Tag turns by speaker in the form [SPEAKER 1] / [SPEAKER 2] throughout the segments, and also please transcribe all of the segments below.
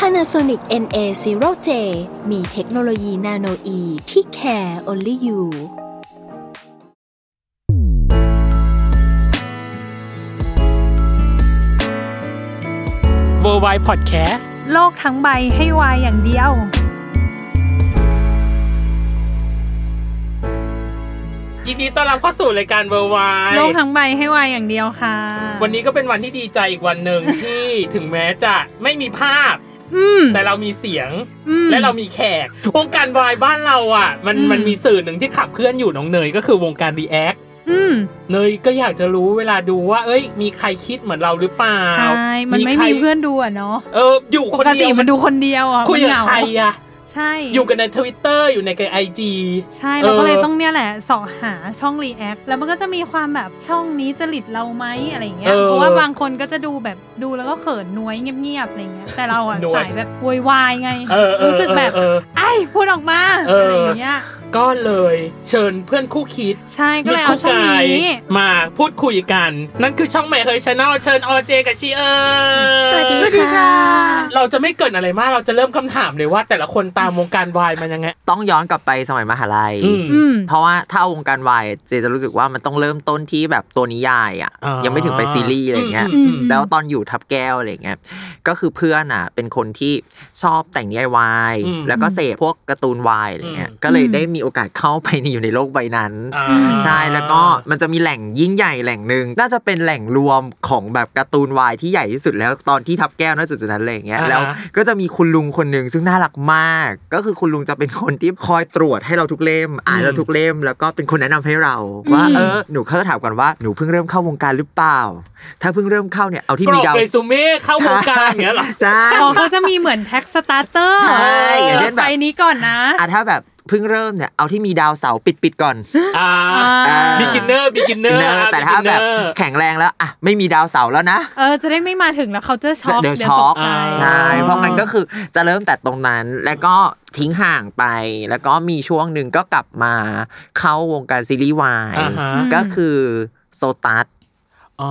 [SPEAKER 1] Panasonic NA0J มีเทคโนโลยีนาโนอีที่ care only you
[SPEAKER 2] เวอร์ไวพอดแคสต์
[SPEAKER 3] โลกทั้งใบให้วายอย่างเดียว
[SPEAKER 2] ยินดีต้อนรับเข้าสู่รายการเวอร์ไว
[SPEAKER 3] โลกทั้งใบให้วายอย่างเดียวค่ะ
[SPEAKER 2] วันนี้ก็เป็นวันที่ดีใจอีกวันหนึ่ง ที่ถึงแม้จะไม่มีภาพ
[SPEAKER 3] อืม
[SPEAKER 2] แต่เรามีเสียง
[SPEAKER 3] อืม
[SPEAKER 2] และเรามีแขก วงการวายบ้านเราอ่ะ มัน
[SPEAKER 3] อืม
[SPEAKER 2] มันมีสื่อหนึ่งที่ขับเคลื่อนอยู่น้องเนยก็คือวงการรีแอค
[SPEAKER 3] อืม
[SPEAKER 2] เนยก็อยากจะรู้เวลาดูว่า เอ้ย มีใครคิดเหมือนเราหรือเปล่า
[SPEAKER 3] ใช่ มันไม่
[SPEAKER 2] ใคร
[SPEAKER 3] มีเพื่อนดูอ่ะเนาะ
[SPEAKER 2] เอออยู่
[SPEAKER 3] ป
[SPEAKER 2] คน
[SPEAKER 3] ก
[SPEAKER 2] เดี
[SPEAKER 3] ติ
[SPEAKER 2] ยว
[SPEAKER 3] มันดูคนเดียวอ่ะ
[SPEAKER 2] คุยกั
[SPEAKER 3] มัน
[SPEAKER 2] บ
[SPEAKER 3] เหงา
[SPEAKER 2] ใครอ่ะ
[SPEAKER 3] ใช่
[SPEAKER 2] อยู่กันในทวิตเตอร์อยู่ในไอจี
[SPEAKER 3] ใช่เราก็เลย
[SPEAKER 2] เออ
[SPEAKER 3] ต้องเนี่ยแหละเสอหาช่องรีแอคแล้วมันก็จะมีความแบบช่องนี้จริตเราไหมอะไรอย่างเงี้ย
[SPEAKER 2] เออ
[SPEAKER 3] เพราะว่าบางคนก็จะดูแบบดูแล้วก็เขินน้วยเงียบๆอะไรเงี้ย แต่เราอ่ะ
[SPEAKER 2] น้วย
[SPEAKER 3] สายแบบโวยวายไง
[SPEAKER 2] เออเออ
[SPEAKER 3] รู้สึกแบบ
[SPEAKER 2] เออเออ
[SPEAKER 3] ไอ้พูดออกมา
[SPEAKER 2] เอออ
[SPEAKER 3] อะไรอย่างเงี้ย
[SPEAKER 2] ก็เลยเชิญเพื่อนคู่คิด
[SPEAKER 3] ใช่ก็เลย
[SPEAKER 2] มิ
[SPEAKER 3] เอา
[SPEAKER 2] ตร
[SPEAKER 3] ช่อง
[SPEAKER 2] คู่กาย
[SPEAKER 3] นี้
[SPEAKER 2] มาพูดคุยกัน นั่นคือช่องใหม่เฮยชาแนลเชิญอเจกับชีเออ
[SPEAKER 1] สวัสดีค่ะสวัสดีค่ะ
[SPEAKER 2] เราจะไม่เกรินอะไรมากเราจะเริ่มคำถามเลยว่า แต่ละคนตามวงการวายมันยังไง
[SPEAKER 4] ต้องย้อนกลับไปสมัยมหาลัย
[SPEAKER 2] อืม
[SPEAKER 3] อืม
[SPEAKER 4] เพราะว่าถ้าเอาวงการวายเจจะรู้สึกว่ามันต้องเริ่มต้นที่แบบตัวนิยายอ่ะ
[SPEAKER 2] อ่ายั
[SPEAKER 4] ยังไม่ถึงไปซีรีส์อะไรเงี้ย
[SPEAKER 2] อืมอืมอืม
[SPEAKER 4] แล้วตอนอยู่ทับแก้วอะไรเงี้ย ก็คือเพื่อนอ่ะ เป็นคนที่ชอบแต่งนิยายวาย
[SPEAKER 2] อืม
[SPEAKER 4] แล้วก็เสพพวกการ์ตูนวายอะไรเงี้ย
[SPEAKER 2] อืม
[SPEAKER 4] ก็เลย
[SPEAKER 3] อืม
[SPEAKER 4] ได้มีโอกาสเข้าไปในอยู่ในโลกใบนั้น
[SPEAKER 2] อ่า
[SPEAKER 4] ใช่แล้วก็มันจะมีแหล่งยิ่งใหญ่แหล่งหนึ่งน่าจะเป็นแหล่งรวมของแบบการ์ตูนวายที่ใหญ่ที่สุดแล้วตอนที่ทับแก้วน่าจุดนั้นอะไรอย่างเงี้ย
[SPEAKER 2] อ่าฮะ
[SPEAKER 4] แล้วก็จะมีคุณลุงคนหนึ่งซึ่งน่ารักมาก ก็คือคุณลุงจะเป็นคนที่คอยตรวจให้เราทุกเล่ม อ่าน
[SPEAKER 2] อืม
[SPEAKER 4] เราทุกเล่ม แล้วก็เป็นคนแนะนำให้เราว่า
[SPEAKER 3] อืม
[SPEAKER 4] เออหนูเขาจะถามก่อนว่าหนูเพิ่งเริ่มเข้าวงการหรือเปล่า ถ้าเพิ่งเริ่มเข้าเนี่ยเอาที่
[SPEAKER 2] กร
[SPEAKER 4] มี
[SPEAKER 2] อก
[SPEAKER 4] ดาว
[SPEAKER 2] เรซูเม่เข้าวงการอย่างเงี้ยเหรอ
[SPEAKER 4] ใช่
[SPEAKER 3] อ๋อเขาจะมีเหมือนแพ็กสตาร์เตอร์
[SPEAKER 4] ใช่อย่างเช่นแบบ
[SPEAKER 3] ไปนี้ก่อนนะ
[SPEAKER 4] อ่ะถ้าแบบเพิ่งเริ่มเนี่ยเอาที่มีดาวเสาร์ปิดปิดๆก่อน
[SPEAKER 2] อ่า
[SPEAKER 4] อ่า
[SPEAKER 2] b ิ g ิ n เนอร์บิกินเนอร์
[SPEAKER 4] beginner แต่ถ้าแบบแข็งแรงแล้วอ่ะไม่มีดาวเสาร์แล้วนะ
[SPEAKER 3] เออจะได้ไม่มาถึงแล้วเขาจะช็อก
[SPEAKER 4] จะเดี๋ยว
[SPEAKER 3] ต
[SPEAKER 4] ช็อก
[SPEAKER 3] กใจ
[SPEAKER 2] อ่า
[SPEAKER 4] ใช่เพราะงั้นก็คือจะเริ่มแต่ตรงนั้นแล้วก็ทิ้งห่างไป แล้วก็มีช่วงหนึ่งก็กลับมาเข้าวงการซีรีส์วาย
[SPEAKER 2] อ่าฮะ
[SPEAKER 4] ก็คือโซตัส
[SPEAKER 2] อ๋อ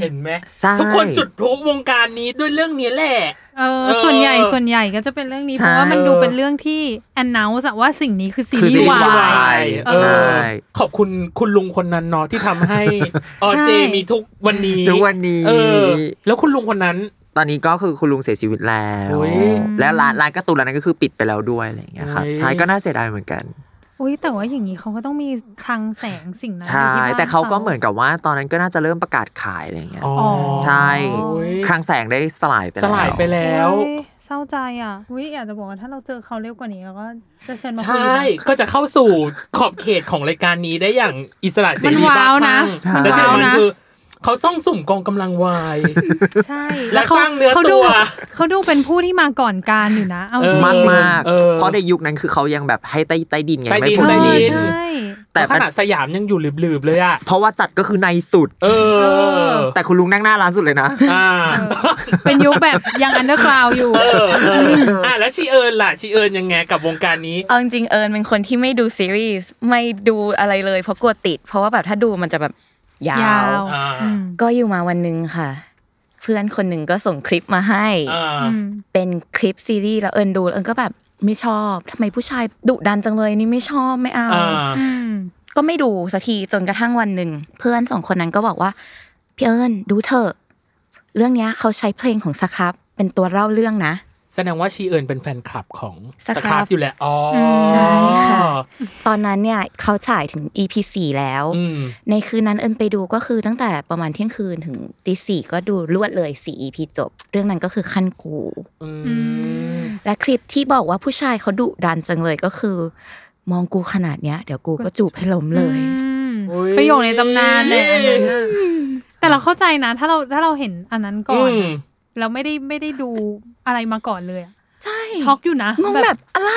[SPEAKER 2] เห็นไหม
[SPEAKER 4] ใช่
[SPEAKER 2] ทุกคนจุดพลุวงการนี้ด้วยเรื่องนี้แหละ
[SPEAKER 3] เออ
[SPEAKER 2] เออ
[SPEAKER 3] ส่วนใหญ่ส่วนใหญ่ก็จะเป็นเรื่องนี้
[SPEAKER 4] ใช่
[SPEAKER 3] เพราะว่ามันดูเป็นเรื่องที่แอนนาวสว่าสิ่งนี้คือซี
[SPEAKER 4] คือ
[SPEAKER 3] รี
[SPEAKER 4] ซี
[SPEAKER 3] ส์
[SPEAKER 4] รีส์
[SPEAKER 3] วาว
[SPEAKER 4] าย ย
[SPEAKER 2] เออ
[SPEAKER 4] ใช่
[SPEAKER 2] ขอบคุณคุณลุงคนนั้นเนาะที่ทำให้อ
[SPEAKER 3] ใช่
[SPEAKER 2] เจมีทุกวันนี้
[SPEAKER 4] ทุกวันนี้
[SPEAKER 2] เออ แล้วคุณลุงคนนั้น
[SPEAKER 4] ตอนนี้ก็คือคุณลุงเสียชีวิตแล้ว
[SPEAKER 2] โอ้ย
[SPEAKER 4] แล้วร้านร้านการ์ตูนร้านนั้นก็คือปิดไปแล้วด้วยอะไรอย่างเงี้ยครับ
[SPEAKER 2] โอ้ย
[SPEAKER 4] ใช่ก็น่าเสียดายเหมือนกัน
[SPEAKER 3] อุ้ยแต่ว่าอย่างนี้เขาก็ต้องมีคลังแสงสิ่งนั้น
[SPEAKER 4] ใช่
[SPEAKER 3] อยู่ที่บ้น
[SPEAKER 4] แต่เขาก็เหมือนกับว่าตอนนั้นก็น่าจะเริ่มประกาศขายอะไรอย่างเงี้ย
[SPEAKER 2] อ๋อ
[SPEAKER 4] ใช่
[SPEAKER 2] โอ้ย
[SPEAKER 4] ครั้งแสงได้สลายไป
[SPEAKER 2] ส
[SPEAKER 4] แล้ว
[SPEAKER 2] ลายไปแล้ว
[SPEAKER 3] โอ๊ยเศร้าใจอ่ะอุ้ยอยากจะบอกว่าถ้าเราเจอเขาเร็วกว่านี้เราก็จะเชิญมา
[SPEAKER 2] ใช
[SPEAKER 3] คุย่ นะ
[SPEAKER 2] ก็จะเข้าสู่ขอบเขตของรายการนี้ได้อย่างอิสระเสรี
[SPEAKER 3] มัน
[SPEAKER 2] บ้า
[SPEAKER 3] ว้าง วนะ
[SPEAKER 4] ใช่
[SPEAKER 2] แต่ที่
[SPEAKER 3] ว้าว
[SPEAKER 2] มัน
[SPEAKER 3] นะ
[SPEAKER 2] คือเขาซ่องสุ่มกองกำลังวาย
[SPEAKER 3] ใช่
[SPEAKER 2] และสร้างเนื้อ
[SPEAKER 3] เขาดู
[SPEAKER 2] ตัว
[SPEAKER 3] เขาดูเป็นผู้ที่มาก่อนการอยู่นะเอาจริง
[SPEAKER 2] เอ
[SPEAKER 4] มาก
[SPEAKER 2] อ
[SPEAKER 4] มากๆ
[SPEAKER 2] เออ
[SPEAKER 4] เพราะในยุคนั้นคือเขายังแบบให้ใต้ใต้ดินไง
[SPEAKER 2] ใต้ดิ
[SPEAKER 4] ไม่
[SPEAKER 2] น
[SPEAKER 4] พ้น
[SPEAKER 2] ใต้
[SPEAKER 4] ใต้
[SPEAKER 2] ดิ
[SPEAKER 4] ดิ
[SPEAKER 2] น
[SPEAKER 3] เอน อใช่
[SPEAKER 4] แต่
[SPEAKER 2] ข
[SPEAKER 4] มัน
[SPEAKER 2] นาดสยามยังอยู่หลืบๆเลยอ่ะ
[SPEAKER 4] เพราะว่าจัดก็คือในสุด
[SPEAKER 2] เออ
[SPEAKER 3] เออ
[SPEAKER 4] แต่คุณลุงนั่งหน้าร้านสุดเลยนะ
[SPEAKER 2] อ่า
[SPEAKER 3] เป็นยุคแบบยังอันเดอร์กราวอยู่
[SPEAKER 2] เออเอออ่ะแล้วชีเอิญล่ะชีเอิญยังไงกับวงการนี้
[SPEAKER 5] เอาจริงๆเอิญเป็นคนที่ไม่ดูซีรีส์ไม่ดูอะไรเลยเพราะกลัวติด เพราะว่าแบบถ้าดูมันจะแบบยาย
[SPEAKER 3] าว ว
[SPEAKER 2] อ่า
[SPEAKER 3] ม
[SPEAKER 5] ก็อยู่มาวันหนึ่งค่ะ เพื่อนคนหนึ่งก็ส่งคลิปมาให้
[SPEAKER 2] อ่า
[SPEAKER 3] อืม
[SPEAKER 5] เป็นคลิปซีรีส์แล้วเอิญดูแล้วเอิญก็แบบไม่ชอบทำไมผู้ชายดุดันจังเลยนี่ไม่ชอบไม่เอา
[SPEAKER 2] อ่า
[SPEAKER 3] อืม
[SPEAKER 5] ก็ไม่ดูสักทีจนกระทั่งวันหนึ่ง เพื่อนสองคนนั้นก็บอกว่าพี่เอิญดูเถอะเรื่องเนี้ยเขาใช้เพลงของสครับ เป็นตัวเล่าเรื่องนะ
[SPEAKER 2] แสดงว่าชีเอิญเป็นแฟนคลับของ
[SPEAKER 5] สครับ
[SPEAKER 2] อยู่แหละอ๋ออ
[SPEAKER 3] ม
[SPEAKER 5] ใช่ค่ะ ตอนนั้นเนี่ยเขาฉายถึง EP สี่แล้ว
[SPEAKER 2] อืม
[SPEAKER 5] ในคืนนั้นเอิญไปดูก็คือตั้งแต่ประมาณเที่ยงคืนถึงตีสี่ก็ดูรวดเลยสี่ EP จบ เรื่องนั้นก็คือขั้นกู
[SPEAKER 2] อื
[SPEAKER 3] อื
[SPEAKER 2] ม
[SPEAKER 3] ม
[SPEAKER 5] และคลิปที่บอกว่าผู้ชายเขาดุดันจังเลยก็คือ มองกูขนาดเนี้ย เดี๋ยวกูก็จูบให้ล้มเลย
[SPEAKER 2] อุ๊ย
[SPEAKER 3] ประโยคในตำนานแหละอันนั้นน่ะแต่เราเข้าใจนะถ้าเราถ้าเราเห็นอันนั้นก่อน
[SPEAKER 2] อืม
[SPEAKER 3] เราไม่ได้ไม่ได้ดูอะไรมาก่อนเลยอะ
[SPEAKER 5] ใช่
[SPEAKER 3] ช็อกอยู่นะ
[SPEAKER 5] งงแบบอะไร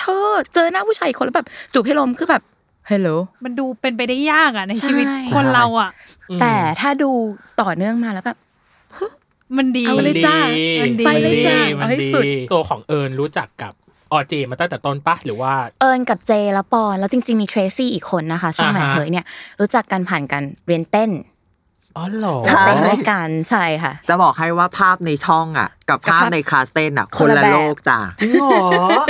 [SPEAKER 5] เธอเจอหน้าผู้ชายอีกคนแล้วแบบจูบให้ลมคือแบบเฮลโหล
[SPEAKER 3] มันดูเป็นไปได้ยากอ่ะใน
[SPEAKER 5] ใช่
[SPEAKER 3] ชีวิตคนเราอ่ะ
[SPEAKER 2] อืม
[SPEAKER 5] แต่ถ้าดูต่อเนื่องมาแล้วแบบ
[SPEAKER 3] มันดี
[SPEAKER 5] เอาเลยจ้ะ
[SPEAKER 2] มันดี
[SPEAKER 5] ไปเลยจ้ะ
[SPEAKER 2] มัน
[SPEAKER 5] เอาให้สุด
[SPEAKER 2] ตัวของเอิญรู้จักกับออเจมาตั้งแต่ต้นปะหรือว่า
[SPEAKER 5] เอิญกับเจแล้วปอนแล้วจริง ๆ มีเทรซี่อีกคนนะคะ ช่องหมาย
[SPEAKER 2] อ่าฮะ
[SPEAKER 5] เฮยเนี่ย รู้จักกันผ่านการเรียนเต้น
[SPEAKER 2] อ๋อเหรอ
[SPEAKER 4] ใช่
[SPEAKER 5] เต้นด้วยกันใช่ค่ะ
[SPEAKER 4] จะบอกให้ว่าภาพในช่องอ่ะ กับภาพในคลาสเต้นอ่ะ คน
[SPEAKER 5] คนละ
[SPEAKER 4] ละ
[SPEAKER 5] แบบ
[SPEAKER 4] โลกจ้ะ
[SPEAKER 2] จริงเหรอ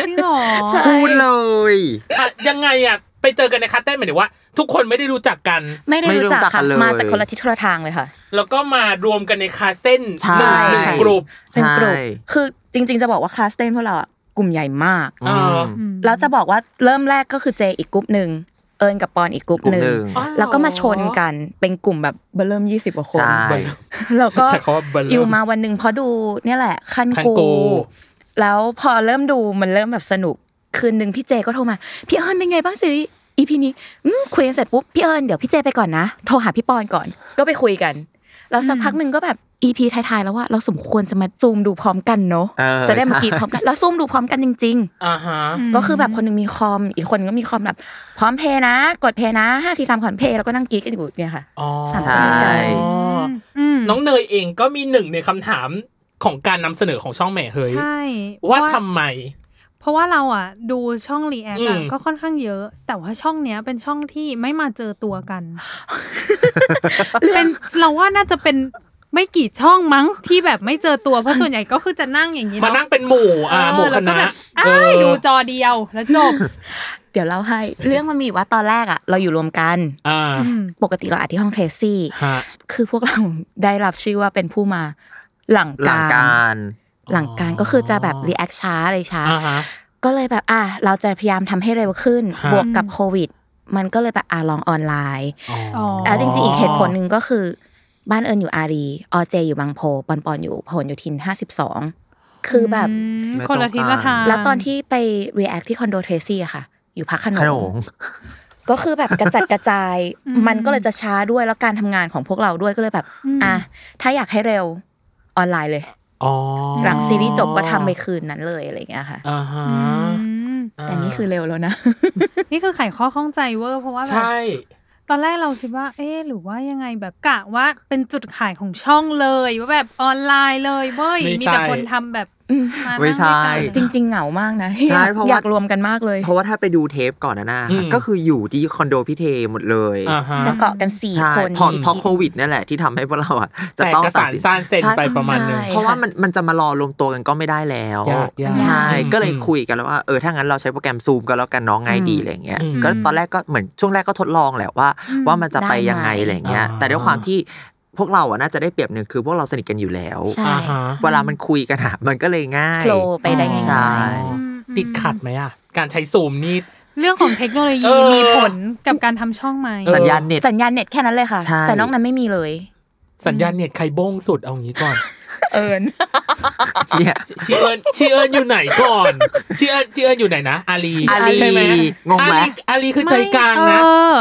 [SPEAKER 3] จริงเหรอ
[SPEAKER 5] ใช่
[SPEAKER 4] พูดเลย
[SPEAKER 2] อะยังไงอะไปเจอกันในคัตเต้นหมายถึงว่า ทุกคนไม่ได้รู้จักกัน
[SPEAKER 5] ไม่ได้รู้จักค่ะมาจากคนละทิศคนละทางเลยค่ะ
[SPEAKER 2] แล้วก็มารวมกันในคาสเต้น
[SPEAKER 4] ใช่
[SPEAKER 2] หนึ่งหนึ่งกลุ่ม
[SPEAKER 5] เป็น
[SPEAKER 4] ใช่
[SPEAKER 5] กลุ่มคือจริง ๆ จะบอกว่าคลาสเต้นพวกเราอะกลุ่มใหญ่มาก
[SPEAKER 2] เออ
[SPEAKER 4] ม
[SPEAKER 3] อืม
[SPEAKER 5] แล้วจะบอกว่าเริ่มแรกก็คือเจอีกกลุ่มหนึ่งเอิญกับปอนอีกกลุ่มหนึ่ง
[SPEAKER 4] กลุ่มหนึ่ง
[SPEAKER 2] อ๋อเหรอ
[SPEAKER 5] แล้วก็มาชนกันเป็นกลุ่มแบบเบอร์เริ่มยี่สิบกว่าค
[SPEAKER 4] ใ
[SPEAKER 5] น
[SPEAKER 4] ช่
[SPEAKER 5] แล้วก็
[SPEAKER 2] ใช้คำว่าเบอร์เริ่ม
[SPEAKER 5] อยู่มาวันหนึ่งเพราะดูเนี่ยแหละขั้น
[SPEAKER 2] คัน
[SPEAKER 5] กู
[SPEAKER 2] โก
[SPEAKER 5] แล้วพอเริ่มดูมันเริ่มแบบสนุกคืนหนึ่งพี่เจก็โทรมาพี่เอิญเป็นไงบ้างซีรีส์อีพีนี้อืมคุยกันเสร็จปุ๊บพี่เอิญเดี๋ยวพี่เจไปก่อนนะโทรหาพี่ปอนก่อน ก็ไปคุยกัน แล้วสักพักหนึ่งก็แบบอีพีท้ายๆแล้วว่าเราสมควรจะมาซูมดูพร้อมกันเนาะ
[SPEAKER 4] เออ
[SPEAKER 5] จะได้มากิน
[SPEAKER 4] ใช่
[SPEAKER 5] พร้อมกันแล้วซูมดูพร้อมกันจริง
[SPEAKER 2] อ่าฮะ
[SPEAKER 3] ม
[SPEAKER 5] ๆ ก็คือแบบคนหนึงมีคอมอีกคนก็มีคอมแบบพร้อมเพย์นะ กดเพย์นะห้าสี่สามขอนเพย์แล้วก็นั่งกิ๊กกันอยู่เนี่ยค่ะ
[SPEAKER 2] อ๋อ
[SPEAKER 5] สามคนด้วยกัน
[SPEAKER 3] อืมอืม
[SPEAKER 2] น้องเนยเองก็มีหนึ่งในคำถามของการนำเสนอของช่องแหม่เฮย
[SPEAKER 3] ใช่
[SPEAKER 2] ว่า
[SPEAKER 3] เพระ
[SPEAKER 2] ทำไม
[SPEAKER 3] เพราะว่าเราอ่ะ ดูช่องรีแอค
[SPEAKER 2] อืม
[SPEAKER 3] ก็ค่อนข้างเยอะ แต่ว่าช่องเนี้ยเป็นช่องที่ไม่มาเจอตัว กันเป็นเราว่าน่าจะเป็นไม่กี่ช่องมั้งที่แบบไม่เจอตัวเพราะส่วนใหญ่ก็คือจะนั่งอย่างนี้
[SPEAKER 2] มา
[SPEAKER 3] เนาะ
[SPEAKER 2] นั่งเป็นหมู่อ่าหมู่คณะ
[SPEAKER 3] เออแล้วก็แบบอ้ายดูจอเดียวแล้วจบ
[SPEAKER 5] เดี๋ยวเล่าให้เรื่องมันมีอยู่ว่าตอนแรกอะเราอยู่รวมกัน
[SPEAKER 2] อ่า
[SPEAKER 3] อืม
[SPEAKER 5] ปกติเราอัดที่ห้องเทรซี่
[SPEAKER 2] ฮะ
[SPEAKER 5] คือพวกเราได้รับชื่อว่าเป็นผู้มาหลัง
[SPEAKER 4] หลั
[SPEAKER 5] กางร
[SPEAKER 4] การ
[SPEAKER 5] หลังการก็คือจะแบบรีแอคช้าอะไรช้า
[SPEAKER 2] อ่าฮะ
[SPEAKER 5] ก็เลยแบบอ่ะเราจะพยายามทำให้เร็วขึ้น
[SPEAKER 2] ฮะ
[SPEAKER 5] บวกกับโควิด มันก็เลยแบบอ่ะลองออนไลน์
[SPEAKER 2] อ๋ออ
[SPEAKER 3] อ
[SPEAKER 5] อ่ะจริงๆอีกเหตุผลหนึ่งก็คือ บ้านเอิญอยู่อารีออเจอยู่บางโพปอนปอนอยู่พหลโยธิน 52 คือแบบ
[SPEAKER 3] มคนละทิศละทาง
[SPEAKER 5] แล้วตอนที่ไปรีแอคที่คอนโดเทรซี่อะค่ะ อยู่พักขน
[SPEAKER 4] ขน
[SPEAKER 5] ง
[SPEAKER 4] ม
[SPEAKER 5] ก็คือแบบกระจัดกระจาย มันก็เลยจะช้าด้วยแล้วการทำงานของพวกเราด้วยก็เลยแบบอ่ะถ้าอยากให้เร็วออนไลน์เลย
[SPEAKER 2] อ๋อ
[SPEAKER 5] หลังซีรีส์จบก็ทำไปคืนนั้นเลยอะไรอย่างเงี้ยค่ะ
[SPEAKER 2] อ่าฮะ
[SPEAKER 3] อืม
[SPEAKER 2] า
[SPEAKER 5] แต่นี่คือเร็วแล้วนะ
[SPEAKER 3] นี่คือไขข้อข้องใจเวอร์เพราะว่าแบบ
[SPEAKER 2] ใช่
[SPEAKER 3] ตอนแรกเราคิดว่า เอ๊ะหรือว่ายังไงแบบกะว่าเป็นจุดขายของช่องเลยว่าแบบออนไลน์เลยเว้ย
[SPEAKER 2] ไม่ใช่
[SPEAKER 3] มีแต่คนทำแบบานั่ง
[SPEAKER 4] ไม่ใช่
[SPEAKER 3] ด้วย
[SPEAKER 5] จ
[SPEAKER 3] กัน
[SPEAKER 5] ริง ๆ เหงามากนะ
[SPEAKER 4] ใช่เพราะว่า
[SPEAKER 5] อยากรวมกันมากเลย
[SPEAKER 4] เพราะว่าถ้าไปดูเทปก่อนนะนะ
[SPEAKER 2] อืม
[SPEAKER 4] ก็คืออยู่ที่คอนโดพี่เทหมดเลย
[SPEAKER 2] อ่าฮะ
[SPEAKER 5] จะเกาะกันสี่
[SPEAKER 4] ใช่
[SPEAKER 5] คน
[SPEAKER 4] เพราะ
[SPEAKER 5] อยู่
[SPEAKER 4] เพราะ
[SPEAKER 5] ที่
[SPEAKER 4] โควิดนั่นแหละที่ทำให้พวกเราอ่ะจะ
[SPEAKER 2] แต่
[SPEAKER 4] ต้อง
[SPEAKER 2] กระ
[SPEAKER 4] ตัด
[SPEAKER 2] สาน
[SPEAKER 4] สิน
[SPEAKER 2] สานเซ็น
[SPEAKER 4] ใช่
[SPEAKER 2] ไปประมาณหนึง
[SPEAKER 5] ใช่
[SPEAKER 4] เพราะว่ามันมันจะมารอรวมตัวกันก็ไม่ได้แล้ว
[SPEAKER 2] ยากยาก
[SPEAKER 4] ใช่
[SPEAKER 2] อืม
[SPEAKER 4] ก็เลย
[SPEAKER 2] อืม
[SPEAKER 4] คุยกันแล้วว่าเออถ้างั้นเราใช้โปรแกรมซูมกันแล้วกันน้องไงดีอะไรอย่างเงี้ย
[SPEAKER 2] อืม
[SPEAKER 4] ก็ตอนแรกก็เหมือนช่วงแรกก็ทดลองแหละว่า
[SPEAKER 3] อืม
[SPEAKER 4] ว่ามันจะไปยังไง
[SPEAKER 5] ได้ไหม
[SPEAKER 4] อะไรอย่างเงี้ย
[SPEAKER 2] อ่า
[SPEAKER 4] แต่ด้วยความที่พวกเราอ่ะน่าจะได้เปรียบหนึ่งคือพวกเราสนิทกันอยู่แล้ว
[SPEAKER 5] ใช่
[SPEAKER 2] อ่าฮะ
[SPEAKER 4] เวลามันคุยกันอะมันก็เลยง่าย
[SPEAKER 5] โฟลว์ไปได้ง่
[SPEAKER 4] ใช่
[SPEAKER 5] าย
[SPEAKER 3] อืม
[SPEAKER 2] ติดขัดไหมอ่ะ การใช้ซูมนี่
[SPEAKER 3] เรื่องของเทคโนโล
[SPEAKER 2] เอ
[SPEAKER 3] ยี
[SPEAKER 2] อ
[SPEAKER 3] มีผลกับการทำช่องไหม
[SPEAKER 2] เออ
[SPEAKER 4] สัญญาณเน็ต
[SPEAKER 5] ๆ สัญญาณเน็ตแค่นั้นเลยค่ะ
[SPEAKER 4] ใช่
[SPEAKER 5] แต่นอกนั้นไม่มีเลย
[SPEAKER 2] สัญญาณเน็ตใครบ้งสุดเอางี้ก่อน
[SPEAKER 5] เอิญ
[SPEAKER 4] เนี่ย
[SPEAKER 2] ชีเอิญชีเอิญอยู่ไหนก่อนชีเอิญชีเอิญอยู่ไหนนะอาลี
[SPEAKER 4] อาลี
[SPEAKER 2] ใช่ไหม
[SPEAKER 4] งง
[SPEAKER 2] อา
[SPEAKER 4] ไหม
[SPEAKER 2] ลีอาลีคือใจกลางนะ
[SPEAKER 3] เออ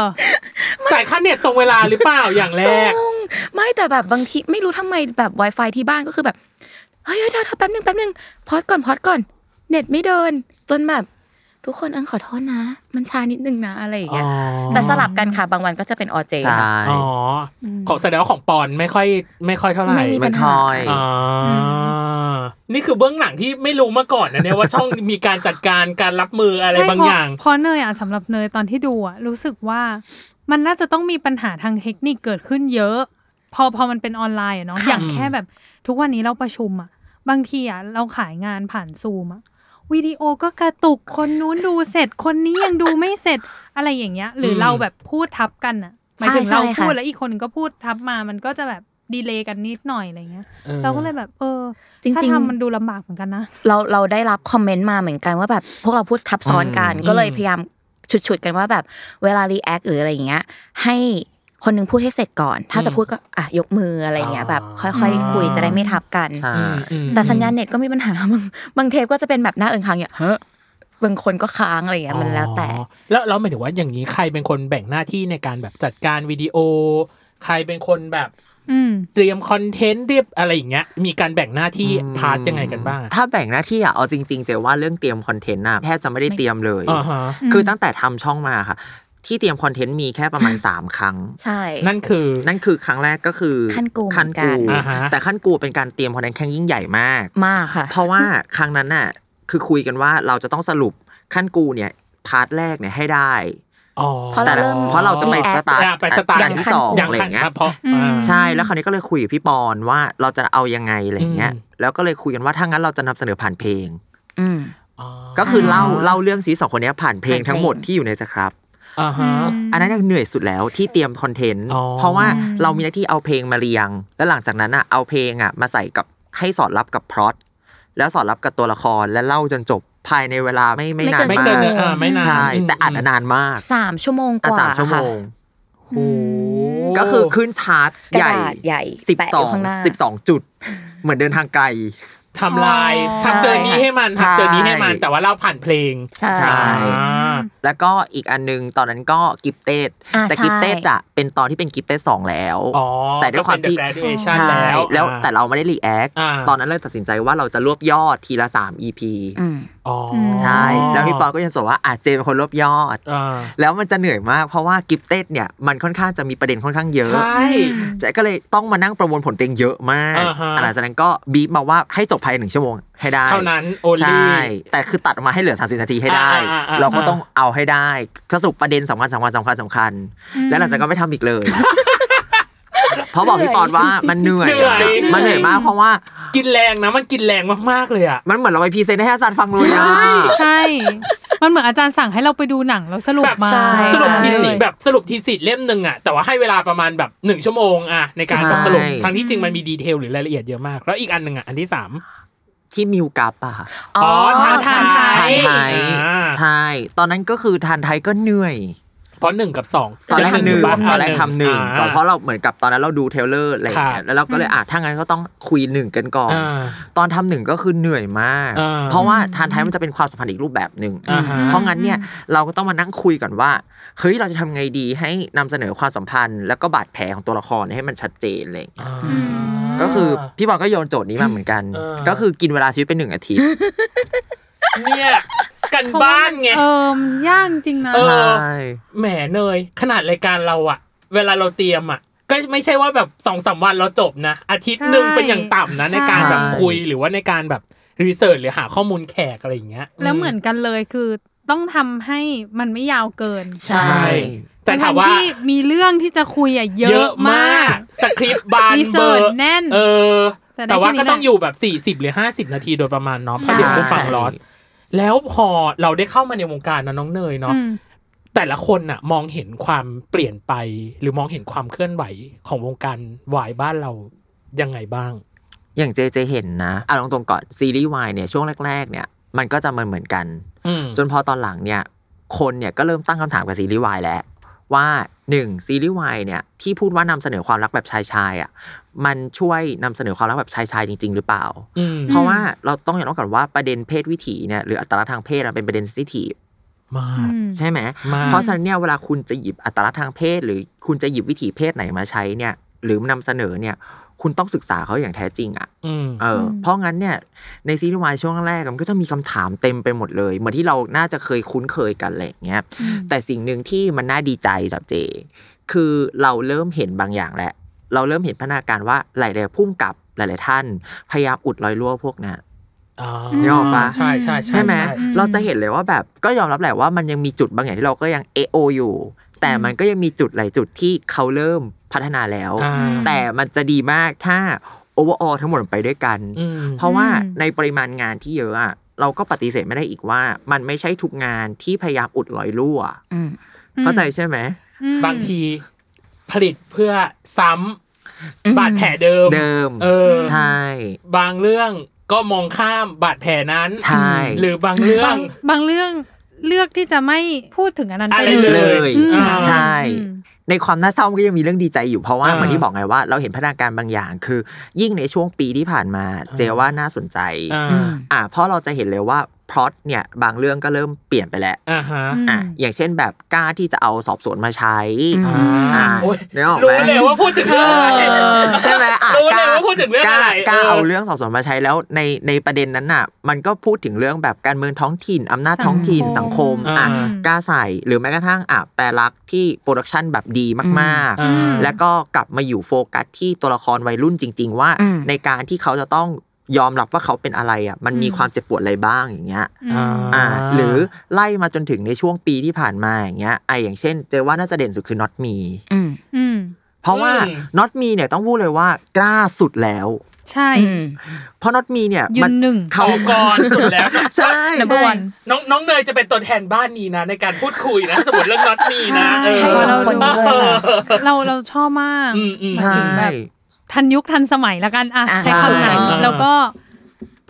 [SPEAKER 2] จ่ายค่าเน็ตตรงเวลาหรือเปล่าอย่างแรก
[SPEAKER 5] ไม่แต่แบบบางทีไม่รู้ทำไมแบบ Wi-Fi ที่บ้านก็คือแบบเฮ้ยเฮ้ยเธอเธอแป๊บนึงแป๊บนึงพอดก่อนพอดก่อน เน็ตไม่เดิน จนแบบ ทุกคนเอิญขอโทษนะ มันช้านิดนึงนะอะไรอย่างเงี้ยแต่สลับกันค่ะบางวันก็จะเป็นออเจ
[SPEAKER 4] ใช่
[SPEAKER 5] ค่ะ
[SPEAKER 2] อ๋ออ
[SPEAKER 3] ม
[SPEAKER 2] ของแสดงว่าของปอนไม่ค่อยไม่ค่อยเท่าไหร่
[SPEAKER 5] ไม่มี
[SPEAKER 4] มันคอย
[SPEAKER 2] อ่านี่คือเบื้องหลังที่ไม่รู้มาก่อนนะเนี่ยว่าช่อง มีการจัดการการรับมืออะไร
[SPEAKER 3] ใช่
[SPEAKER 2] บางอย่าง
[SPEAKER 3] เพราะเนยอ่ะสำหรับเนยตอนที่ดูอ่ะรู้สึกว่า มันน่าจะต้องมีปัญหาทางเทคนิคเกิดขึ้นเยอะ พอพอมันเป็นออนไลน์อะเนาะอย่างแค่แบบ ทุกวันนี้เราประชุมอ่ะ บางทีอ่ะเราขายงานผ่านซูมอ่ะวิดีโอก็กระตุกคนนู้นดูเสร็จคนนี้ยังดูไม่เสร็จอะไรอย่างเงี้ย หรือ
[SPEAKER 2] ม
[SPEAKER 3] เราแบบพูดทับกันอ่ะหมายถึง
[SPEAKER 5] ใช่
[SPEAKER 3] เรา
[SPEAKER 5] ใช่ค่ะ
[SPEAKER 3] พูดแล้วอีกคนหนึงก็พูดทับมามันก็จะแบบดีเลย์กันนิดหน่อยอะไรเงี้ย
[SPEAKER 2] ออ
[SPEAKER 3] เราก็เลยแบบเออ
[SPEAKER 5] จริงๆ
[SPEAKER 3] ถ้าทำมันดูลำบากเหมือนกันนะ
[SPEAKER 5] เราเราได้รับคอมเมนต์มาเหมือนกันว่าแบบพวกเราพูดทับซ้อนกันก็เลยพยายามฉุดๆกันว่าแบบเวลารีแอคหรืออะไรอย่างเงี้ยให้คนหนึงพูดให้เสร็จก่อน ถ้าจะพูดก็อ่ะยกมืออะไรอย่างเงี้ยแบบค่อยๆ คุยจะได้ไม่ทับกัน
[SPEAKER 4] ใช่
[SPEAKER 2] อืมอืม
[SPEAKER 5] แต่สัญญาณเน็ตก็มีปัญหา บางบางเทปก็จะเป็นแบบหน้าเอิงค้างอย่างเงี้ยเฮ้อบางคนก็ค้างอะไรอย่างเงี้ยมันแล้วแต่
[SPEAKER 2] อ๋อแล้วเราหมายถึงว่าอย่างนี้ใครเป็นคนแบ่งหน้าที่ในการแบบจัดการวิดีโอ ใครเป็นคนแบบ
[SPEAKER 3] อืม
[SPEAKER 2] เตรียมคอนเทนต์เรียบอะไรอย่างเงี้ย มีการแบ่งหน้าที่พาร์ทยังไงกันบ้างอะ
[SPEAKER 4] ถ้าแบ่งหน้าที่อะเอาจริงๆเจว่าเรื่องเตรียมคอนเทนต์น่ะแทบจะไม่ได้เตรียมเลย
[SPEAKER 2] อ่าฮะ
[SPEAKER 4] คือตั้งแต่ทำช่องมาค่ะ ที่เตรียมคอนเทนต์มีแค่ประมาณ 3 ครั้ง
[SPEAKER 5] ใช่
[SPEAKER 2] นั่นคือ
[SPEAKER 4] นั่นคือครั้งแรกก็คือ
[SPEAKER 5] ขั้นกูเหมื
[SPEAKER 4] ขั้น
[SPEAKER 5] อนกัน
[SPEAKER 4] กู
[SPEAKER 2] อ่าฮะ
[SPEAKER 4] แต่ขั้นกูเป็นการเตรียมคอนเทนต์ครั้งยิ่งใหญ่มาก
[SPEAKER 5] มากค่ะ
[SPEAKER 4] เพราะว่าครั้งนั้นน่ะคือคุยกันว่าเราจะต้องสรุปขั้นกูเนี่ยพาร์ทแรกเนี่ยให้ได้
[SPEAKER 2] อ๋อ
[SPEAKER 5] เพราะเราเริ่ม
[SPEAKER 4] เพราะเราจะไปสตาร์
[SPEAKER 2] อ่ะ
[SPEAKER 4] ท
[SPEAKER 2] ไปสตาร์ท
[SPEAKER 4] อย่างที่สอง
[SPEAKER 2] อย่าง
[SPEAKER 4] อะไรอ
[SPEAKER 2] ขั้น
[SPEAKER 4] ย่างเงี้ย
[SPEAKER 2] เพราะ
[SPEAKER 3] อืม
[SPEAKER 2] อ่า
[SPEAKER 4] ใช่แล้วคราวนี้ก็เลยคุยกับพี่ปอนว่าเราจะเอายังไงอะไรอย่างเงี้ย
[SPEAKER 2] อืม
[SPEAKER 4] แล้วก็เลยคุยกันว่าถ้างั้นเราจะนำเสนอผ่านเพลง
[SPEAKER 5] อืม
[SPEAKER 2] อ๋อ
[SPEAKER 4] ก็คือเล่าเล่าเรื่องซีรีส์สองคนเนี้ยผ่านเพลง
[SPEAKER 5] ผ่านเพลง
[SPEAKER 4] ทั้งหมดที่อยู่ในสครับ
[SPEAKER 2] อ่าฮะ
[SPEAKER 4] อันนั้นน่ะเหนื่อยสุดแล้วที่เตรียมคอนเทนต์
[SPEAKER 2] อ๋อ
[SPEAKER 4] เพราะว่าเรามีหน้าที่เอาเพลงมาเรียง แล้วหลังจากนั้นอ่ะเอาเพลงอ่ะมาใส่กับให้สอดรับกับพล็อตแล้วสอดรับกับตัวละครและเล่าจนจบภายในเวลาไม่ไม่นาน
[SPEAKER 2] ไม่
[SPEAKER 4] มา
[SPEAKER 2] เกิน
[SPEAKER 4] ก
[SPEAKER 2] เนอะอ่าไม่นาน
[SPEAKER 4] ใช่แต่อัดอะนานมาก
[SPEAKER 5] สามชั่วโมงก
[SPEAKER 4] อ่ะ
[SPEAKER 5] ว่า
[SPEAKER 4] สามชั่วโม
[SPEAKER 5] ค่ะ
[SPEAKER 4] ง
[SPEAKER 2] โอ้
[SPEAKER 4] ก็คือขึ้นชาร์ต
[SPEAKER 5] กระ
[SPEAKER 4] ใหญ่
[SPEAKER 5] ดาษใหญ่
[SPEAKER 4] สิบ
[SPEAKER 5] แปะ
[SPEAKER 4] สอ
[SPEAKER 5] อ
[SPEAKER 4] ยู่ ง
[SPEAKER 5] ข้างหน้า
[SPEAKER 4] สิบสองจุด เหมือนเดินทางไกล
[SPEAKER 2] ทำลายทำเจอนี้ให้มัน
[SPEAKER 4] ใช่
[SPEAKER 2] ทำเจอนี้ให้มัน แต่ว่าเล่าผ่านเพลง
[SPEAKER 5] ใช่
[SPEAKER 4] ใช่
[SPEAKER 2] อ่า
[SPEAKER 4] แล้วก็อีกอันนึงตอนนั้นก็กิฟเต็ด
[SPEAKER 5] อ่า
[SPEAKER 4] แต่
[SPEAKER 5] ใช่
[SPEAKER 4] กิฟเต็ดอ่ะเป็นตอนที่เป็นกิฟเต็ดสองแล้ว
[SPEAKER 2] อ๋อ
[SPEAKER 4] แต่ด้วยความที่
[SPEAKER 2] ก็เป็น The graduation แล้ว
[SPEAKER 4] แล้ว
[SPEAKER 2] อ่า
[SPEAKER 4] แต่เราไม่ได้รีแอค
[SPEAKER 2] อ่า
[SPEAKER 4] ตอนนั้นเลยตัดสินใจว่าเราจะรวบยอดทีละสาม EP
[SPEAKER 5] อืม
[SPEAKER 2] อ๋อ
[SPEAKER 4] ใช่ แล้วพี่ปอนก็ยังสอนว่าอาเจเป็นคนรวบยอด
[SPEAKER 2] อ่า
[SPEAKER 4] แล้วมันจะเหนื่อยมากเพราะว่ากิฟเต็ดเนี่ยมันค่อนข้างจะมีประเด็นค่อนข้างเยอะ
[SPEAKER 2] ใช่
[SPEAKER 4] เจ๊ก็เลยต้องมานั่งประมวลผลเต็งเยอะมาก
[SPEAKER 2] อ่าฮะ
[SPEAKER 4] หลังจากนั้นก็บีบมาว่าให้จบภายในหนึ่งชั่วโมงให้ได้
[SPEAKER 2] เท่านั้นโอลี
[SPEAKER 4] ใช่ แต่คือตัดออกมาให้เหลือ 30 นาทีให้ได้
[SPEAKER 2] อ่าอ่าอ่า
[SPEAKER 4] เราก็ต้องเอาให้ได้สรุปประเด็นสำคัญสำคัญสำคัญสำคัญ แล้วหลังจากนั้นก็ไม่ทำอีกเลย เพราะบอกพี่ปอนว่ามันเหนื่อย
[SPEAKER 2] เหนื่อย
[SPEAKER 4] มันเหนื่อยมากเพราะว่า
[SPEAKER 2] กินแรงนะมันกินแรงมากๆเลยอ่ะ
[SPEAKER 4] มันเหมือนเราไปพรีเซนต์ให้อาจารย์ฟังเลยอะ
[SPEAKER 3] ใช่ มันเหมือนอาจารย์สั่งให้เราไปดูหนังแล้วสรุปมา
[SPEAKER 5] แบบใช่
[SPEAKER 2] สรุปทีสิแบบสรุปทีสิเล่มหนึ่งอ่ะแต่ว่าให้เวลาประมาณแบบหนึ่งชั่วโมงอ่ะในการต้องสรุปทั้งที่จริงมันมีดีเทลหรือรายละเอียดเยอะมาก แล้วอีกอันหนึ่งอ่ะอันที่สาม
[SPEAKER 4] ที่มิวกับอะค่ะ
[SPEAKER 5] อ๋อ
[SPEAKER 2] ทานไท
[SPEAKER 4] ทาน
[SPEAKER 2] ย
[SPEAKER 4] ไทย
[SPEAKER 2] อ่า
[SPEAKER 4] ใช่ ตอนนั้นก็คือทานไทยก็เหนื่อย
[SPEAKER 2] เพราะหนึ่งกับสอง
[SPEAKER 4] ตอนแรก
[SPEAKER 2] ยั
[SPEAKER 4] หนึ่ง
[SPEAKER 2] ยู่บ้า
[SPEAKER 4] ตอนแรกทำหนึ่ง
[SPEAKER 2] อ่
[SPEAKER 4] ก่อนเพราะเราเหมือนกับตอนนั้นเราดูเทรลเลอร์อะไรอย่างเงี้
[SPEAKER 2] ครั
[SPEAKER 4] ย
[SPEAKER 2] บ
[SPEAKER 4] แล้วเราก็เลยอ่ะถ้างั้นก็ต้องคุยหนึ่งกันก่อน
[SPEAKER 2] อ่า
[SPEAKER 4] ตอนทำหนึ่งก็คือเหนื่อยมาก
[SPEAKER 2] อ่า
[SPEAKER 4] เพราะว่าทานไทยมันจะเป็นความสัมพันธ์อีกรูปแบบหนึ่ง
[SPEAKER 2] อ่าฮะ
[SPEAKER 4] เพราะงั้นเนี่ยเราก็ต้องมานั่งคุยก่อนว่า เฮ้ยเราจะทำไงดีให้นำเสนอความสัมพันธ์ แล้วก็บาดแผลของตัวละครให้มันชัดเจนอะไรอย่างเลย
[SPEAKER 2] อ่า
[SPEAKER 4] ก็คือพี่บอลก็โยนโจทย์นี้มาเหมือนกัน
[SPEAKER 2] อ่า
[SPEAKER 4] ก็ คือกินเวลาชีวิตเป็นหนึ่งอาทิตย์
[SPEAKER 2] เนี่ยกัน
[SPEAKER 3] เพระว่
[SPEAKER 2] บ้านไง
[SPEAKER 3] เออมันยากจริงนะ
[SPEAKER 2] เออ
[SPEAKER 4] ใช่
[SPEAKER 2] แหมเนยขนาดรายการเราอะเวลาเราเตรียมอะก็ไม่ใช่ว่าแบบสองสามวันเราจบนะ อาทิตย์หนึ่ง
[SPEAKER 3] ใช่
[SPEAKER 2] เป็นอย่างต่ำนะ
[SPEAKER 3] ใช่
[SPEAKER 2] ในการแบบคุยหรือว่าในการแบบรีเสิร์ชหรือหาข้อมูลแขกอะไรอย่างเงี้ย
[SPEAKER 3] แล้วเหมือนกันเลยคือต้องทำให้มันไม่ยาวเกิน
[SPEAKER 5] ใช่
[SPEAKER 2] ใช่แต่ถามว่า
[SPEAKER 3] ทั้งๆที่มีเรื่องที่จะคุยอะเยอะมาก
[SPEAKER 2] สคริปต์บาน
[SPEAKER 3] รี
[SPEAKER 2] เบ
[SPEAKER 3] เสิ
[SPEAKER 2] อ
[SPEAKER 3] ร์ช
[SPEAKER 2] ร์
[SPEAKER 3] แน่น
[SPEAKER 2] เออ
[SPEAKER 3] แต่ได้
[SPEAKER 2] แต่ว่า
[SPEAKER 3] แค่นี้
[SPEAKER 2] ก็ต้อง
[SPEAKER 3] แหละ
[SPEAKER 2] อยู่แบบ 40 หรือ 50 นาทีโดยประมาณเนาะ
[SPEAKER 5] ใช่
[SPEAKER 2] เพื่อเดี๋ยวผู้ฟังลอส แล้วพอเราได้เข้ามาในวงการนะน้องเนยเนาะ
[SPEAKER 3] อืม
[SPEAKER 2] แต่ละคนน่ะมองเห็นความเปลี่ยนไป หรือมองเห็นความเคลื่อนไหวของวงการวายบ้านเรายังไงบ้าง
[SPEAKER 4] อย่างเจเจเห็นนะเอาตรงๆก่อนซีรีส์วายเนี่ยช่วงแรก ๆ เนี่ยมันก็จะเหมือนเหมือนๆกัน
[SPEAKER 2] อืม
[SPEAKER 4] จนพอตอนหลังเนี่ยคนเนี่ยก็เริ่มตั้งคำถามกับซีรีส์วายแล้ว ว่าหนึ่งซีรีส์วายเนี่ยที่พูดว่านำเสนอความรักแบบชายชายๆอ่ะมันช่วยนำเสนอความรักแบบชายชายๆจริง ๆ หรือเปล่า
[SPEAKER 2] อืม
[SPEAKER 4] เพราะว่าเราต้องอย่างน้อยก่อนว่าประเด็นเพศวิถีเนี่ยหรืออัตลักษณ์ทางเพศอะเป็นประเด็นซิทีฟ
[SPEAKER 2] มาก
[SPEAKER 4] ใช่ไหม
[SPEAKER 2] มาก
[SPEAKER 4] เพราะฉะนั้นเนี่ยเวลาคุณจะหยิบอัตลักษณ์ทางเพศ หรือคุณจะหยิบวิถีเพศไหนมาใช้เนี่ยหรือนำเสนอเนี่ยคุณต้องศึกษาเขาอย่างแท้จริงอ่ะ
[SPEAKER 2] อืม
[SPEAKER 4] เออ
[SPEAKER 3] ม
[SPEAKER 4] อเพราะงั้นเนี่ยในซีรีส์วายช่วงแรกมันก็จะมีคำถามเต็มไปหมดเลย เหมือนที่เราน่าจะเคยคุ้นเคยกันอะไรอย่างเงี้ยแต่สิ่งหนึ่งที่มันน่าดีใจสำหรับเจ คือเราเริ่มเห็นบางอย่างแล้วเราเริ่มเห็นพัฒนาการว่าหลายๆพุ่มกับหลาย ๆ ท่าน พยายามอุดรอยรั่วพวกนั้น
[SPEAKER 2] อ่า
[SPEAKER 4] นึกออกปะ
[SPEAKER 2] ใช่ใช่ใช่
[SPEAKER 4] ใช่ไหม
[SPEAKER 2] ใช่
[SPEAKER 4] เราจะเห็นเลยว่าแบบก็ยอมรับแหละว่ามันยังมีจุดบางอย่างที่เราก็ยังเอโออยู่ แต่มันก็ยังมีจุดหลายจุดที่เขาเริ่มพัฒนาแล้ว
[SPEAKER 2] อ่า
[SPEAKER 4] แต่มันจะดีมากถ้าโอเวอร์ออทั้งหมดไปด้วยกัน
[SPEAKER 2] อืม
[SPEAKER 4] เพราะว่า
[SPEAKER 3] อืม
[SPEAKER 4] ในปริมาณงานที่เยอะอะเราก็ปฏิเสธไม่ได้อีกว่า มันไม่ใช่ทุกงานที่พยายามอุดรอยรั่ว
[SPEAKER 5] อืม
[SPEAKER 4] เข้าใจใช่ไหม
[SPEAKER 3] อืม
[SPEAKER 2] บางทีผลิตเพื่อซ้
[SPEAKER 5] อืม
[SPEAKER 2] ำบาดแผลเดิม
[SPEAKER 4] เดิม
[SPEAKER 2] เออ
[SPEAKER 4] ใช่
[SPEAKER 2] บางเรื่องก็มองข้ามบาดแผลนั้น
[SPEAKER 4] ใช่
[SPEAKER 2] หรือบางเรื่อบ
[SPEAKER 3] าง งบางเรื่องเลือกที่จะไม่พูดถึงอันนั้น
[SPEAKER 2] อะ
[SPEAKER 3] ไป
[SPEAKER 2] ไร
[SPEAKER 3] เลย
[SPEAKER 2] เลย
[SPEAKER 4] อืม
[SPEAKER 2] อ่า
[SPEAKER 4] ใช่
[SPEAKER 3] อืม
[SPEAKER 4] ในความน่าเศร้ามันก็ยังมีเรื่องดีใจอยู่เพราะว่า
[SPEAKER 2] อ่า
[SPEAKER 4] เหมือนที่บอกไงว่า เราเห็นพัฒนาการบางอย่าง คือ ยิ่งในช่วงปีที่ผ่านมา เจว่าน่าสนใจ
[SPEAKER 2] อ่า
[SPEAKER 4] อ่าเพราะเราจะเห็นเลยว่า พล็อตเนี่ยบางเรื่องก็เริ่มเปลี่ยนไปแล้ว
[SPEAKER 2] อ่าฮะ
[SPEAKER 3] อืม
[SPEAKER 4] อ่ะอย่างเช่นแบบกล้าที่จะเอาสอบสวนมาใช้
[SPEAKER 5] อืม
[SPEAKER 4] อ่า
[SPEAKER 2] โอ้ย
[SPEAKER 4] นึกออก
[SPEAKER 2] รู้
[SPEAKER 4] ไหม
[SPEAKER 2] เลยว่าพูดถึงเรื่องอะไร
[SPEAKER 4] ใช่ไหมอ่ะ
[SPEAKER 2] รู้เลยว่าพูดถึงเรื่องอะไร
[SPEAKER 4] กล้ากล้า
[SPEAKER 2] เออ
[SPEAKER 4] เอาเรื่องสอบสวนมาใช้แล้วในในประเด็นนั้นน่ะ มันก็พูดถึงเรื่องแบบการเมืองท้องถิ่นอำนาจท้องถิ่น
[SPEAKER 3] สั
[SPEAKER 4] สัง
[SPEAKER 3] ง
[SPEAKER 4] ค
[SPEAKER 3] ค
[SPEAKER 4] ม
[SPEAKER 3] ม
[SPEAKER 4] อ่ะ
[SPEAKER 3] อืม
[SPEAKER 4] กล้าใส่หรือแม้กระทั่งอ่ะแปรลักษณ์ที่โปรดักชันแบบดีมาก
[SPEAKER 2] อ่า
[SPEAKER 4] ๆ แล้วก็กลับมาอยู่โฟกัสที่ตัวละครวัยรุ่นจริง ๆ ว่า
[SPEAKER 5] อืม
[SPEAKER 4] ในการที่เขาจะต้องยอมรับว่าเขาเป็นอะไรอ่ะมันมี
[SPEAKER 3] อืม
[SPEAKER 4] ความเจ็บปวดอะไรบ้างอย่างเงี้ย
[SPEAKER 3] อืม
[SPEAKER 2] อ่า
[SPEAKER 4] อ่าหรือไล่มาจนถึงในช่วงปีที่ผ่านมาอย่างเงี้ยไออย่างเช่น เจว่าน่าจะเด่นสุดคือ not me
[SPEAKER 5] อืม
[SPEAKER 3] อืม
[SPEAKER 4] เพราะว่า
[SPEAKER 2] อืม
[SPEAKER 4] not me เนี่ยต้องพูดเลยว่ากล้าสุดแล้ว
[SPEAKER 3] ใช่
[SPEAKER 5] อืม
[SPEAKER 4] เพราะ not me เนี่ย
[SPEAKER 3] ยื
[SPEAKER 4] มัน
[SPEAKER 3] หนึ่ง
[SPEAKER 4] เขา
[SPEAKER 2] เอาก่อนสุดแล้ว
[SPEAKER 4] ใช่
[SPEAKER 3] ใช่ number one
[SPEAKER 2] น้องน้องเนยจะเป็นตัวแทนบ้านนี้นะ ในการพูดคุยนะ สมมติเรื่องน็อตมีนะเออ
[SPEAKER 5] ให้สองคนด้วยค่ะ
[SPEAKER 3] เราเราชอบมาก
[SPEAKER 2] อืมอืม
[SPEAKER 4] ใช่
[SPEAKER 3] ทันยุคทันสมัยละกันอ่ะ
[SPEAKER 5] อ่ะ
[SPEAKER 3] ใช้คำนั้น
[SPEAKER 2] ใช่
[SPEAKER 3] แล้วก็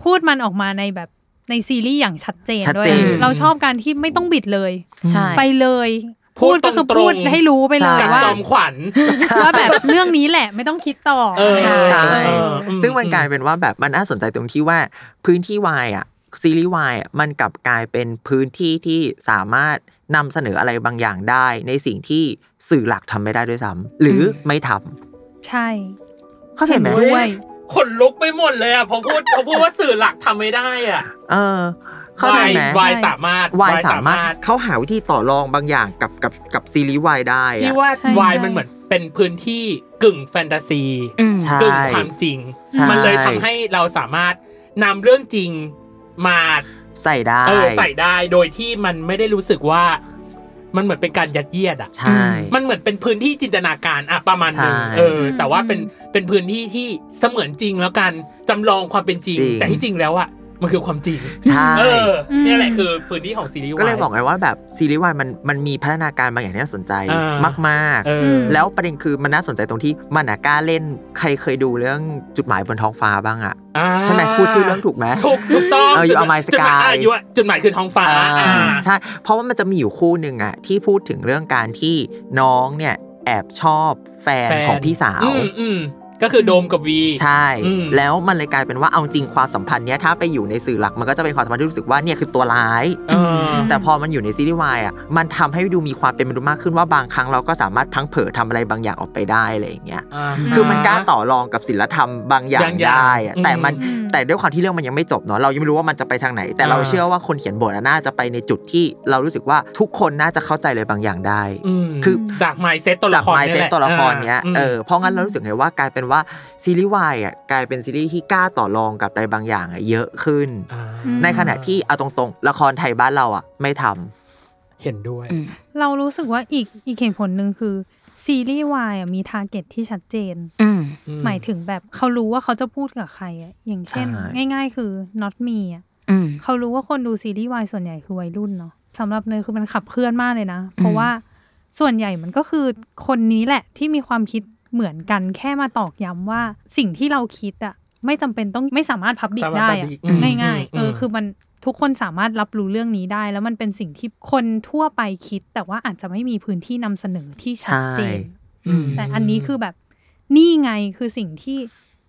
[SPEAKER 3] พูดมันออกมาในแบบในซีรีส์อย่างชัดเจน
[SPEAKER 4] ชัด
[SPEAKER 3] ด้วย
[SPEAKER 4] เจน
[SPEAKER 3] เราชอบการที่ไม่ต้องบิดเลย
[SPEAKER 5] ใช่
[SPEAKER 3] ไปเลย
[SPEAKER 2] พู
[SPEAKER 3] พู
[SPEAKER 2] ด
[SPEAKER 3] ดก็คือ
[SPEAKER 2] ตรงๆ
[SPEAKER 3] พูดให้รู้ไปเลย
[SPEAKER 4] ใช่
[SPEAKER 2] กับ
[SPEAKER 3] ว่า
[SPEAKER 2] จอมขวัญ
[SPEAKER 3] ว่าแบบเรื่องนี้แหละไม่ต้องคิดต่อ
[SPEAKER 2] เออ
[SPEAKER 5] ใช่
[SPEAKER 2] เออ
[SPEAKER 4] ใช่
[SPEAKER 2] อื
[SPEAKER 4] ซึ่งมันกลายเป็นว่าแบบมันน่าสนใจตรงที่ว่าพื้นที่วายอ่ะซีรีส์วายอ่ะมันกลับกลายเป็นพื้นที่ที่สามารถนำเสนออะไรบางอย่างได้ ในสิ่งที่สื่อหลักทำไม่ได้ด้วยซ้ำหรืออไม่ทำ
[SPEAKER 3] ใช่
[SPEAKER 4] เข้าใจไหม
[SPEAKER 3] ด้วย
[SPEAKER 2] ขนลุกไปหมดเลยอ่ะพอพูดพอพูดว่าสื่อหลักทำไม่ได้อ่ะ
[SPEAKER 4] เออ เข้าใจไหม
[SPEAKER 2] วายสามารถ
[SPEAKER 4] วายสามารถเขาหาวิธีต่อรองบางอย่างกับกับกับซีรีส์วายได้อะ
[SPEAKER 2] พี่ว่า
[SPEAKER 3] ใช่
[SPEAKER 2] วาย
[SPEAKER 3] ใช่
[SPEAKER 2] มันเหมือนเป็นพื้นที่กึ่งแฟนตาซี
[SPEAKER 5] อืม
[SPEAKER 4] ใช่
[SPEAKER 2] กึ่งความจริง
[SPEAKER 4] ใช่
[SPEAKER 2] มันเลยทำให้เราสามารถนำเรื่องจริงมา
[SPEAKER 4] ใส่ได้
[SPEAKER 2] เออใส่ได้ โดยที่มันไม่ได้รู้สึกว่า มันเหมือนเป็นการยัดเยียดอ่ะ
[SPEAKER 4] ใช่
[SPEAKER 2] มันเหมือนเป็นพื้นที่จินตนาการอะประมาณหนึง
[SPEAKER 4] ใช่
[SPEAKER 2] เออ แต่ว่า
[SPEAKER 3] อืม
[SPEAKER 2] เป็นเป็นพื้นที่ที่เสมือนจริงแล้วกันจำลองความเป็นจริง
[SPEAKER 4] จริง
[SPEAKER 2] แต่ที่จริงแล้วอะมันคือความจริง
[SPEAKER 4] ใช่
[SPEAKER 2] เออเนี่ยแหละคือพื้นที่ของซีรีส์วา
[SPEAKER 4] ก็เลยบอกไงว่าแบบซีรีส์วายมันมันมีพัฒนาการบางอย่างที่น่าสนใจ
[SPEAKER 2] อ่าม
[SPEAKER 4] มาก
[SPEAKER 2] เออ
[SPEAKER 4] ๆ แล้วประเด็นคือมันน่าสนใจตรงที่มันอะกล้าเล่นใครเคยดูเรื่องจุดหมายบนท้องฟ้าบ้างอะ
[SPEAKER 2] อ่า
[SPEAKER 4] ใช่ไหมพูดชื่อเรื่องถูกไหม
[SPEAKER 2] ถูกถูกต้อง
[SPEAKER 4] เออ You are my
[SPEAKER 2] จุดหมาย
[SPEAKER 4] sky
[SPEAKER 2] อ่ะ You are- จุดหมายคือท้องฟ้า
[SPEAKER 4] อ่า
[SPEAKER 2] อ่า
[SPEAKER 4] ใช่ เพราะว่ามันจะมีอยู่คู่หนึ่งอะที่พูดถึงเรื่องการที่น้องเนี่ยแอบชอบแฟน
[SPEAKER 2] แฟน
[SPEAKER 4] ของพี่สาว
[SPEAKER 2] อืมอืมก็คือโดมกับวี
[SPEAKER 4] ใช่
[SPEAKER 2] อืม
[SPEAKER 4] แล้วมันเลยกลายเป็นว่าเอาจริงความสัมพันธ์เนี้ยถ้าไปอยู่ในสื่อหลักมันก็จะเป็นความสัมพันธ์ที่รู้สึกว่าเนี่ยคือตัวร้าย
[SPEAKER 2] เออ
[SPEAKER 4] แต่พอมันอยู่ในซีรีส์วายอ่ะมันทำให้ดูมีความเป็นมนุษย์มากขึ้นว่าบางครั้งเราก็สามารถพลังเผลอทำอะไรบางอย่างออกไปได้อะไรอย่างเงี้ย
[SPEAKER 2] อ่า
[SPEAKER 4] คือมันกล้าต่อรองกับศิลธรรมบางอย่า
[SPEAKER 2] บาง งอย่าง
[SPEAKER 4] ได้อะ
[SPEAKER 2] อืม
[SPEAKER 4] แต่มัน
[SPEAKER 3] อืม
[SPEAKER 4] แต่ด้วยความที่เรื่องมันยังไม่จบเนาะเรายังไม่รู้ว่ามันจะไปทางไหน แต่เราเชื่อว่าคนเขียนบทอะน่าจะไปในจุดที่เรารู้สึกว่าทุกคนน่าจะเข้าใจอะไรบางอย่างได้
[SPEAKER 2] ม
[SPEAKER 4] คือ
[SPEAKER 2] จากไมเซ็ตตัวละ
[SPEAKER 4] จาก
[SPEAKER 2] คร
[SPEAKER 4] ไม
[SPEAKER 2] นี่
[SPEAKER 4] เซ็ต
[SPEAKER 2] แหะ
[SPEAKER 4] ตัวละครเนี้ย
[SPEAKER 2] อ่า
[SPEAKER 4] เออเพราะงั้นเรารู้สึกไงว่ากลายเป็นว่าซีรีส์วายอ่ะกลายเป็นซีรีส์ที่กล้าต่อรองกับอะไรบางอย่างอ่ะเยอะขึ้น
[SPEAKER 2] า
[SPEAKER 3] อืม
[SPEAKER 4] ในขณะที่เอาตรงๆ ละครไทยบ้านเราอ่ะไม่ทำ
[SPEAKER 2] เห็นด้วย
[SPEAKER 5] อืม
[SPEAKER 3] เรารู้สึกว่าอีกอีกเหตุผลหนึ่งคือ ซีรีส์วายอะมีทาร์เก็ตที่ชัดเจน
[SPEAKER 5] อืม
[SPEAKER 3] หมายถึงแบบเขารู้ว่าเขาจะพูดกับใครอะอย่างเช่น
[SPEAKER 4] ใช่
[SPEAKER 3] ง่ายๆ คือ not me อะ
[SPEAKER 5] อืม
[SPEAKER 3] เขารู้ว่าคนดูซีรีส์วายส่วนใหญ่คือวัยรุ่นเนาะสำหรับเนยคือมันขับเคลื่อนมากเลยนะ เพราะว่าส่วนใหญ่มันก็คือคนนี้แหละที่มีความคิดเหมือนกันแค่มาตอกย้ำว่าสิ่งที่เราคิดอะไม่จำเป็นต้องไม่สามารถพับดิก
[SPEAKER 2] สามารถ
[SPEAKER 3] ได้อะ
[SPEAKER 2] public อืม
[SPEAKER 3] ง่ายๆเอออ
[SPEAKER 2] ม
[SPEAKER 3] คือมันทุกคนสามารถรับรู้เรื่องนี้ได้ แล้วมันเป็นสิ่งที่คนทั่วไปคิด แต่ว่าอาจจะไม่มีพื้นที่นำเสนอที่ชัดเจน
[SPEAKER 4] ใช่
[SPEAKER 2] อืม
[SPEAKER 3] แต่อันนี้คือแบบนี่ไงคือสิ่งที่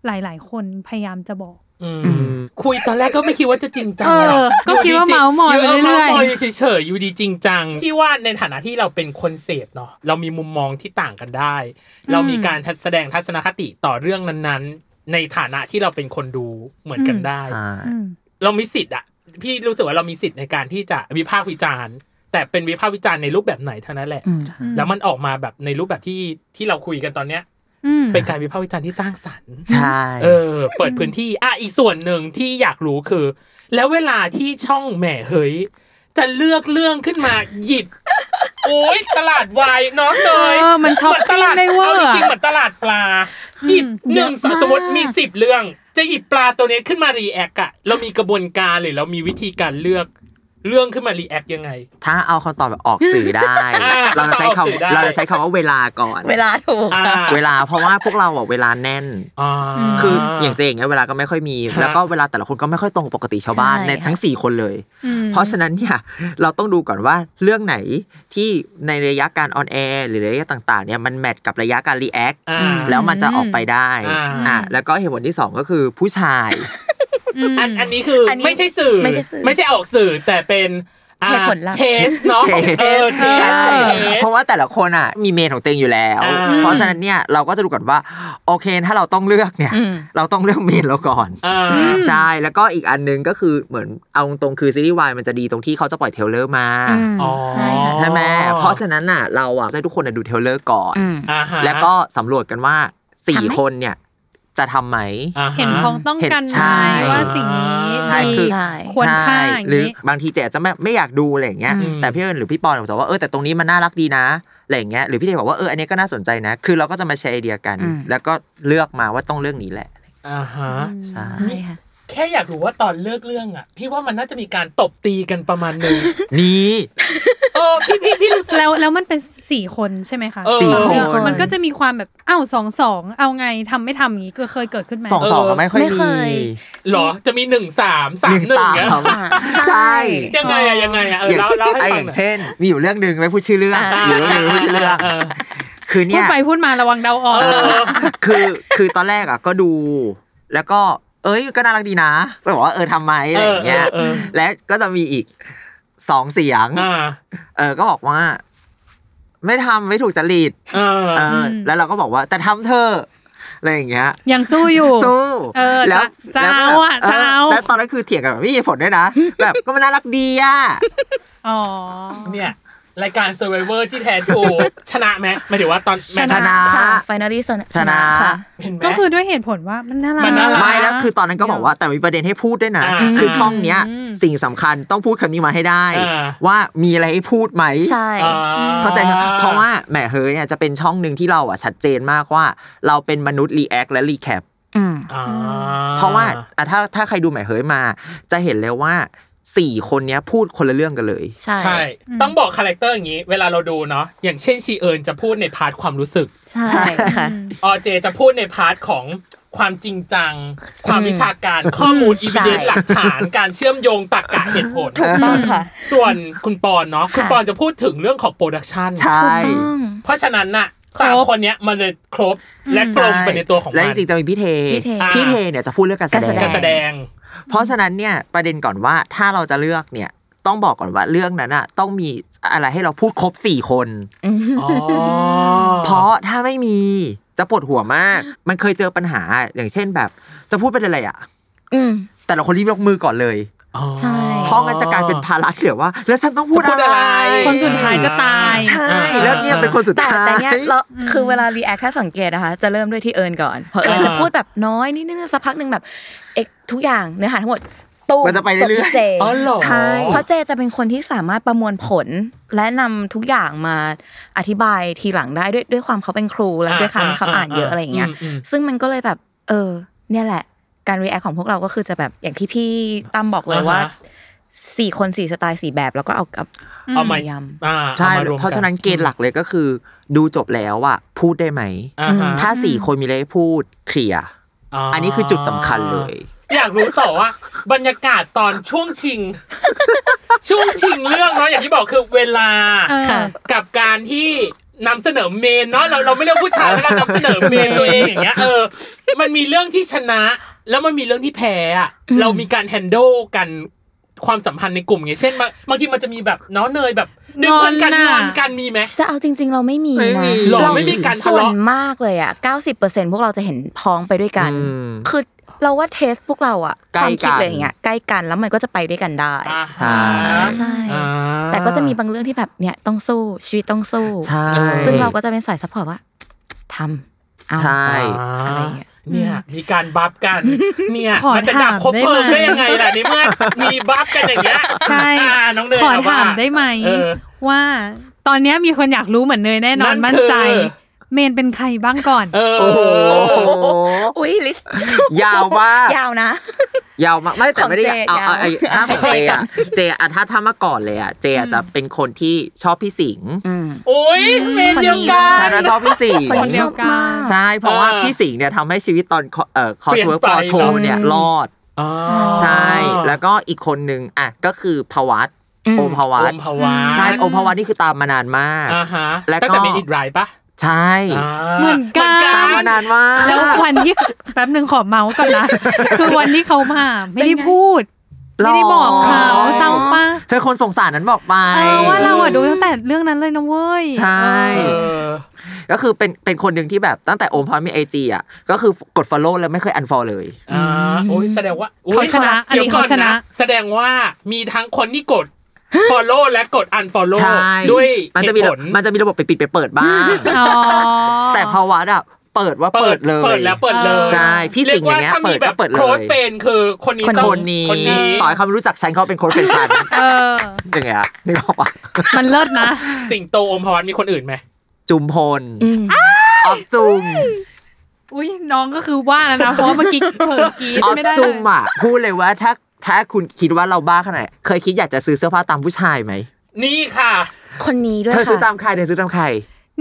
[SPEAKER 3] หลาย ๆ คนพยายามจะบอก
[SPEAKER 2] อืมคุยตอนแรกก็ไม่คิดว่าจะจริงจัง
[SPEAKER 3] เออ
[SPEAKER 2] หรอ
[SPEAKER 3] ก็คิดว่า
[SPEAKER 2] จง
[SPEAKER 3] เมาส์มอยไปเรื่อยๆ
[SPEAKER 2] เมาส์มอยเฉยๆอยู่ดีจริงจังที่ว่าในฐานะที่เราเป็นคนเสพเนาะเรามีมุมมองที่ต่างกันได้ เรามีการแสดงทัศนคติต่อเรื่องนั้นๆ ในฐานะที่เราเป็นคนดูเหมือนกันได้
[SPEAKER 4] ใช่
[SPEAKER 3] อืม
[SPEAKER 2] เรามีสิทธิ์อะพี่รู้สึกว่าเรามีสิทธิ์ในการที่จะวิพากษ์วิจารณ์ แต่เป็นวิพากษ์วิจารณ์ในรูปแบบไหนเท่านั้นแหละ
[SPEAKER 5] อืม
[SPEAKER 2] แล้วมันออกมาแบบในรูปแบบที่ที่เราคุยกันตอนเนี้ย
[SPEAKER 3] อืม
[SPEAKER 2] เป็นการวิพากษ์วิจารณ์ที่สร้างสรรค์
[SPEAKER 4] ใช่
[SPEAKER 2] เออ เปิดพื้นที่ อ่ะ อีกส่วนหนึ่งที่อยากรู้คือ แล้วเวลาที่ช่องแหม่เฮ้ย จะเลือกเรื่องขึ้นมาหยิบ โอ้ยตลาดวายน้องเนย
[SPEAKER 3] เออมันช้อปปิ้งได้เวอร์
[SPEAKER 2] หมืนตลาเอาจริงๆเหมือนตลาดปลา หยิบหนึ่ง
[SPEAKER 5] เยอะมาก
[SPEAKER 2] สมมติมีสิบเรื่อง จะหยิบปลาตัวนี้ขึ้นมารีแอคอะเรามีกระบวนการหรือเรามีวิธีการเลือกเรื่องขึ้นมารีแอคยังไง
[SPEAKER 4] ถ้าเอาคำตอบแบบออกสื่อได้
[SPEAKER 2] อ่า
[SPEAKER 4] เราจะใช้
[SPEAKER 2] คำตอบออกสื่อได้
[SPEAKER 4] คำเราจะใช้คำว่าเวลาก่อน
[SPEAKER 5] เวลาถูก
[SPEAKER 2] อ่า
[SPEAKER 4] เวลาเพราะว่าพวกเราอ่ะเวลาแน่น
[SPEAKER 2] อ่า
[SPEAKER 4] คืออย่างเจอย่างเงี้ยเวลาก็ไม่ค่อยมี
[SPEAKER 2] ฮะ
[SPEAKER 4] แล้วก็เวลาแต่ละคนก็ไม่ค่อยตรงปกติชาวบ้าน
[SPEAKER 5] ใช่
[SPEAKER 4] ในทั้ง 4 คนเลย
[SPEAKER 3] อืม
[SPEAKER 4] เพราะฉะนั้นเนี่ยเราต้องดูก่อนว่าเรื่องไหนที่ในระยะการออนแอร์หรือระยะต่างๆเนี่ยมันแมทกับระยะการรีแอค
[SPEAKER 2] อ่า
[SPEAKER 4] แล้วมันจะออกไปได้
[SPEAKER 2] อ่า
[SPEAKER 4] อ่ะแล้วก็เหตุผลที่ 2 ก็คือผู้ชาย
[SPEAKER 3] ม
[SPEAKER 2] อันอันนี้คืออน
[SPEAKER 5] นี้
[SPEAKER 2] ไม่ใช่สื่อ
[SPEAKER 5] ไม่ใช่สื่อ
[SPEAKER 2] ไม่ใช่ออกสื่อแต่เป็นอ่า
[SPEAKER 5] เหตุผลลัพธ์
[SPEAKER 2] เทสเนาะเออเทส
[SPEAKER 4] ใช่
[SPEAKER 2] เทส
[SPEAKER 4] เพราะว่าแต่ละคนอ่ะมีเมนของตัวเองอยู่แล้ว
[SPEAKER 2] อ่า
[SPEAKER 4] เพราะฉะนั้นเนี่ยเราก็จะดูก่อนว่าโอเคถ้าเราต้องเลือกเนี่ย
[SPEAKER 5] อืม
[SPEAKER 4] เราต้องเลือกเมนเราก่อน
[SPEAKER 2] อ่า
[SPEAKER 4] ใช่ แล้วก็อีกอันหนึงก็คือเหมือนเอาตรงๆคือซีรีส์วายมันจะดีตรงที่เขาจะปล่อยเทรลเลอร์มา
[SPEAKER 2] อ๋อ
[SPEAKER 5] ใช่ค่ะ
[SPEAKER 4] ใช่ไหมเพราะฉะนั้นน่ะเราอ่ะให้ทุกคนน่ะดูเทรลเลอร์ก่อน
[SPEAKER 5] อืม
[SPEAKER 2] อ่าฮะ
[SPEAKER 4] แล้วก็สำรวจกันว่าสี่
[SPEAKER 5] ทำไหม
[SPEAKER 4] คนเนี่ยจะทำไหม
[SPEAKER 2] อ่าฮะ
[SPEAKER 3] เห็นพ้องต้องกันไห
[SPEAKER 4] เห็นใช่
[SPEAKER 3] มว่าสิ่งนี้
[SPEAKER 2] ใช่
[SPEAKER 4] ใช่คือ
[SPEAKER 3] มี
[SPEAKER 5] ใช่
[SPEAKER 3] ควรค่าอย่างนี้
[SPEAKER 4] ใช่หรือบางทีเจ๊อาจจะไม่ไม่อยากดูอะไรอย่างเงี้ย
[SPEAKER 2] อืม
[SPEAKER 4] แต่พี่เอิญหรือพี่ปอนบอกว่าเออแต่ตรงนี้มันน่ารักดีนะอะไรอย่างเงี้ยหรือพี่เดชบอกว่าเอออันนี้ก็น่าสนใจนะ คือเราก็จะมาแชร์ไอเดียกัน
[SPEAKER 5] อืม
[SPEAKER 4] แล้วก็เลือกมาว่าต้องเรื่องนี้แหละ
[SPEAKER 2] อ่าฮะ
[SPEAKER 4] ใช่
[SPEAKER 5] ใช่ค่ะ
[SPEAKER 2] แค่อยากรู้ว่าตอนเลือกเรื่องอ่ะ พี่ว่ามันน่าจะมีการตบตีกันประมาณหนึง
[SPEAKER 4] นี่
[SPEAKER 2] เออพี่พี่พี่รู้สึก
[SPEAKER 3] แล้วแล้วมันเป็นสี่คนใช่ไหมคะ
[SPEAKER 2] เออ
[SPEAKER 4] สี่
[SPEAKER 5] สี่
[SPEAKER 4] คน
[SPEAKER 5] คน
[SPEAKER 3] มันก็จะมีความแบบอ้าวสองสองเอาไงทำไม่ทำอย่างนี้ก็เคยเกิดขึ้นไหม
[SPEAKER 4] สองสองก็ไม่ค่อย
[SPEAKER 5] ไม่เค
[SPEAKER 4] มี
[SPEAKER 5] ย
[SPEAKER 2] เหรอจะมีหนึ่งสามสามหนึ่งเงี้ย
[SPEAKER 4] สามใช่
[SPEAKER 2] ยังไงอะยังไงอะเออ
[SPEAKER 4] อย่าง
[SPEAKER 2] เราเราให้
[SPEAKER 4] ไอ
[SPEAKER 2] ฟั
[SPEAKER 4] อง ย่าง
[SPEAKER 2] หน่อย
[SPEAKER 4] เช่น มีอยู่เรื่องหนึ่งไม่พูดชื่อเรื่อง
[SPEAKER 5] อ่า
[SPEAKER 4] อยู่เรื่องหนึ่งไม่พูดชื่อเรื่อง
[SPEAKER 2] เออ
[SPEAKER 4] คือ
[SPEAKER 3] พู
[SPEAKER 4] เนี่
[SPEAKER 3] ด
[SPEAKER 4] ย
[SPEAKER 3] ไปพูดมาระวังเดาออก
[SPEAKER 2] เออ
[SPEAKER 4] คือคือตอนแรกอ่ะก็ดู แล้วก็เอ้ยก็น่ารักดีนะก็บอกว่าเออทำไหมอะไรอย่างเงี้ย
[SPEAKER 2] เออเออเออ
[SPEAKER 4] และก็จะมีอีกสองเสียง
[SPEAKER 2] อ่า
[SPEAKER 4] เออก็บอกว่า ไม่ทำไม่ถูกจริต
[SPEAKER 2] เออ
[SPEAKER 4] เอออ
[SPEAKER 3] ม
[SPEAKER 4] แล้วเราก็บอกว่า แต่ทำเธอะอะไรอย่างเงี้ย
[SPEAKER 3] ยังสู้อยู่
[SPEAKER 4] สู้
[SPEAKER 3] เออจะจะ
[SPEAKER 4] แล้ว
[SPEAKER 3] เอาอะ
[SPEAKER 4] แบบ
[SPEAKER 3] จะเอา
[SPEAKER 4] แล้วตอนนั้นคือเถียงกันแบบไม่มีเหตุผลด้วยนะ แบบก็มันน่ารักดีอ่ะ
[SPEAKER 3] อ๋อ
[SPEAKER 2] เนี่ยรายการ Survivor ที่แทนทูชนะไหมหมายถึงว่าตอนแมตช์
[SPEAKER 4] ชนะ
[SPEAKER 5] ค่ะ finally ชนะ
[SPEAKER 4] ชนะ
[SPEAKER 5] ค่ะ
[SPEAKER 2] เห็นไหม
[SPEAKER 3] ก็คือด้วยเหตุผลว่ามันน่ารัก
[SPEAKER 2] มันน่ารัก
[SPEAKER 4] ไม่แล้วคือตอนนั้นก็บอกว่าแต่มีประเด็นให้พูดด้วยนะ
[SPEAKER 2] อ่า
[SPEAKER 4] คือช่องเนี้ย
[SPEAKER 3] อืม
[SPEAKER 4] สิ่งสำคัญต้องพูดคำนี้มาให้ได้
[SPEAKER 2] อ่า
[SPEAKER 4] ว่ามีอะไรให้พูดไหม
[SPEAKER 5] ใช่
[SPEAKER 2] อ่
[SPEAKER 4] เข้าใจไหมเพราะว่าแหมเฮ้ยเนี่ยจะเป็นช่องหนึ่งที่เราอ่ะชัดเจนมากว่า เราเป็นมนุษย์รีแอคและรีแคป
[SPEAKER 5] อืม
[SPEAKER 2] อ่า
[SPEAKER 4] เพราะว่าอ่ะถ้าถ้าใครดูแหมเฮ้ยมา จะเห็นเลยว่าสี่คนเนี้ยพูดคนละเรื่องกันเลย
[SPEAKER 5] ใช่
[SPEAKER 2] ใช่ ต้องบอกคาแรคเตอร์อย่างนี้ เวลาเราดูเนาะ อย่างเช่นชีเอิญจะพูดในพาร์ทความรู้สึก
[SPEAKER 5] ใช่ค่ะ
[SPEAKER 2] ออเจจะพูดในพาร์ทของความจริงจัง ความวิชาการ ข้อมูลอี
[SPEAKER 5] ใช่
[SPEAKER 2] เวนต์หลักฐาน การเชื่อมโยงตรรกะเหตุผล
[SPEAKER 5] ถูกต้องค่ะ
[SPEAKER 2] ส่วนคุณปอนเนาะ คุณ
[SPEAKER 5] ค่ะ
[SPEAKER 2] ปอนจะพูดถึงเรื่องของโปรดักชัน
[SPEAKER 4] ใช่
[SPEAKER 5] ต้อง
[SPEAKER 2] เพราะฉะนั้นน่ะสาม
[SPEAKER 3] ครบ
[SPEAKER 2] คนเนี้ยมันเลยครบและกลมไปในตัวของ
[SPEAKER 4] และ
[SPEAKER 2] มัน
[SPEAKER 4] จริงๆจะมีพี่เท
[SPEAKER 5] พี่เท
[SPEAKER 4] พี่เทเนี่ยจะพูดเรื่องการแสดง
[SPEAKER 5] ๆ
[SPEAKER 2] การแสดง
[SPEAKER 4] เพราะฉะนั้นเนี่ยประเด็นก่อนว่าถ้าเราจะเลือกเนี่ยต้องบอกก่อนว่าเรื่องนั้นอ่ะต้องมีอะไรให้เราพูดครบสี่คน
[SPEAKER 5] อืม
[SPEAKER 2] อ๋อ
[SPEAKER 4] เพราะถ้าไม่มีจะปวดหัวมาก มันเคยเจอปัญหาอย่างเช่นแบบ จะพูดเป็นอะไรอ่ะ
[SPEAKER 5] อืม
[SPEAKER 4] แต่ละคนรีบยกมือก่อนเลย
[SPEAKER 2] อ๋อ
[SPEAKER 5] ใช่
[SPEAKER 4] เพราะงั้นจะกลายเป็นภาระที่เหลือว่า แล้วฉันต้องพูด
[SPEAKER 2] จะ
[SPEAKER 4] อะไร
[SPEAKER 3] คนสุดท้ายก็ตาย
[SPEAKER 4] ใช่แล้วเนี่ยเป็นคนสุด
[SPEAKER 5] แต่
[SPEAKER 4] ท้าย
[SPEAKER 5] แต่เนี้ยเราคือเวลารีแอคถ้าสังเกตนะคะ จะเริ่มด้วยที่เอิญก่อนเพอเอิญจะพูดแบบน้อยนิดนึงสักพักหนึ่งแบบเอกทุกอย่างเนื้อหาทั้งหมดตู
[SPEAKER 4] มันจะไปเรื่
[SPEAKER 5] จ
[SPEAKER 4] อยๆ
[SPEAKER 5] บที่เจ
[SPEAKER 2] อ๋อเหรอ
[SPEAKER 4] ใช่
[SPEAKER 5] เพราะเจจะเป็นคนที่สามารถประมวลผล และนำทุกอย่างมาอธิบายทีหลังได้ด้วยด้วยความเขาเป็นครูและด้วยความที่เขาอ่านเยอะอะไรอย่างเงี้ย
[SPEAKER 2] ม
[SPEAKER 5] ซึ่งมันก็เลยแบบ เออ เนี่ยแหละ การรีแอคของพวกเราก็คือจะแบบอย่างที่พี่ตั้มบอกเลยว่า
[SPEAKER 2] อ่าฮะ
[SPEAKER 5] สี่คนสี่สไตล์สี่แบบแล้วก็เอากับ
[SPEAKER 2] ๆเอามาย
[SPEAKER 5] ำ
[SPEAKER 2] อ่า
[SPEAKER 4] ใช่
[SPEAKER 2] อมวมกั
[SPEAKER 4] เพราะฉะนั้นเกณฑ์หลักเลยก็คือ ดูจบแล้วอ่ะพูดได้ไหม
[SPEAKER 2] อ่าฮะ
[SPEAKER 4] ถ้าสี่คนมีอะไรให้พูดเคลียร์อันนี้คือจุดสำคัญเลย
[SPEAKER 2] อยากรู้ต่อว่า บรรยากาศตอนช่วงชิง ช่วงชิงเรื่องเนาะอย่างที่บอกคือเวลา
[SPEAKER 3] เออ
[SPEAKER 5] ค่ะ
[SPEAKER 2] กับการที่นำเสนอเมนเนาะเราเราไม่เรียกผู้ชายแล้วกันนำเสนอเมนตัวเองอย่างเงี้ยเออ มันมีเรื่องที่ชนะ แล้วมันมีเรื่องที่แพ้อะเรามีการแฮนด l ลกันความสัมพันธ์ในกลุ่มอย่างเช่นบางบางทีมันจะมีแบบเน้อเนยแบบดึงคนกัน
[SPEAKER 3] งอน
[SPEAKER 2] งอ
[SPEAKER 3] น่ะ
[SPEAKER 2] นกันมีไหม
[SPEAKER 5] จะเอาจริง ๆ เราไม่มี
[SPEAKER 4] ไม่
[SPEAKER 5] นะ
[SPEAKER 4] มี
[SPEAKER 2] หรอไม่มีการทะ
[SPEAKER 5] ส่วน
[SPEAKER 2] เลาะ
[SPEAKER 5] มากเลยอ่ะ 90%พวกเราจะเห็นพ้องไปด้วยกัน
[SPEAKER 4] อืม
[SPEAKER 5] คือเราว่าเทสพวกเราอ่ะ
[SPEAKER 4] ใกล้ว
[SPEAKER 5] คามคิด
[SPEAKER 4] กัน
[SPEAKER 5] อะไรอย่างเงี้ยใกล้กันแล้วมันก็จะไปด้วยกันได้
[SPEAKER 2] อ่าฮะ
[SPEAKER 4] ใช่
[SPEAKER 5] ใช่
[SPEAKER 2] อ่า
[SPEAKER 5] แต่ก็จะมีบางเรื่องที่แบบเนี่ยต้องสู้ชีวิตต้องสู้
[SPEAKER 4] ใช่
[SPEAKER 5] ซึ่งเราก็จะเป็นสายซัพพอร์ตว่าทำเอา
[SPEAKER 4] ใช่
[SPEAKER 5] อะไรอย่างเงี้ย
[SPEAKER 2] เนี่ยมีการบัฟกัน เนี่ย
[SPEAKER 3] ขอ
[SPEAKER 2] มันจะดับ
[SPEAKER 3] ถาม
[SPEAKER 2] คบเพลิง
[SPEAKER 3] ได้
[SPEAKER 2] ได้
[SPEAKER 3] ไหม
[SPEAKER 2] ยังไงล่ะในเมื่อมีบัฟกันอย่างเงี้ย
[SPEAKER 3] ใช่
[SPEAKER 2] อ่าน้องเนย
[SPEAKER 3] ขอ
[SPEAKER 2] เว่
[SPEAKER 3] ถามได้ไหม
[SPEAKER 2] เออ
[SPEAKER 3] ว่าตอนเนี้ยมีคนอยากรู้เหมือนเนยแน่นอน
[SPEAKER 2] นั่น
[SPEAKER 3] มั่น
[SPEAKER 2] คือ
[SPEAKER 3] ใจ เมนเป็นใครบ้างก่อน
[SPEAKER 2] เออ
[SPEAKER 4] โอ้โห
[SPEAKER 5] อุ้ยลิส
[SPEAKER 4] ยาวมาก
[SPEAKER 5] ยาวนะ
[SPEAKER 4] ยาวมากไม่แต่ไม่ได้
[SPEAKER 5] ของเจ
[SPEAKER 4] เอาเอา
[SPEAKER 5] ยาว
[SPEAKER 4] ไอ้ถ้าของเจ
[SPEAKER 5] เจก่อ
[SPEAKER 4] อะ
[SPEAKER 5] น
[SPEAKER 4] เจอะถ้าถ้าเมาก่อนเลยอะเจอะจะเป็นคนที่ชอบพี่สิงห์
[SPEAKER 5] อืม
[SPEAKER 2] โอ้ยเป็นเดียวกัน
[SPEAKER 4] ฉันน่ะชอบพี่สิงห์
[SPEAKER 5] คน
[SPEAKER 3] นเดี
[SPEAKER 5] ช
[SPEAKER 3] ย
[SPEAKER 5] อ
[SPEAKER 3] ว
[SPEAKER 5] บ
[SPEAKER 3] กัน
[SPEAKER 5] มาก
[SPEAKER 4] ใช่เพราะว่า
[SPEAKER 2] เออ
[SPEAKER 4] พี่สิงห์เนี่ยทำให้ชีวิตตอนเอ่อคอส
[SPEAKER 2] เปลี่ยน
[SPEAKER 4] เวิร์ก
[SPEAKER 2] ไป
[SPEAKER 4] ปอโทเนี่ยรอด ใช่แล้วก็อีกคนนึงอ่ะก็คือพวัต
[SPEAKER 5] อืม
[SPEAKER 4] โอมพวั
[SPEAKER 2] อ
[SPEAKER 4] ต
[SPEAKER 2] มภาวะ
[SPEAKER 4] ใช่โอมพวัตนี่คือตามมานานมาก
[SPEAKER 2] อ่าฮะ
[SPEAKER 4] แล้วก็
[SPEAKER 2] ตั้งแต่เป็นอิดไรปะ
[SPEAKER 4] ใช่
[SPEAKER 2] อ่า
[SPEAKER 3] เหมือนกัน
[SPEAKER 4] ตามมานานมาก
[SPEAKER 3] แล้ววันที่ แป๊บหนึ่งขอเมาส์ก่อนนะ คือวันที่เขามาไม่ได้พูด ไม่ได้บอกเขา
[SPEAKER 4] หรอ
[SPEAKER 3] เศร้าปะ
[SPEAKER 4] เธอคนสงสารนั้นบอกไป
[SPEAKER 3] เออว่าเราอะดูตั้งแต่เรื่องนั้นเลยนะเว้ย
[SPEAKER 4] ใช่
[SPEAKER 2] เออ
[SPEAKER 4] ก็คือเป็นเป็นคนหนึ่งที่แบบตั้งแต่โอมพอมีไอจีอ่ะ ก็คือกด follow แล้วไม่เคย unfollow เลย
[SPEAKER 2] อ่าโอ้ยแสดงว่าโอ้ย
[SPEAKER 3] เขาชนะอันนี้
[SPEAKER 2] ดี๋ยวก่
[SPEAKER 3] เขาชนะ
[SPEAKER 2] แสดงว่ามีทั้งคนที่กด follow และกด unfollow
[SPEAKER 4] ใช่
[SPEAKER 2] ด้วย
[SPEAKER 4] มัน
[SPEAKER 2] เห
[SPEAKER 4] จะ
[SPEAKER 2] ตุ
[SPEAKER 4] มี
[SPEAKER 2] ผ
[SPEAKER 4] ระ
[SPEAKER 2] ล
[SPEAKER 4] มันจะมีระบบไปปิดไปเปิดบ้าง
[SPEAKER 3] อ๋อ
[SPEAKER 4] แต่พอวัดอ่ะ เปิดว่าเปิดเลย
[SPEAKER 2] เปิดแล้วเปิดเลย
[SPEAKER 4] ใช่พี่สิงห์อย่างเงี้ย
[SPEAKER 2] รีกว่ถ้มี
[SPEAKER 4] เปิ
[SPEAKER 2] แบ
[SPEAKER 4] ด
[SPEAKER 2] บ
[SPEAKER 4] ก็เปิดเลย
[SPEAKER 2] close friend คือคนนี้ต้อง
[SPEAKER 4] คนนี้
[SPEAKER 2] คนนี้
[SPEAKER 4] ต่อยเขาไม่รู้จักฉันเขาเป็นคนเป็นฉัน
[SPEAKER 3] เออ
[SPEAKER 4] อย่างเงี้ยนึกออกปะ
[SPEAKER 3] มันเลิศนะ
[SPEAKER 2] สิงโตอมพรมีคนอื่นไหม
[SPEAKER 4] จุมพล
[SPEAKER 5] อืม
[SPEAKER 4] ออฟจุม
[SPEAKER 3] อุ้ยน้องก็คือว่าแล้วนะ เพราะว่าเมื่อกี้เผลอกรีด
[SPEAKER 4] ออฟ
[SPEAKER 3] ไม่ได้เล
[SPEAKER 4] จุ
[SPEAKER 3] ย
[SPEAKER 4] มอ่ะพูดเลยว่าถ้าถ้าคุณคิดว่าเราบ้าขนาดไหนเคยคิดอยากจะซื้อเสื้อผ้าตามผู้ชายไหม
[SPEAKER 2] นี่ค่ะ
[SPEAKER 5] คนนี้ด้วย
[SPEAKER 4] เธอซื้อตา
[SPEAKER 5] ค่ะ
[SPEAKER 4] มใครเธอซื้อตามใคร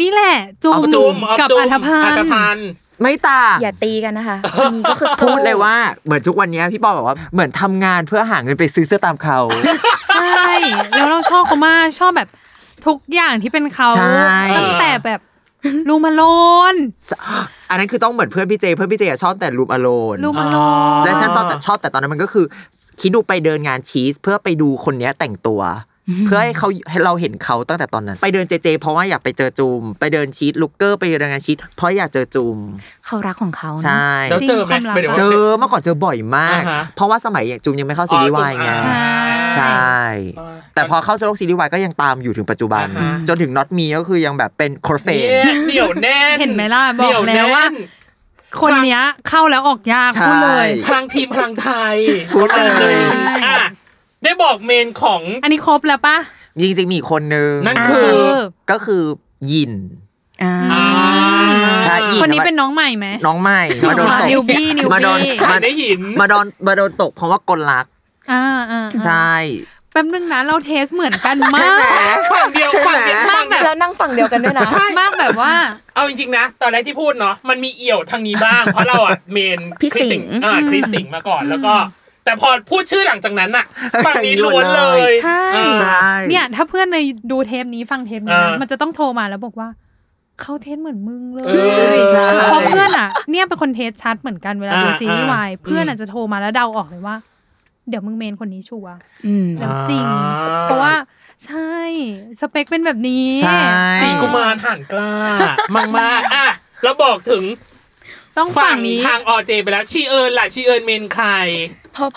[SPEAKER 3] นี่แหละ จุ
[SPEAKER 4] เอาจุ่
[SPEAKER 2] จุ
[SPEAKER 3] ม
[SPEAKER 2] มเอา
[SPEAKER 3] กับ
[SPEAKER 2] จุม
[SPEAKER 3] อัธพันธ์
[SPEAKER 2] พันธ์
[SPEAKER 4] ไม่ต่าง
[SPEAKER 5] อย่าตีกันนะคะคนนี้ก็คือสู้
[SPEAKER 4] พูดเลยว่าเหมือนทุกวันเนี้ยพี่ปอบอกว่าเหมือนทำงานเพื่อหาเงินไปซื้อเสื้อตามเขา
[SPEAKER 3] ใช่ แล้วเราชอบเขามากชอบแบบทุกอย่างที่เป็นเขา
[SPEAKER 4] ใช่
[SPEAKER 3] ตั้งแต่แบบลูมาโลน
[SPEAKER 4] อันนั้นคือต้องเหมือนเพื่อนพี่เจเพื่อนพี่เจอะชอบแต่รูมอโลน
[SPEAKER 3] ลูมาโลน
[SPEAKER 4] และฉันตอนแต่ชอบแต่ตอนนั้นมันก็คือ คิดดูไปเดินงานชีสเพื่อไปดูคนเนี้ยแต่งตัว เพื่อให้เขาให้เราเห็นเขาตั้งแต่ตอนนั้น ไปเดินเจเจ เพราะว่าอยากไปเจอจูม ไปเดินชีสลุกเกอร์ไปเดินงานชีสเพราะอยากเจอจูม
[SPEAKER 5] เขารักของเขานะ
[SPEAKER 4] ใช่
[SPEAKER 2] แล้วเจอไหม
[SPEAKER 3] จริงความลับ
[SPEAKER 2] ไม่ได้ว่า
[SPEAKER 4] เจอเมื่อก่อนเจอบ่อยมาก
[SPEAKER 2] อ่าฮะ
[SPEAKER 4] เพราะว่าสมัยอย่างจูมยังไม่เข้าซีรีส์วายไง
[SPEAKER 2] อ๋อจุ่มอ่า
[SPEAKER 3] ใช่
[SPEAKER 4] ใช่ แต่พอเข้าโลกซีรีส์วายก็ยังตามอยู่ถึงปัจจุบัน
[SPEAKER 2] อ่าฮะ
[SPEAKER 4] จนถึงน็อตมีก็คือยังแบบเป็นโคเฟน
[SPEAKER 2] เนี่ยเหนียวแน่น
[SPEAKER 3] เห็นไหมล่ะบ
[SPEAKER 2] เห
[SPEAKER 3] อ
[SPEAKER 2] นี
[SPEAKER 3] ก
[SPEAKER 2] ย
[SPEAKER 3] แล้วว่า
[SPEAKER 2] น่น
[SPEAKER 3] คนเนี้ยเข้าแล้วออกยาก
[SPEAKER 4] ใช่
[SPEAKER 3] พูดเลย
[SPEAKER 2] พลังทีมพลังไทย
[SPEAKER 4] พูดเลย
[SPEAKER 2] เลยอ่ะได้บอกเมนของ
[SPEAKER 3] อันนี้ครบแล้วปะ
[SPEAKER 4] จริงจริงๆมีคนนึง
[SPEAKER 2] นั่นคือ
[SPEAKER 4] ก็คือยิน
[SPEAKER 5] อ่า
[SPEAKER 2] อ่า
[SPEAKER 4] ใช่อีก
[SPEAKER 3] คนนี้เป็นน้องใหม่ไหม
[SPEAKER 4] น้องใหม่มาโดนตก
[SPEAKER 3] นิวบี้นิวบี้
[SPEAKER 4] มาโดน
[SPEAKER 2] ใคร
[SPEAKER 4] มา
[SPEAKER 2] ได้หิน
[SPEAKER 4] มาโดนมาโดนตกเพราะว่ากลรัก
[SPEAKER 3] อ่าอ่าอ่า
[SPEAKER 4] ใช่
[SPEAKER 3] แป๊บนึงนะเราเทสเหมือนกัน
[SPEAKER 4] ใช่
[SPEAKER 3] มา
[SPEAKER 4] ไหม
[SPEAKER 3] ก
[SPEAKER 2] ฝั่งเดียว
[SPEAKER 4] ใช่
[SPEAKER 2] ฝั่ง
[SPEAKER 4] ไหม
[SPEAKER 2] เดียวฝั่งเดียว
[SPEAKER 5] แล้วนั่งฝั่งเดียวกันด้วยนะ
[SPEAKER 3] มากแบบว่า
[SPEAKER 2] เอาจริงๆนะ ตอนแรกที่พูดเนาะมันมีเอี่ยวทางนี้บ้าง เพราะเราอ่ะเมน
[SPEAKER 5] พี่สิงห์
[SPEAKER 2] ห์อ่าคริสสิงห์มาก่อนแล้วก็ แต่พอพูดชื่อหลังจากนั้นอ่ะฝั่งนี้ล้วนเลย
[SPEAKER 3] ใช่
[SPEAKER 4] ใช่
[SPEAKER 3] เนี่ย ถ้าเพื่อนในดูเทปนี้ฟังเทปนี้นะ
[SPEAKER 2] อ่ามั
[SPEAKER 3] มันจะต้องโทรมาแล้วบอกว่า เขาเทสเหมือนมึงเล
[SPEAKER 2] เอย อใช่
[SPEAKER 3] เพราะเพื่อนอ่ะ เนี่ยเป็นคนเทสชัดเหมือนกันเวลา
[SPEAKER 2] อ่า
[SPEAKER 3] ดูซีรีส์วาย
[SPEAKER 2] อ่า
[SPEAKER 3] เพื่อนอาจจะโทรมาแล้วเดาออกเลยว่า เดี๋ยวมึงเมนคนนี้ชัวร์
[SPEAKER 5] อืม
[SPEAKER 3] แล้วจริง เพราะว่าใช่สเปคเป็นแบบนี้
[SPEAKER 4] ใช่
[SPEAKER 2] สีกุมารหันกล้ามากๆอ่ะแล้วบอกถึง
[SPEAKER 3] ต้องฝั่งนี้
[SPEAKER 2] ทางออเจไปแล้วชีเอิญล่ะชีเอิญเมนใคร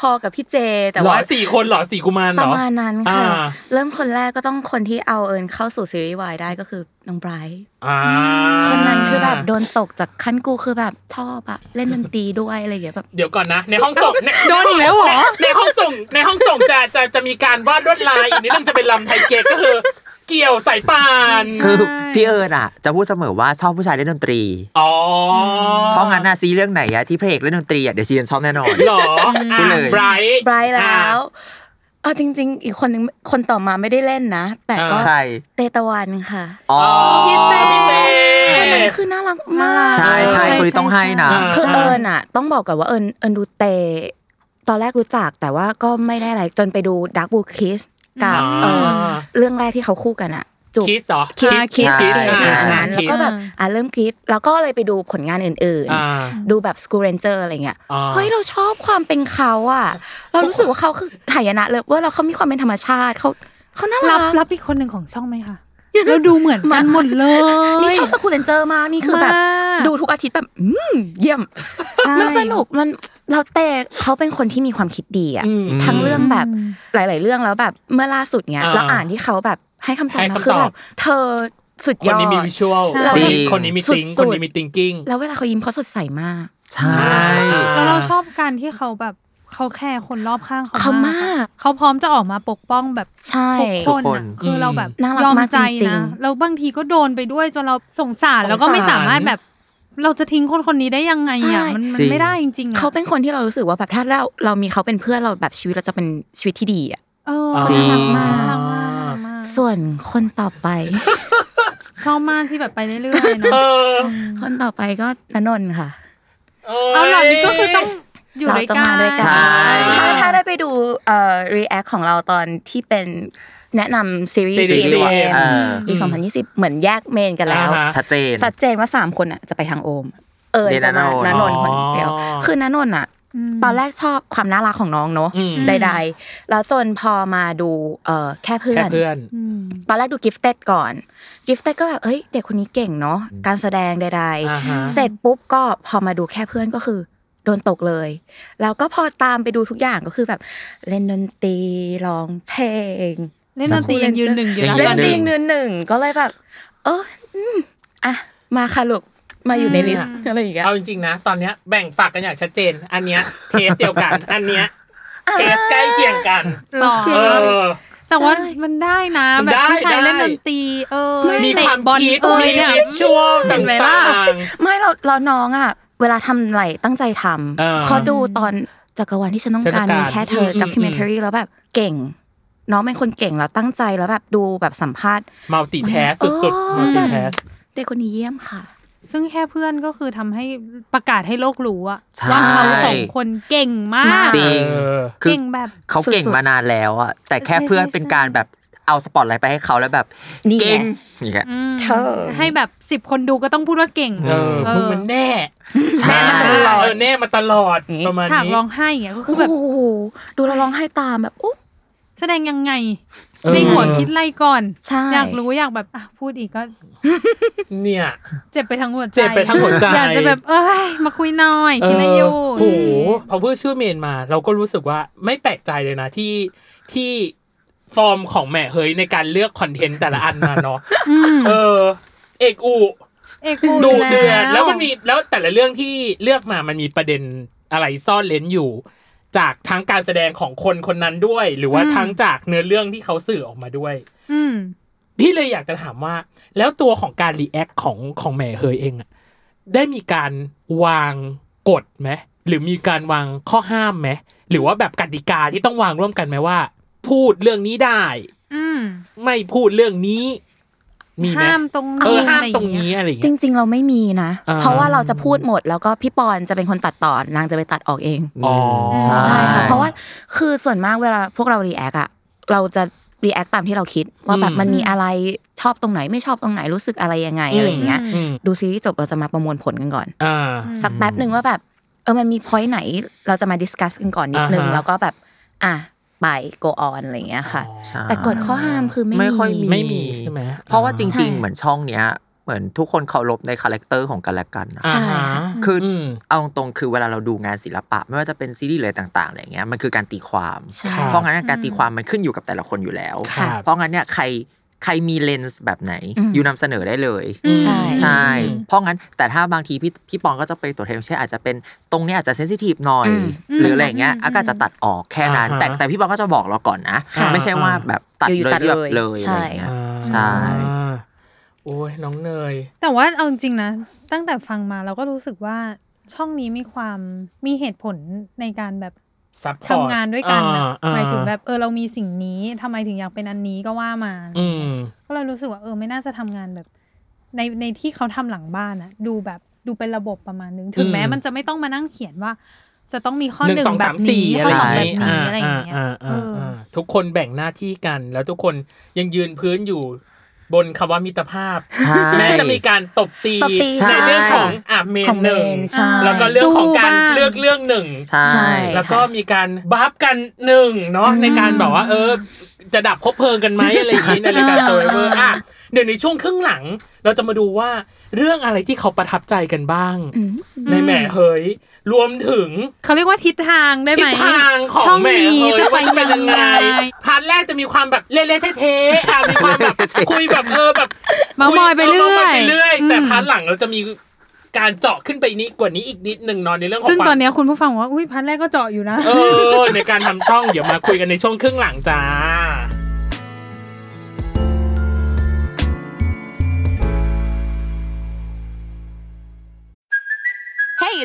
[SPEAKER 5] พอๆกับพี่เจ แต่
[SPEAKER 2] เหรอ
[SPEAKER 5] ว่า
[SPEAKER 2] สี่คนเหรอสี่กุมาร
[SPEAKER 5] ป
[SPEAKER 2] เหร
[SPEAKER 5] ระ
[SPEAKER 2] อ
[SPEAKER 5] มาณนั้นค่ะ
[SPEAKER 2] อ่า
[SPEAKER 5] เริ่มคนแรกก็ต้องคนที่เอาเอิญเข้าสู่ซีรีส์วายได้ก็คือน้องไบรท์
[SPEAKER 2] อ่า
[SPEAKER 5] คนนั้นคือแบบโดนตกจากขั้นกูคือแบบชอบอะเล่นดนตรีด้วยอะไรอย่างเงี้ยแบบ
[SPEAKER 2] เดี๋ยวก่อนนะ ในห้องส่งใน
[SPEAKER 3] โดนอีกแล้วเหรอ
[SPEAKER 2] ในในห้องส่งในห้องส่งจะจะจะมีการวาดลวดลายอีกนิดนึงจะเป็นลำไทยเก๊กก็คือ เกี่ยวสายปาน
[SPEAKER 4] คือพี่เอิญอ่ะ จะพูดเสมอว่าชอบผู้ชายเล่นดนตรี
[SPEAKER 2] อ๋อ
[SPEAKER 4] เพราะงั้นน่ะซีเรื่องไหนอะที่พระเอกเล่นดนตรีอะเดี๋ยวซีเอิญชอบแน่นอน
[SPEAKER 2] หรอ
[SPEAKER 4] พูดเลย
[SPEAKER 2] ไบรท์
[SPEAKER 5] ไบรท์แล้วเอาจริง ๆ อีกคนนึงคนต่อมาไม่ได้เล่นนะ แต่ก็
[SPEAKER 4] ใคร
[SPEAKER 5] เตตะวันค่ะ
[SPEAKER 4] อ๋อ
[SPEAKER 3] พี่เต้
[SPEAKER 5] คนนั้นคือน่ารักมาก
[SPEAKER 4] ใช่ใช่คนนี้ต้องให้นะ
[SPEAKER 2] า
[SPEAKER 5] คือเอิญอะต้องบอกก่อนว่าเอิญเอิญดูเต ตอนแรกรู้จักแต่ว่าก็ไม่ได้อะไรจนไปดูดักบูคิสกับเออเรื่องแรกที่เขาคู่กันอะจูบ
[SPEAKER 2] คิสเหรอ
[SPEAKER 5] คิสคิสคิส
[SPEAKER 4] อ่า
[SPEAKER 5] อะไรแบบนั้น
[SPEAKER 2] คิส
[SPEAKER 5] แล้วก็แบบอ่ะเริ่มคิดแล้วก็เลยไปดูผลงานอื่น
[SPEAKER 2] อ่า
[SPEAKER 5] ๆ ดูแบบ School Ranger อะไรเงี้ย
[SPEAKER 2] อ่า
[SPEAKER 5] เฮ้ยเราชอบความเป็นเขาอ่ะ เรารู้สึกว่าเขาคือหายนะเลยว่าเราเขามีความเป็นธรรมชาติเขาเขาน่า
[SPEAKER 3] รั
[SPEAKER 5] รับ ก
[SPEAKER 3] รับอีกคนหนึ่งของช่องไหมคะ แล้วดูเหมือนกันหมดเลย
[SPEAKER 5] นี่ชอบ School Ranger มากนี่คือแบบ
[SPEAKER 3] มาก
[SPEAKER 5] ดูทุกอาทิตย์แบบอืมเยี่ยม
[SPEAKER 3] ใช่
[SPEAKER 5] มันสนุกมันเราแต่เขาเป็นคนที่มีความคิดดีอ่ะ
[SPEAKER 2] อืม
[SPEAKER 5] ทั้งเรื่องแบบหลาย ๆ เรื่องแล้วแบบเมื่อล่าสุดเนี้ย
[SPEAKER 2] อ่า
[SPEAKER 5] เราอ่านที่เขาแบบให้คำตอบ
[SPEAKER 2] ให้
[SPEAKER 5] มา
[SPEAKER 2] คำ
[SPEAKER 5] คือ
[SPEAKER 2] ต
[SPEAKER 5] แบ
[SPEAKER 2] อ
[SPEAKER 5] บบ เธอสุด
[SPEAKER 2] ค
[SPEAKER 5] ย
[SPEAKER 2] น
[SPEAKER 5] อด
[SPEAKER 2] นี้มีวิชวล
[SPEAKER 3] ใช่
[SPEAKER 4] จริง
[SPEAKER 2] คนนี้มีซิง
[SPEAKER 5] สุ
[SPEAKER 2] คน
[SPEAKER 5] ดๆ
[SPEAKER 2] นี้มีทิงกิ้ง
[SPEAKER 5] แล้วเวลาเขายิ้มเขาสดใสมาก
[SPEAKER 4] ใช่
[SPEAKER 3] แล้วเราชอบการที่เขาแบบเขาแคร์คนรอบข้าง
[SPEAKER 5] เขา
[SPEAKER 3] เขามาก
[SPEAKER 5] มาก
[SPEAKER 3] เขาพร้อมจะออกมาปกป้องแบบ
[SPEAKER 5] ใช่
[SPEAKER 3] ทุกคนอะคือเราแบบ
[SPEAKER 5] น่ารัก
[SPEAKER 3] ยอม
[SPEAKER 5] มาก
[SPEAKER 3] ใจ
[SPEAKER 5] จริง
[SPEAKER 3] นะ
[SPEAKER 5] ๆ
[SPEAKER 3] แล้วบางทีก็โดนไปด้วยจนเราสงสารแล้วก็ไม่สามารถแบบ เราจะทิ้งคนคนนี้ได้ยังไงอ่ะมันมันไม่ได้จริงๆอะ
[SPEAKER 5] เขาเป็นคนที่เรารู้สึกว่าแบบถ้าเราเรามีเขาเป็นเพื่อนเราแบบชีวิตเราจะเป็นชีวิตที่ดีอ่ะ
[SPEAKER 3] เออ
[SPEAKER 2] จริง
[SPEAKER 3] น่ารักมากน่ารักมากน่ารักมาก
[SPEAKER 5] ส่วนคนต่อไป
[SPEAKER 3] ชอบมากที่แบบไปเรื่อยๆเน
[SPEAKER 2] เอ
[SPEAKER 3] อะ
[SPEAKER 2] อ
[SPEAKER 5] คนต่อไปก็ณนนท์ค่ะ
[SPEAKER 3] เอาหล่ะนี่ก็คือต้อง อยู่
[SPEAKER 5] เรา
[SPEAKER 3] ด้วย
[SPEAKER 5] จะ
[SPEAKER 3] กั
[SPEAKER 5] มาน ด้วยกั
[SPEAKER 4] ใช่
[SPEAKER 5] ถ้าถ้าได้ไปดูเอ่อ react ของเราตอนที่เป็นแนะนำซีรีส์
[SPEAKER 2] ซีรีส์
[SPEAKER 5] GM
[SPEAKER 4] เออ
[SPEAKER 5] ปี 2020 เหมือนแยกเมนกันแล้ว
[SPEAKER 2] อ่าฮะ
[SPEAKER 4] ชัดเจน
[SPEAKER 5] ชัดเจนว่า 3 คนอ่ะจะไปทางโอม เออ
[SPEAKER 4] เดน
[SPEAKER 5] จะมา
[SPEAKER 4] นั
[SPEAKER 5] นั
[SPEAKER 4] นน
[SPEAKER 5] นน
[SPEAKER 4] นท์
[SPEAKER 5] ท์คนเดียว
[SPEAKER 2] อ๋อ
[SPEAKER 5] คือนันนท์อ่ะ
[SPEAKER 3] ม
[SPEAKER 5] ตอนแรกชอบความน่ารักของน้องเนอะ
[SPEAKER 2] อืม
[SPEAKER 5] ใดๆ แล้วจนพอมาดูเอ่อแค่เพื่อ
[SPEAKER 2] แค่
[SPEAKER 5] น
[SPEAKER 2] เพื่อน
[SPEAKER 3] อืม
[SPEAKER 5] ตอนแรกดูกิฟเต็ดก่อน กิฟเต็ดก็แบบเอ้ย เด็กคนนี้เก่งเนาะการแสดงใด
[SPEAKER 2] อ่าฮะ
[SPEAKER 5] ๆ เสร็จปุ๊บก็พอมาดูแค่เพื่อนก็คือ โดนตกเลย แล้วก็พอตามไปดูทุกอย่างก็คือแบบ เล่นดนตรีร้องเพลง
[SPEAKER 3] เล่นดนตรียังยืนหนึ่งอยู่
[SPEAKER 4] ยั
[SPEAKER 3] นะ
[SPEAKER 4] งยื
[SPEAKER 5] เล่
[SPEAKER 4] ห
[SPEAKER 5] น
[SPEAKER 4] ง
[SPEAKER 5] ดนตรียืนหนึ่งก็เลยแบบ เอออืมอ่ะมาค่ะลูกมาอยู่ในลิสต์อะไรอย่างเงี้ย
[SPEAKER 2] เอาจริงๆนะ ตอนเนี้ยแบ่งฝักกันอย่างชัดเจน อันเนี้ยเทสเดียวกัน อันเนี้ยเทสใกล้เคียงกัน
[SPEAKER 3] หรอ
[SPEAKER 2] เออ
[SPEAKER 3] แต่ว่ามันได้นะ
[SPEAKER 2] มัน
[SPEAKER 3] แบบ
[SPEAKER 2] ได้
[SPEAKER 3] ผู้ชายเล่น
[SPEAKER 2] ได้
[SPEAKER 3] ดนตรี เออ
[SPEAKER 2] มี
[SPEAKER 3] เตะ
[SPEAKER 2] ความ
[SPEAKER 3] บอล
[SPEAKER 2] คิด
[SPEAKER 3] เออ
[SPEAKER 2] มี
[SPEAKER 3] เนี่ย
[SPEAKER 2] วิชวล
[SPEAKER 3] เห็นไหมล่ะ
[SPEAKER 2] ต่างๆ
[SPEAKER 5] ไม่เราเราน้องอ่ะ เวลาทำอะไรตั้งใจท
[SPEAKER 2] อ่า
[SPEAKER 5] ำเขาดูตอนจักรวาลที่ฉันต้อง
[SPEAKER 2] ฉันต้
[SPEAKER 5] การ
[SPEAKER 2] องการ
[SPEAKER 5] มีแค่เธ
[SPEAKER 2] ม
[SPEAKER 5] อ
[SPEAKER 2] อืม
[SPEAKER 5] ด็อกิเมนทารีแล้วแบบเก่ง น้องเป็นคนเก่งแล้วตั้งใจแล้วแบบดูแบบสัมภาษณ์
[SPEAKER 2] มัลติแทสสุดๆมั
[SPEAKER 5] โอ้ย
[SPEAKER 2] ลติแทส
[SPEAKER 5] เด็กคนนี้เยี่ยมค่ะ
[SPEAKER 3] ซึ่งแค่เพื่อนก็คือทำให้ประกาศให้โลกรู้อะ
[SPEAKER 4] ใช่
[SPEAKER 3] ว่าเขาสองคนเก่งมาก
[SPEAKER 4] จริง
[SPEAKER 2] เออ
[SPEAKER 4] คือ
[SPEAKER 3] เก่งแบบ
[SPEAKER 4] เขาเก่งมานานแล้วอะแต่แค่เพื่อนเป็นการแบบเอาสปอตไลท์ไปให้เขาแล้วแบบ
[SPEAKER 5] นี่ไง
[SPEAKER 4] เก่งอย่างเงี้ย
[SPEAKER 3] อืม
[SPEAKER 5] เธอ
[SPEAKER 3] ให้แบบสิบคนดูก็ต้องพูดว่าเก่ง
[SPEAKER 2] เออ
[SPEAKER 3] เออ
[SPEAKER 2] มึงมันแน่
[SPEAKER 4] ใช่
[SPEAKER 2] แน่มาตลอดเออแน่มาตลอดประมาณ
[SPEAKER 3] ฉาก
[SPEAKER 2] นี้
[SPEAKER 3] ร้องไห้อย่างเงี้ยก็คือ
[SPEAKER 5] โอ้
[SPEAKER 3] แบบ
[SPEAKER 5] โหดูเราร้องไห้ตามแบบโอ้
[SPEAKER 3] แสดงยังไงในหัวคิดอะไรก่อน
[SPEAKER 5] ใช่
[SPEAKER 3] อยากรู้อยากแบบอ่ะพูดอีกก็
[SPEAKER 2] เนี่ย
[SPEAKER 3] เจ็บไปทั้งหัวใจ
[SPEAKER 2] เจ็บไปทั้งหัวใจ
[SPEAKER 3] อยากจะแบบเอ้ยมาคุยหน่อยคิดอะไรอยู่
[SPEAKER 2] โอ้โหพอเพื่อชื่อเมนมา เราก็รู้สึกว่าไม่แปลกใจเลยนะที่ที่ฟอร์มของแหม่เฮยในการเลือกคอนเทนต์แต่ละอันมาเนาะเออ เอกอู
[SPEAKER 3] เอกกู
[SPEAKER 2] ดุเดือดแล้วมันมีแล้วแต่ละเรื่องที่เลือกมามันมีประเด็นอะไรซ่อนเลนอยู่ จากทั้งการแสดงของคนคนนั้นด้วย หรือว่าทั้งจากเนื้อเรื่องที่เขาสื่อออกมาด้วย
[SPEAKER 3] อืม
[SPEAKER 2] พี่เลยอยากจะถามว่า แล้วตัวของการรีแอคของของแหม่เฮยเองอะได้มีการวางกฎไหมหรือมีการวางข้อห้ามไหมหรือว่าแบบกติกาที่ต้องวางร่วมกันไหมว่า พูดเรื่องนี้ได้
[SPEAKER 3] อืม
[SPEAKER 2] ไม่พูดเรื่องนี้ มีไหม
[SPEAKER 3] ห้ามตรงนี้
[SPEAKER 2] เออห้าม
[SPEAKER 3] ะไย่
[SPEAKER 2] ตรงนี้
[SPEAKER 3] เย
[SPEAKER 2] อะไรอย่าง
[SPEAKER 5] จ
[SPEAKER 2] เงี้ย
[SPEAKER 5] ริง ๆ เราไม่มีนะ
[SPEAKER 2] อ่า
[SPEAKER 5] เพราะว่าเราจะพูดหมดแล้วก็พี่ปอนจะเป็นคนตัดต่อนางจะไปตัดออกเอง
[SPEAKER 2] อ๋อ
[SPEAKER 4] ใช่
[SPEAKER 5] ใช่ค่ะเพราะว่าคือส่วนมากเวลาพวกเรา รีแอคอะเราจะรีแอคตามที่เราคิด ว่าแบบ
[SPEAKER 2] อืม
[SPEAKER 5] มันมีอะไรชอบตรงไหนไม่ชอบตรงไหนรู้สึกอะไรยังไงอะไรอย่างเงี้ย
[SPEAKER 2] อืม
[SPEAKER 5] ดูซีรีส์จบเราจะมาประมวลผลกันก่อน
[SPEAKER 2] อ่า
[SPEAKER 5] สักแป๊บหนึ่งว่าแบบเออมันมีพอยต์ไหนเราจะมาดิสคัสกันก่อนนิดนึง
[SPEAKER 2] อ่าฮะ
[SPEAKER 5] แล้วก็แบบอ่ะไป go on อะไรอย่างเงี้ยค่ะ
[SPEAKER 4] ใช่
[SPEAKER 5] แต่กฎข้อห้ามคือไม่
[SPEAKER 4] ไม่ค่อยมี
[SPEAKER 2] ไม่มีใช่ไหม
[SPEAKER 4] เพราะว่าจริง ๆ
[SPEAKER 5] ใช่
[SPEAKER 4] เหมือนช่องเนี้ย เหมือนทุกคนเคารพในคาแรคเตอร์ของกันและกันนะ
[SPEAKER 2] อ่าฮะ
[SPEAKER 4] คืออ
[SPEAKER 2] อืม
[SPEAKER 4] เอาตรงๆคือเวลาเราดูงานศิลปะ ไม่ว่าจะเป็นซีรีส์อะไรต่างๆอะไรเงี้ยมันคือการตีความ
[SPEAKER 5] ใช่
[SPEAKER 2] ค่ะ
[SPEAKER 4] เพราะงั้นเนี่ยการตีความมันขึ้นอยู่กับแต่ละคนอยู่แล้ว
[SPEAKER 2] ครับ
[SPEAKER 4] เพราะงั้นเนี่ยใครใครมีเลนส์แบบไหน
[SPEAKER 5] อืม
[SPEAKER 4] อยู่นำเสนอได้เลย
[SPEAKER 3] อืม
[SPEAKER 5] ใช่
[SPEAKER 4] ใช่
[SPEAKER 2] อืม
[SPEAKER 4] เพราะงั้นแต่ถ้าบางทีพี่พี่ปองก็จะไปตัวแทนใช่อาจจะเป็นตรงเนี้ยอาจจะเซนซิทีฟหน่อย
[SPEAKER 5] อืม
[SPEAKER 4] หรืออะไรอย่างเงี้ย
[SPEAKER 3] อืม
[SPEAKER 4] อาก็จะตัดออกแค่นั้น
[SPEAKER 2] อ่าฮะ
[SPEAKER 4] แต่แต่พี่ปองก็จะบอกเราก่อนนะ
[SPEAKER 2] ค่ะ
[SPEAKER 4] ไม่ใช่ว่าแบบตัด
[SPEAKER 5] อยู่ๆ
[SPEAKER 4] เลย
[SPEAKER 5] ตัด
[SPEAKER 4] แบบ
[SPEAKER 5] เล
[SPEAKER 4] เลย ย
[SPEAKER 5] ใช่
[SPEAKER 4] อะไรอย่างเงี้ย
[SPEAKER 2] อ่า
[SPEAKER 4] ใช่
[SPEAKER 2] โอ้ยน้องเนย
[SPEAKER 3] แต่ว่าเอาจริงๆนะ ตั้งแต่ฟังมาเราก็รู้สึกว่าช่องนี้มีความมีเหตุผลในการแบบ
[SPEAKER 2] ซัพพอ
[SPEAKER 3] ทำ
[SPEAKER 2] ร์ต
[SPEAKER 3] งานด้วยกันอะ
[SPEAKER 2] อ่
[SPEAKER 3] หมายถึงแบบเออเรามีสิ่งนี้ทำไมถึงอยากเป็นอันนี้ก็ว่ามา
[SPEAKER 2] อืม
[SPEAKER 3] ก็เลยรู้สึกว่าเออไม่น่าจะทำงานแบบ ในในที่เขาทำหลังบ้านอะดูแบบดูเป็นระบบประมาณนึงถึงแม้
[SPEAKER 2] อืม
[SPEAKER 3] มันจะไม่ต้องมานั่งเขียนว่า จะต้องมีข้อ
[SPEAKER 2] ห
[SPEAKER 3] ห
[SPEAKER 2] นึ่
[SPEAKER 3] นึ่
[SPEAKER 2] งสอง
[SPEAKER 3] งแบ
[SPEAKER 2] สาม
[SPEAKER 3] บ
[SPEAKER 2] สี่
[SPEAKER 3] นี้
[SPEAKER 2] อะ
[SPEAKER 3] ข้
[SPEAKER 2] ไรอ
[SPEAKER 3] อส
[SPEAKER 2] ย่างงี้
[SPEAKER 3] องแบบนี้อะไรอย่างเงี้ย
[SPEAKER 2] อ่า
[SPEAKER 3] เอ
[SPEAKER 2] อ่า
[SPEAKER 3] อ
[SPEAKER 2] อ่าทุกคนแบ่งหน้าที่กัน แล้วทุกคนยังยืนพื้นอยู่บนคำว่ามิตรภาพ
[SPEAKER 4] ใช่
[SPEAKER 2] แม้จะมีการตบตี
[SPEAKER 5] ตบตี
[SPEAKER 2] ในเรื่องของ
[SPEAKER 4] ใช่
[SPEAKER 2] อ่ะเม
[SPEAKER 5] ข
[SPEAKER 2] น
[SPEAKER 5] อง
[SPEAKER 2] หนึ่ง
[SPEAKER 5] เมนใช่
[SPEAKER 2] แล้วก็เรื่องของการ
[SPEAKER 3] สู้บ้าง
[SPEAKER 2] เลือกเรื่องหนึ่ง
[SPEAKER 4] ใช่
[SPEAKER 5] ใช่
[SPEAKER 2] แล้วก็มีการบัฟกันหนึ่งเนาะในการแบบว่า เออ จะดับคบเพลิง กันไหมอะไรอย่างนี้ในรายการโซเวอร์อ่ะเดี๋ยวในช่วงครึ่งหลัง เราจะมาดูว่าเรื่องอะไรที่เขาประทับใจกันบ้าง
[SPEAKER 5] อืม
[SPEAKER 2] ในแหม่เฮยรวมถึง
[SPEAKER 3] เขาเรียกว่าทิศทางได้ไหม
[SPEAKER 2] ทิศทางของ
[SPEAKER 3] ช่อง
[SPEAKER 2] แหม่
[SPEAKER 3] นี้
[SPEAKER 2] เฮย
[SPEAKER 3] จะไป
[SPEAKER 2] ว่าจะเป็น
[SPEAKER 3] ยั
[SPEAKER 2] ยัง ง
[SPEAKER 3] ไง
[SPEAKER 2] ไงพาร์ทแรกจะมีความแบบเละๆเทะ ๆอ่ะมีความแบบคุยแบบเออแบบ
[SPEAKER 3] เมามอยไปเรื่อย
[SPEAKER 2] มามอยไปเรื่อย แต่
[SPEAKER 3] อืม
[SPEAKER 2] พาร์ทหลังเราจะมีการเจาะขึ้นไปนี้กว่านี้อีกนิดหนึ่งเนอนในเรื่องของ
[SPEAKER 3] ซึ่ง
[SPEAKER 2] ความ
[SPEAKER 3] ตอนเนี้ยคุณผู้ฟังบอกว่า อุ้ยพันแรกก็เจาะอยู่นะ
[SPEAKER 2] เออ ในการทำช่องเดี๋ยวมาคุยกันในช่วงครึ่งหลังจ้า
[SPEAKER 6] Hey,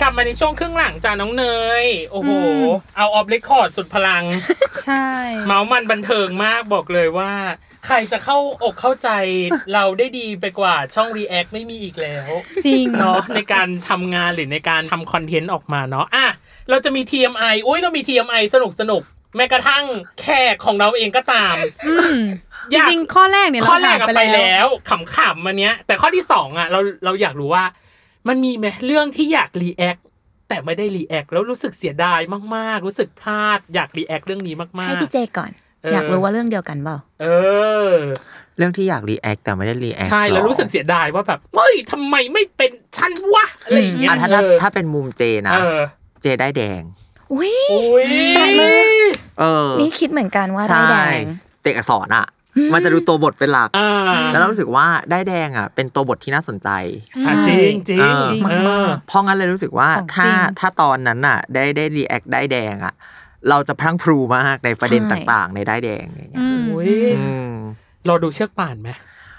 [SPEAKER 2] กลับมาในช่วงครึ่งหลังจ้าน้องเนย โอ้โห
[SPEAKER 3] อืม
[SPEAKER 2] เอาออฟเรคคอร์ดสุดพลัง
[SPEAKER 3] ใช่
[SPEAKER 2] เมาส์มันบันเทิงมากบอกเลยว่า ใครจะเข้าอกเข้าใจ เราได้ดีไปกว่าช่อง React ไม่มีอีกแล้ว
[SPEAKER 3] จริง
[SPEAKER 2] เนาะในการทำงานหรือในการทำคอนเทนต์ออกมาเนาะอ่ะเราจะมี TMI อุ้ยเรามี TMI สนุกสนุกๆแม้กระทั่งแขกของเราเองก็ตาม
[SPEAKER 3] อืม
[SPEAKER 2] อ
[SPEAKER 3] จ
[SPEAKER 2] ยาก
[SPEAKER 3] ริงๆข้อแรกเนี่ย
[SPEAKER 2] ข้อ
[SPEAKER 3] เรา
[SPEAKER 2] แรอะ
[SPEAKER 3] ผ่าก นไป
[SPEAKER 2] ไป
[SPEAKER 3] แล้ว
[SPEAKER 2] แล้วขำๆมันเนี้ย แต่ข้อที่สองอะเราเราอยากรู้ว่า มันมีไหมเรื่องที่อยาก React แต่ไม่ได้ React แล้วรู้สึกเสียดายมากๆ รู้สึกพลาดอยาก React เรื่องนี้มา
[SPEAKER 5] ให้
[SPEAKER 2] ก
[SPEAKER 5] พี่เจก่อน
[SPEAKER 2] เอออ
[SPEAKER 5] อยากรู้ว่าเรื่องเดียวกันเปล่า
[SPEAKER 2] ๆ เออ
[SPEAKER 4] เรื่องที่อยากรีแอคแต่ไม่ได้รีแอค
[SPEAKER 2] ใช่แล้วรู้สึกเสียดายว่าแบบเฮ้ยทำไมไม่เป็นชั้นวะอะไรอย่างเงี้ย
[SPEAKER 4] อ่ะถ้าถ้า
[SPEAKER 2] เออ
[SPEAKER 4] ถ้าเป็นมุมเจนะ
[SPEAKER 2] เออ
[SPEAKER 4] เจได้แดง
[SPEAKER 5] อุ้ย
[SPEAKER 2] อุ้ย
[SPEAKER 5] แปลกมาก
[SPEAKER 4] เออ
[SPEAKER 5] นี่คิดเหมือนกันว่าได้
[SPEAKER 4] ใช่
[SPEAKER 5] แดง
[SPEAKER 4] เจกอักษรอ่ะ มันจะดูตัวบทเป็นหลัก
[SPEAKER 2] อ่า
[SPEAKER 4] แล้วเรารู้สึกว่าได้แดงอ่ะ เป็นตัวบทที่น่าสนใจ
[SPEAKER 2] อ่ะจริงจริง
[SPEAKER 4] เออ
[SPEAKER 2] เออ
[SPEAKER 4] เพราะงั้นเลยรู้สึกว่า
[SPEAKER 3] ของจ
[SPEAKER 4] ถ้า
[SPEAKER 3] ริง
[SPEAKER 4] ถ้าตอนนั้นน่ะ ได้ได้รีแอคได้แดงอ่ะ เราจะพลังพรูมากในประเด็น
[SPEAKER 5] ใช่
[SPEAKER 4] ต่างๆ ในได้แดงอย่างเงี้ย
[SPEAKER 3] อืม
[SPEAKER 2] โอ้ย
[SPEAKER 4] อืม
[SPEAKER 2] รอดูเชือกป่านไหม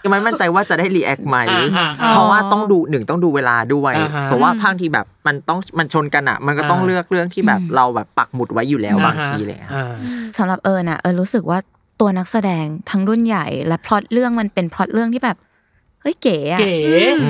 [SPEAKER 4] ยังไม่มั่นใจว่าจะได้รีแอคไหม
[SPEAKER 2] อ่าอ่าอ่า
[SPEAKER 4] เพราะว่าต้องดูหนึ่งต้องดูเวลาด้วย
[SPEAKER 2] อ่าฮะ
[SPEAKER 4] สมมุติว่าพังที่แบบมันต้องมันชนกันอ่ะ มันก็ต้อง
[SPEAKER 2] อ่า
[SPEAKER 4] เลือกเรื่องที่แบบเราแบบปักหมุดไว้อยู่แล้วบาง
[SPEAKER 2] อ่ฮะ
[SPEAKER 4] ทีเลยอะ
[SPEAKER 2] อ่า
[SPEAKER 5] สำหรับเอิญอะเอิญรู้สึกว่าตัวนักแสดงทั้งรุ่นใหญ่และพล็อตเรื่องมันเป็นพล็อตเรื่องที่แบบเฮ้ยเก๋อะ
[SPEAKER 2] เก๋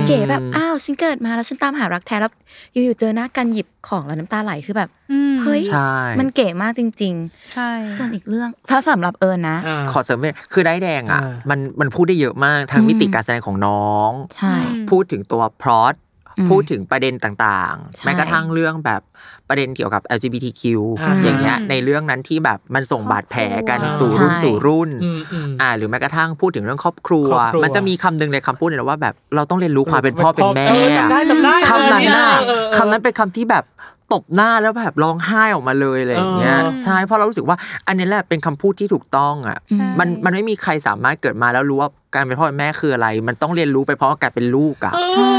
[SPEAKER 5] เก๋แบบอ้าวฉันเกิดมาแล้วฉันตามหารักแท้แล้วอยู่ๆเจอหน้ากันหยิบของแล้วน้ำตาไหลคือแบบ
[SPEAKER 3] อืม
[SPEAKER 5] เฮ้ย
[SPEAKER 4] ใช่
[SPEAKER 5] มันเก๋มากจริง
[SPEAKER 3] ใช่
[SPEAKER 5] ๆ ส่วนอีกเรื่องถ้าสำหรับเอิญนะ
[SPEAKER 2] อ่า
[SPEAKER 4] ขอเสริมไปคือได้แดงอ่ะ
[SPEAKER 2] อ่ามั
[SPEAKER 4] มันมันพูดได้เยอะมากทั้ง
[SPEAKER 5] อืม
[SPEAKER 4] มิติการแสดงของน้อง
[SPEAKER 5] ใช่
[SPEAKER 3] อืม
[SPEAKER 4] พูดถึงตัวพล็อต
[SPEAKER 5] อืม
[SPEAKER 4] พูดถึงประเด็นต่าง
[SPEAKER 5] ใช่
[SPEAKER 4] ๆ แม้กระทั่งเรื่องแบบประเด็นเกี่ยวกับ LGBTQ
[SPEAKER 2] อ่า
[SPEAKER 4] อย่างเงี้ยในเรื่องนั้นที่แบบมันส่งบาดแผลกัน
[SPEAKER 2] ครอบครัว
[SPEAKER 4] สู่รุ่นสู่รุ่น
[SPEAKER 2] อืมอืม
[SPEAKER 4] อ่าหรือแม้กระทั่งพูดถึงเรื่องครอบครัว
[SPEAKER 2] ครอบครัว
[SPEAKER 4] มันจะมีคำหนึงในคำพูดเนี่ยนะว่าแบบเราต้องเรียนรู้ความเป็นพ่อเป็นแม่
[SPEAKER 2] เออจำได้จำได้
[SPEAKER 4] คำนั้นน่ะ
[SPEAKER 2] เออเออเออ
[SPEAKER 4] คำนั้นเป็นคำที่แบบตบหน้าแล้วแบบร้องไห้ออกมาเลยอะไรอย่างเงี้ย
[SPEAKER 2] เออ
[SPEAKER 4] ใช่เพราะเรารู้สึกว่า อันนี้แหละเป็นคำพูดที่ถูกต้องอ่ะ
[SPEAKER 3] ใช่
[SPEAKER 4] มันมันไม่มีใครสามารถเกิดมาแล้วรู้ว่าการเป็นพ่อเป็นแม่คืออะไร มันต้องเรียนรู้ไปพร้อมกับการเป็นลูกอ่ะ
[SPEAKER 2] เออ
[SPEAKER 5] ใช่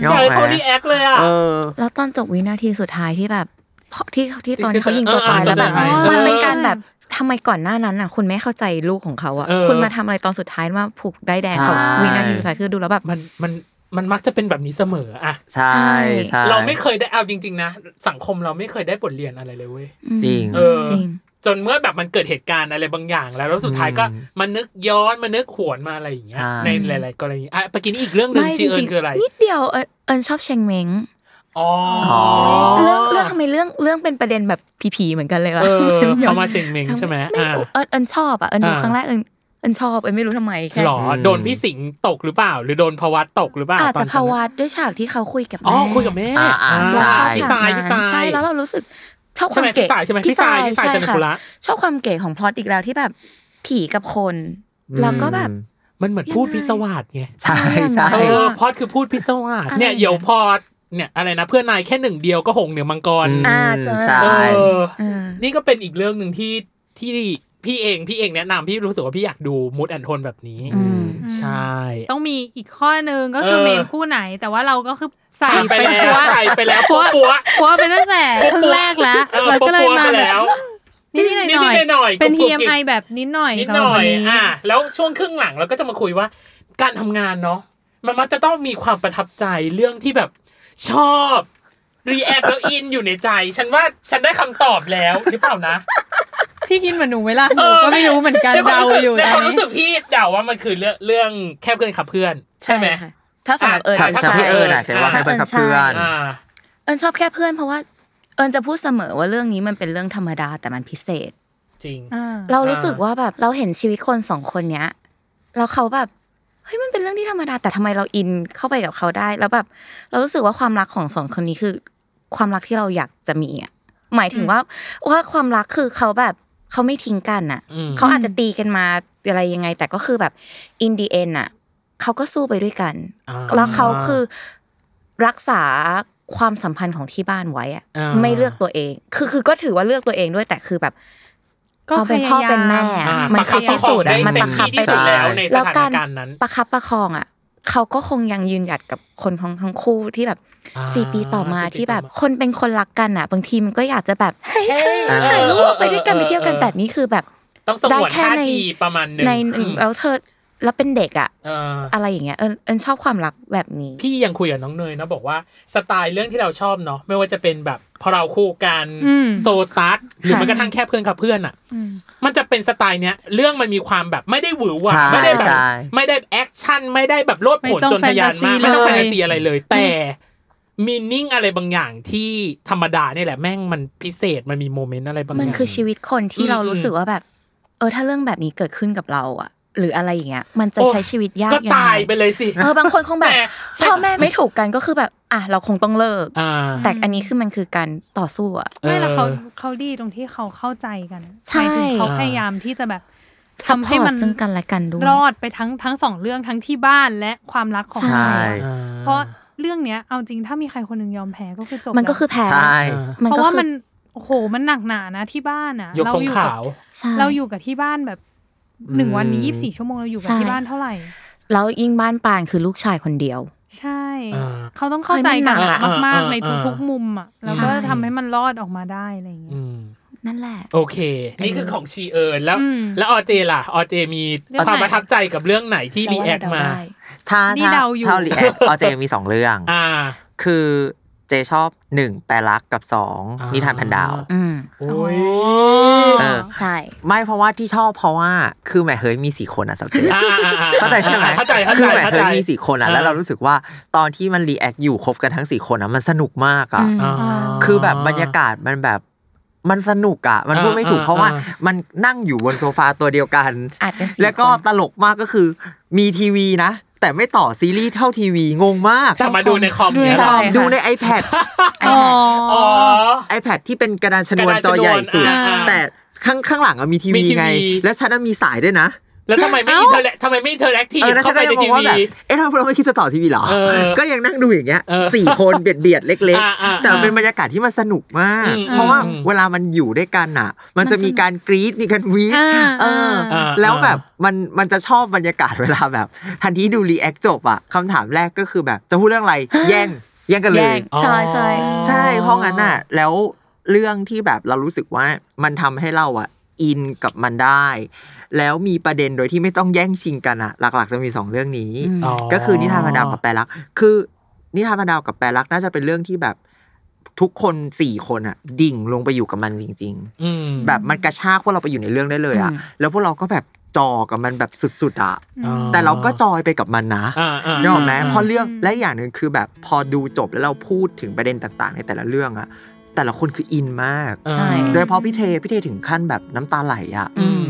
[SPEAKER 2] อยากให้เขาดีแอคเลยอ่ะ
[SPEAKER 4] เออ
[SPEAKER 5] แล้วตอนจบวินาทีสุดท้ายที่แบบพอที่ที่ตอนที่เขายิงตัว
[SPEAKER 2] เออ
[SPEAKER 5] ตายแล้วแบบ
[SPEAKER 2] เออเออ
[SPEAKER 5] มันเป็นการแบบทำไมก่อนหน้านั้นอ่ะ คุณไม่เข้าใจลูกของเขาอ่ะ
[SPEAKER 2] เออ
[SPEAKER 5] คุณมาทำอะไรตอนสุดท้ายมาผูกได้ายแดงเขา
[SPEAKER 4] ใช่
[SPEAKER 5] วินาทีสุดท้ายคือดูแล้วแบบ
[SPEAKER 2] มันมันมันมักจะเป็นแบบนี้เสมออะ
[SPEAKER 4] ใช่
[SPEAKER 5] ใช่
[SPEAKER 4] ใช่
[SPEAKER 2] เราไม่เคยได้เอาจริง ๆ นะ สังคมเราไม่เคยได้บทเรียนอะไรเลยเว้ย
[SPEAKER 5] อืม
[SPEAKER 4] จริง
[SPEAKER 2] เออ
[SPEAKER 5] จริง
[SPEAKER 2] จนเมื่อแบบมันเกิดเหตุการณ์อะไรบางอย่าง แล้วแล้วสุดท้ายก็
[SPEAKER 4] อืม
[SPEAKER 2] มานึกย้อนมานึกขวนมาอะไรอย่างเงี้ย
[SPEAKER 4] ใช่
[SPEAKER 2] ในหลาย ๆ กรณีอ่ะปกินี่อีกเรื่องหนึ่ง
[SPEAKER 5] ไม่
[SPEAKER 2] ชื่อเอิ
[SPEAKER 5] จริ
[SPEAKER 2] ญ
[SPEAKER 5] งๆ
[SPEAKER 2] คืออะไร
[SPEAKER 5] นิดเดียวเอิญเอิญชอบเชงเม้ง
[SPEAKER 2] อ๋อ
[SPEAKER 5] เรื่องเรื่องทำไมเรื่องเรื่องเป็นประเด็นแบบผีๆเหมือนกันเลยวะ
[SPEAKER 2] เออเขามาเชงเมงใช่ไหม
[SPEAKER 5] ไม่
[SPEAKER 2] อ่า
[SPEAKER 5] รู้เอิญเอิญชอบอ่ะเอิญดู
[SPEAKER 2] อ่า
[SPEAKER 5] ครั้งแรกเอิญเอิญชอบเอิญไม่รู้ทำไมแค่
[SPEAKER 2] หรอ
[SPEAKER 4] อืม
[SPEAKER 2] โดนพี่สิงห์ตกหรือเปล่า หรือโดนภาวะตกหรือเปล่า
[SPEAKER 5] อาจ
[SPEAKER 2] ต
[SPEAKER 5] จะ
[SPEAKER 2] นนั้น
[SPEAKER 5] ภาวะด้วยฉากที่เขาคุยกับ
[SPEAKER 2] อ๋อ
[SPEAKER 5] แม่
[SPEAKER 2] คุยกับแม่
[SPEAKER 4] อ่าอ่า
[SPEAKER 5] เราชอบ
[SPEAKER 2] พี่
[SPEAKER 5] ฉา
[SPEAKER 2] สากย
[SPEAKER 5] นั้
[SPEAKER 2] พี่สาย
[SPEAKER 5] นใช่แล้วเรารู้สึกชอบค
[SPEAKER 2] ใช่
[SPEAKER 5] วา
[SPEAKER 2] ไห
[SPEAKER 5] ม
[SPEAKER 2] ม
[SPEAKER 5] เก๋
[SPEAKER 2] พี่สายใช่ไหมพี่สายพี่สาย
[SPEAKER 5] ใช่
[SPEAKER 2] จันท
[SPEAKER 5] ค่ะ
[SPEAKER 2] กุระ
[SPEAKER 5] ชอบความเก๋ของพล็อตอีกแล้วที่แบบผีกับคน แล้วก็แบบ
[SPEAKER 2] มันเหมือนพูดพิศวาสไง
[SPEAKER 4] ใช่
[SPEAKER 5] ยังไง
[SPEAKER 4] ใช่
[SPEAKER 2] เออพอดคือพูดพิศวาส
[SPEAKER 5] อะไร
[SPEAKER 2] เนี่ย
[SPEAKER 5] นะ
[SPEAKER 2] เดี๋ยวพอดเนี่ยอะไรนะเพื่อนนายแค่หนึ่งเดียวก็หงเหนือมังกร
[SPEAKER 5] อ่า
[SPEAKER 4] ใ
[SPEAKER 5] ใช่
[SPEAKER 4] ช่
[SPEAKER 2] เออ
[SPEAKER 5] เออ
[SPEAKER 2] นี่ก็เป็นอีกเรื่องหนึ่งที่ที่พี่เองพี่เองแนะนำพี่รู้สึกว่าพี่อยากดูมูดแอนโทนแบบนี้
[SPEAKER 5] อืม
[SPEAKER 2] ใช่
[SPEAKER 3] ต้องมีอีกข้อหนึ่งก็คือ
[SPEAKER 2] เออ
[SPEAKER 3] เมนคู่ไหน แต่ว่าเราก็คือใส่
[SPEAKER 2] ใส่ไป
[SPEAKER 3] ไป
[SPEAKER 2] แล้
[SPEAKER 3] ปั
[SPEAKER 2] ว
[SPEAKER 3] ว
[SPEAKER 2] ใส่ไปแล้วปัวปัว
[SPEAKER 3] ปัวไปตั้งแต่ครึ่งแรกแล้ว
[SPEAKER 2] เออ
[SPEAKER 3] เราก็เลย
[SPEAKER 2] ปัวๆ
[SPEAKER 3] มา
[SPEAKER 2] ไป
[SPEAKER 3] แบ
[SPEAKER 2] แล้
[SPEAKER 3] บ
[SPEAKER 2] ว
[SPEAKER 3] นิดๆห
[SPEAKER 2] นิดๆ
[SPEAKER 3] น่อย
[SPEAKER 2] หน่อยๆ
[SPEAKER 3] เป็น
[SPEAKER 2] กุ๊กกิ๊ก
[SPEAKER 3] TMI แบบนิดหน่อย
[SPEAKER 2] นิด
[SPEAKER 3] สำ
[SPEAKER 2] ห
[SPEAKER 3] รับ
[SPEAKER 2] น่อ
[SPEAKER 3] วั
[SPEAKER 2] ย อ่ะ
[SPEAKER 3] นี้
[SPEAKER 2] แล้วช่วงครึ่งหลังเราก็จะมาคุยว่า การทำงานเนาะมันมักจะต้องมีความประทับใจเรื่องที่แบบชอบรีแอคแล้วอินอยู่ในใจ ฉันว่าฉันได้คำตอบแล้วหรือเปล่านะ
[SPEAKER 3] พี่กินเหมือนหนูเวลาห
[SPEAKER 2] เอ
[SPEAKER 3] นู
[SPEAKER 2] อ
[SPEAKER 3] ก็ไม่รู้เหมือนกัน
[SPEAKER 2] ในความรู้สึ
[SPEAKER 3] เดา
[SPEAKER 2] ก
[SPEAKER 3] อยู่
[SPEAKER 2] ใน
[SPEAKER 3] ต
[SPEAKER 2] ค
[SPEAKER 3] อ
[SPEAKER 2] วาน มรู้
[SPEAKER 3] นี้
[SPEAKER 2] สึกพี่เดาว่ามันคือเรื่องเรื่องแค่เพื่อนขับเพื่อน ใช่ไหม
[SPEAKER 5] ค่ะถ้าสำหรับเอิญ
[SPEAKER 4] ใช่
[SPEAKER 2] อ่ะ
[SPEAKER 4] ใช่พี่เอิญอ่ะ
[SPEAKER 2] ใช่
[SPEAKER 4] จะว่าให้เพื่อนกับเพื่อน
[SPEAKER 2] อ่า
[SPEAKER 5] เอิญชอบแค่เพื่อนเพราะว่าเอิญจะพูดเสมอว่าเรื่องนี้มันเป็นเรื่องธรรมดาแต่มันพิเศษ
[SPEAKER 2] จริง
[SPEAKER 3] อ่า
[SPEAKER 5] เรารู้สึกว่าแบบเราเห็นชีวิตคนสองคนเนี้ยแล้วเขาแบบเฮ้ยมันเป็นเรื่องที่ธรรมดาแต่ทำไมเราอินเข้าไปกับเขาได้ แล้วแบบ เรารู้สึกว่าความรักของสองคนนี้คือ ความรักที่เราอยากจะมีอ่ะหมายถึงว่าว่าความรักคือเขาแบบเขาไม่ทิ้งกันอ่ะ
[SPEAKER 2] อืม
[SPEAKER 5] เขาอาจจะตีกันมา อะไรยังไง แต่ก็คือแบบอินดีเอ็นอ่ะเขาก็สู้ไปด้วยกัน
[SPEAKER 2] อ่า
[SPEAKER 5] แล้วเขาคือรักษาความสัมพันธ์ของที่บ้านไว้อะ
[SPEAKER 2] อ่า
[SPEAKER 5] ไม่เลือกตัวเอง คือคือก็ถือว่าเลือกตัวเองด้วยแต่คือแบบ
[SPEAKER 3] ก็
[SPEAKER 5] ความเป็นพ่อ
[SPEAKER 3] พยายาม
[SPEAKER 5] เป็นแม่อะ
[SPEAKER 2] อ่า
[SPEAKER 5] มั
[SPEAKER 2] ป
[SPEAKER 5] น
[SPEAKER 2] ระคับประ
[SPEAKER 5] คือที่
[SPEAKER 2] คอ
[SPEAKER 5] สุ
[SPEAKER 2] ง
[SPEAKER 5] ด
[SPEAKER 2] ได้
[SPEAKER 5] อะมัน
[SPEAKER 2] เต็
[SPEAKER 5] ป
[SPEAKER 2] ม
[SPEAKER 5] ระคับ
[SPEAKER 2] ที่
[SPEAKER 5] ไป
[SPEAKER 2] ที่สุดแล้วในส
[SPEAKER 5] แล้ว
[SPEAKER 2] ถาน
[SPEAKER 5] การ
[SPEAKER 2] การณ์นั้น
[SPEAKER 5] ประคับประคองอ่ะเขาก็คงยังยืนหยัดกับคนของทั้งคู่ที่แบบ
[SPEAKER 2] อ่า
[SPEAKER 5] สี่ปีต่อมา
[SPEAKER 2] สี่ปี
[SPEAKER 5] ที่แบบ
[SPEAKER 2] ต่อมา
[SPEAKER 5] คนเป็นคนรักกันอ่ะ บางทีมันก็อยากจะแบบเฮ้ย
[SPEAKER 2] เฮ้ย
[SPEAKER 5] เฮ้ยถ่ายรูปไปด้วยกัน
[SPEAKER 2] เออเออ
[SPEAKER 5] ไปเที่ยวกัน
[SPEAKER 2] เออ
[SPEAKER 5] แต่นี่คือแบบ
[SPEAKER 2] ต้องสงวนท่าทีประมาณหนึ่ง
[SPEAKER 5] ในหนึ่ง
[SPEAKER 2] อืม
[SPEAKER 5] แล้วเธอแล้วเป็นเด็กอ่ะ
[SPEAKER 2] เออ
[SPEAKER 5] อะไรอย่างเงี้ยเออเออชอบความรักแบบนี้
[SPEAKER 2] พี่ยังคุยกับน้องเนยนะบอกว่าสไตล์เรื่องที่เราชอบเนาะไม่ว่าจะเป็นแบบพอเราคู่กัน
[SPEAKER 3] อืม
[SPEAKER 2] โซตัสหรือ
[SPEAKER 5] ค่ะ
[SPEAKER 2] แมันกระทั่งแค่เพื่อนกับเพื่อนอ่ะ
[SPEAKER 3] อืม
[SPEAKER 2] มันจะเป็นสไตล์เนี้ยเรื่องมันมีความแบบไม่ได้หวือหวา
[SPEAKER 4] ใช่
[SPEAKER 2] ไม่ได้แบบ
[SPEAKER 4] ใช่
[SPEAKER 2] ไม่ได้แอคชั่นไม่ได้แบบโลดโผนจนทะยานมาก
[SPEAKER 3] ไม่
[SPEAKER 2] ไม่
[SPEAKER 3] ต้
[SPEAKER 2] ต้อ
[SPEAKER 3] องง
[SPEAKER 2] แฟ
[SPEAKER 3] แฟ
[SPEAKER 2] น
[SPEAKER 3] น
[SPEAKER 2] ตา
[SPEAKER 3] ตาซี
[SPEAKER 2] ซี
[SPEAKER 3] เลย
[SPEAKER 2] อะไรเลย แต่มีนิ่งอะไรบางอย่างที่ธรรมดาเนี่ยแหละแม่งมันพิเศษมันมีโมเมนต์อะไรบางอ
[SPEAKER 5] มัน
[SPEAKER 2] ย่าง
[SPEAKER 5] คือชีวิตคนที่
[SPEAKER 2] อืม
[SPEAKER 5] เรารู้สึกว่าแบบ เออถ้าเรื่องแบบนี้เกิดขึ้นกับเราอ่ะ หรืออะไรอย่างเงี้ยมันจะ
[SPEAKER 2] โอ้
[SPEAKER 5] ใช้ชีวิตยาก
[SPEAKER 2] ก็
[SPEAKER 5] ยังไง
[SPEAKER 2] ตายไปเลยสิ
[SPEAKER 5] เออบางคนคงแบบ
[SPEAKER 2] แต่
[SPEAKER 5] พ่อแม่ไม่ถูกกันก็คือแบบ อ่ะเราคงต้องเลิก
[SPEAKER 2] อ่า
[SPEAKER 5] แต่อันนี้คือมันคือการต่อสู้อ่ะ
[SPEAKER 2] เออ
[SPEAKER 3] ไม่ละเขาเขาดีตรงที่เขาเข้าใจกันห
[SPEAKER 5] ใช่
[SPEAKER 3] มายถึงเขาพยายามที่จะแบบ
[SPEAKER 5] ซัพ
[SPEAKER 3] ทำ
[SPEAKER 5] พ
[SPEAKER 3] ให้
[SPEAKER 5] อร์
[SPEAKER 3] มั
[SPEAKER 5] ต
[SPEAKER 3] น
[SPEAKER 5] ซึ่งกันและกันด้วย
[SPEAKER 3] รอดไปทั้งทั้งสองเรื่องทั้งที่บ้านและความรักของ
[SPEAKER 5] ใช่
[SPEAKER 3] เรา
[SPEAKER 4] ใช่
[SPEAKER 2] อ่า
[SPEAKER 3] เพราะเรื่องเนี้ยเอาจริงถ้ามีใครคนหนึ่งยอมแพ้ก็คือจบ
[SPEAKER 5] มันก็คือแพ้
[SPEAKER 4] ใช่
[SPEAKER 2] อ่า
[SPEAKER 5] มัน
[SPEAKER 3] เพ
[SPEAKER 5] ก็
[SPEAKER 3] ราะว่า
[SPEAKER 5] คือ
[SPEAKER 3] มันโอ้โหมันหนักหนานะที่บ้านอะ
[SPEAKER 2] ยก
[SPEAKER 3] เรา
[SPEAKER 2] ธง
[SPEAKER 3] อยู่
[SPEAKER 2] ขา
[SPEAKER 3] กับ
[SPEAKER 2] ว
[SPEAKER 5] ใช่
[SPEAKER 3] เราอยู่กับที่บ้านแบบหนึ่งวันมี
[SPEAKER 4] อืม
[SPEAKER 3] ยี่สิบสี่ชั่วโมงเราอยู่กับ
[SPEAKER 5] ใช่
[SPEAKER 3] ที่บ้านเท่าไหร่
[SPEAKER 5] แล้วยิ่งบ้านปานคือลูกชายคนเดียว
[SPEAKER 3] ใช่
[SPEAKER 2] อ่า
[SPEAKER 3] เขาต้องเข้าใจกัน
[SPEAKER 5] เฮ้ยมันหนักอะ
[SPEAKER 3] มากๆใน
[SPEAKER 2] อ่าอ่า
[SPEAKER 3] ทุกๆมุมอ่ะแล้วก็
[SPEAKER 5] ใช่
[SPEAKER 3] ทำให้มันรอดออกมาได้อะไรอย่างเงี้ย
[SPEAKER 2] อืม
[SPEAKER 5] นั่นแหละ
[SPEAKER 2] โอเค นี่คือของชีเอิญแล้ว
[SPEAKER 3] อืม
[SPEAKER 2] แล้วออเจล่ะ ออเจมี
[SPEAKER 3] เรื่อง
[SPEAKER 2] ความ
[SPEAKER 3] ไหน
[SPEAKER 2] ประทับใจกับเรื่องไหนที่รีแอคมา
[SPEAKER 4] ถ้า
[SPEAKER 3] นี่
[SPEAKER 4] ถ้า
[SPEAKER 3] เดาอยู่
[SPEAKER 4] เท่ารีแอคออเจมีสองเรื่อง
[SPEAKER 2] อ่า
[SPEAKER 4] คือเจชอบหนึ่งแปรลักษ์กับสอง
[SPEAKER 2] อ่านิ
[SPEAKER 4] นิทานพันดาว
[SPEAKER 5] อืม
[SPEAKER 2] โอ้ย
[SPEAKER 4] เออ
[SPEAKER 5] ใช่
[SPEAKER 4] ไม่เพราะว่าที่ชอบเพราะว่าคือแหมเฮ้ยมีสี่คนอะสับเจ
[SPEAKER 2] อ่าอ่อ่
[SPEAKER 4] เข้าใจใช่ไหม
[SPEAKER 2] เข้าใจเข้า
[SPEAKER 4] คื
[SPEAKER 2] ใจ
[SPEAKER 4] อหมาย
[SPEAKER 2] เข้า
[SPEAKER 4] ถึ
[SPEAKER 2] ใจ
[SPEAKER 4] งมีสี่คนอะ
[SPEAKER 2] อ่า
[SPEAKER 4] แล้วเรารู้สึกว่าตอนที่มันรีแอคอยู่คบกันทั้งสี่คนอะมันสนุกมากอะ
[SPEAKER 5] อืม
[SPEAKER 2] อ่า
[SPEAKER 4] คือแบบบรรยากาศมันแบบมันสนุกอะมันพูดไม่ถูก
[SPEAKER 2] อ่า
[SPEAKER 4] เพราะว่า
[SPEAKER 2] อ่า
[SPEAKER 4] มันนั่งอยู่บนโซฟาตัวเดียวกัน
[SPEAKER 5] อัดกันสี่
[SPEAKER 4] แล้วก็
[SPEAKER 5] คน
[SPEAKER 4] ตลกมากก็คือมีทีวีนะ แต่ไม่ต่อซีรีส์เท่าทีวีงงมาก
[SPEAKER 2] แต่มาดูในคอมเนี่ยเหรอ
[SPEAKER 5] ใช่ค่ะ
[SPEAKER 4] ดูใน iPad
[SPEAKER 5] อ่า
[SPEAKER 2] อ๋อ
[SPEAKER 4] iPad ที่เป็นกระดานชนวน
[SPEAKER 2] กระดานชนวน
[SPEAKER 4] จอใหญ่สุด
[SPEAKER 2] อ่า
[SPEAKER 4] แต่ข้างข้างหลังอะมีที
[SPEAKER 2] มี
[SPEAKER 4] วี
[SPEAKER 2] ทีวี
[SPEAKER 4] ไง และฉันอะมีสายด้วยนะ
[SPEAKER 2] แล้วทำไมไม่อินเทอร์แลทำไมไม่อินเทอร์แอคทีฟ
[SPEAKER 4] เออแล้วฉั
[SPEAKER 2] เข้าน ไป
[SPEAKER 4] ก็
[SPEAKER 2] ใน
[SPEAKER 4] ยังม
[SPEAKER 2] ที
[SPEAKER 4] องว่า
[SPEAKER 2] วี
[SPEAKER 4] แบบ เอ๊ะทำไมเราไม่คิดจะต่อทีวีเหรอ
[SPEAKER 2] เออ
[SPEAKER 4] ก็ยังนั่งดูอย่างเงี้ย
[SPEAKER 2] เออ
[SPEAKER 4] สี่คนเบียดเบียดๆเล็ก
[SPEAKER 2] อ่าอ่า
[SPEAKER 4] แต่มันเป็นบรรยากาศที่มันสนุกมาก
[SPEAKER 2] อืม
[SPEAKER 4] เพราะว่า
[SPEAKER 2] อืม
[SPEAKER 4] เวลามันอยู่ด้วยกันอ่ะ มันจะมีการกรี๊ดมีการวีด
[SPEAKER 3] อ่า
[SPEAKER 4] เอออา แล้วแบบมันมันจะชอบบรรยากาศเวลาแบบ ทันทีดูรีแอคจบอ่ะคำถามแรกก็คือแบบจะพูดเรื่องอะไร แย่งแย่งกันเล
[SPEAKER 5] แย่
[SPEAKER 4] ย
[SPEAKER 5] งใช่ใช่
[SPEAKER 2] อ๋อ
[SPEAKER 4] ใช่เพราะงั้นน่ะแล้วเรื่องที่แบบเรารู้สึกว่ามันทำให้เราอ่ะอินกับมันได้ แล้วมีประเด็นโดยที่ไม่ต้องแย่งชิงกันอ่ะ หลักๆ จะมีสองเรื่องนี้
[SPEAKER 5] อืม
[SPEAKER 4] ก็คือนิทานพันดาวกับแปรลักษณ์คือ นิทานพันดาวกับแปรลักษณ์น่าจะเป็นเรื่องที่แบบทุกคนสี่คนอ่ะ ดิ่งลงไปอยู่กับมันจริง
[SPEAKER 2] อืม
[SPEAKER 4] ๆ แบบมันกระชากพวกเราไปอยู่ในเรื่องได้เลยอ่ะ
[SPEAKER 5] อืม
[SPEAKER 4] แล้วพวกเราก็แบบจอกับมันแบบสุดๆอ่ะ
[SPEAKER 2] อ๋อ
[SPEAKER 4] แต่เราก็จอยไปกับมันนะ
[SPEAKER 2] อ่าอ่า
[SPEAKER 4] นึกออกไหมเพราะเรื่อง
[SPEAKER 3] อืม
[SPEAKER 4] และอย่างหนึ่งคือแบบพอดูจบแล้วเราพูดถึงประเด็นต่างๆ ในแต่ละเรื่องอะแต่ละคนคืออินมาก
[SPEAKER 5] ใช่
[SPEAKER 4] โดยเฉพาะพี่เทพี่เทถึงขั้นแบบน้ำตาไหลอะ
[SPEAKER 5] อืม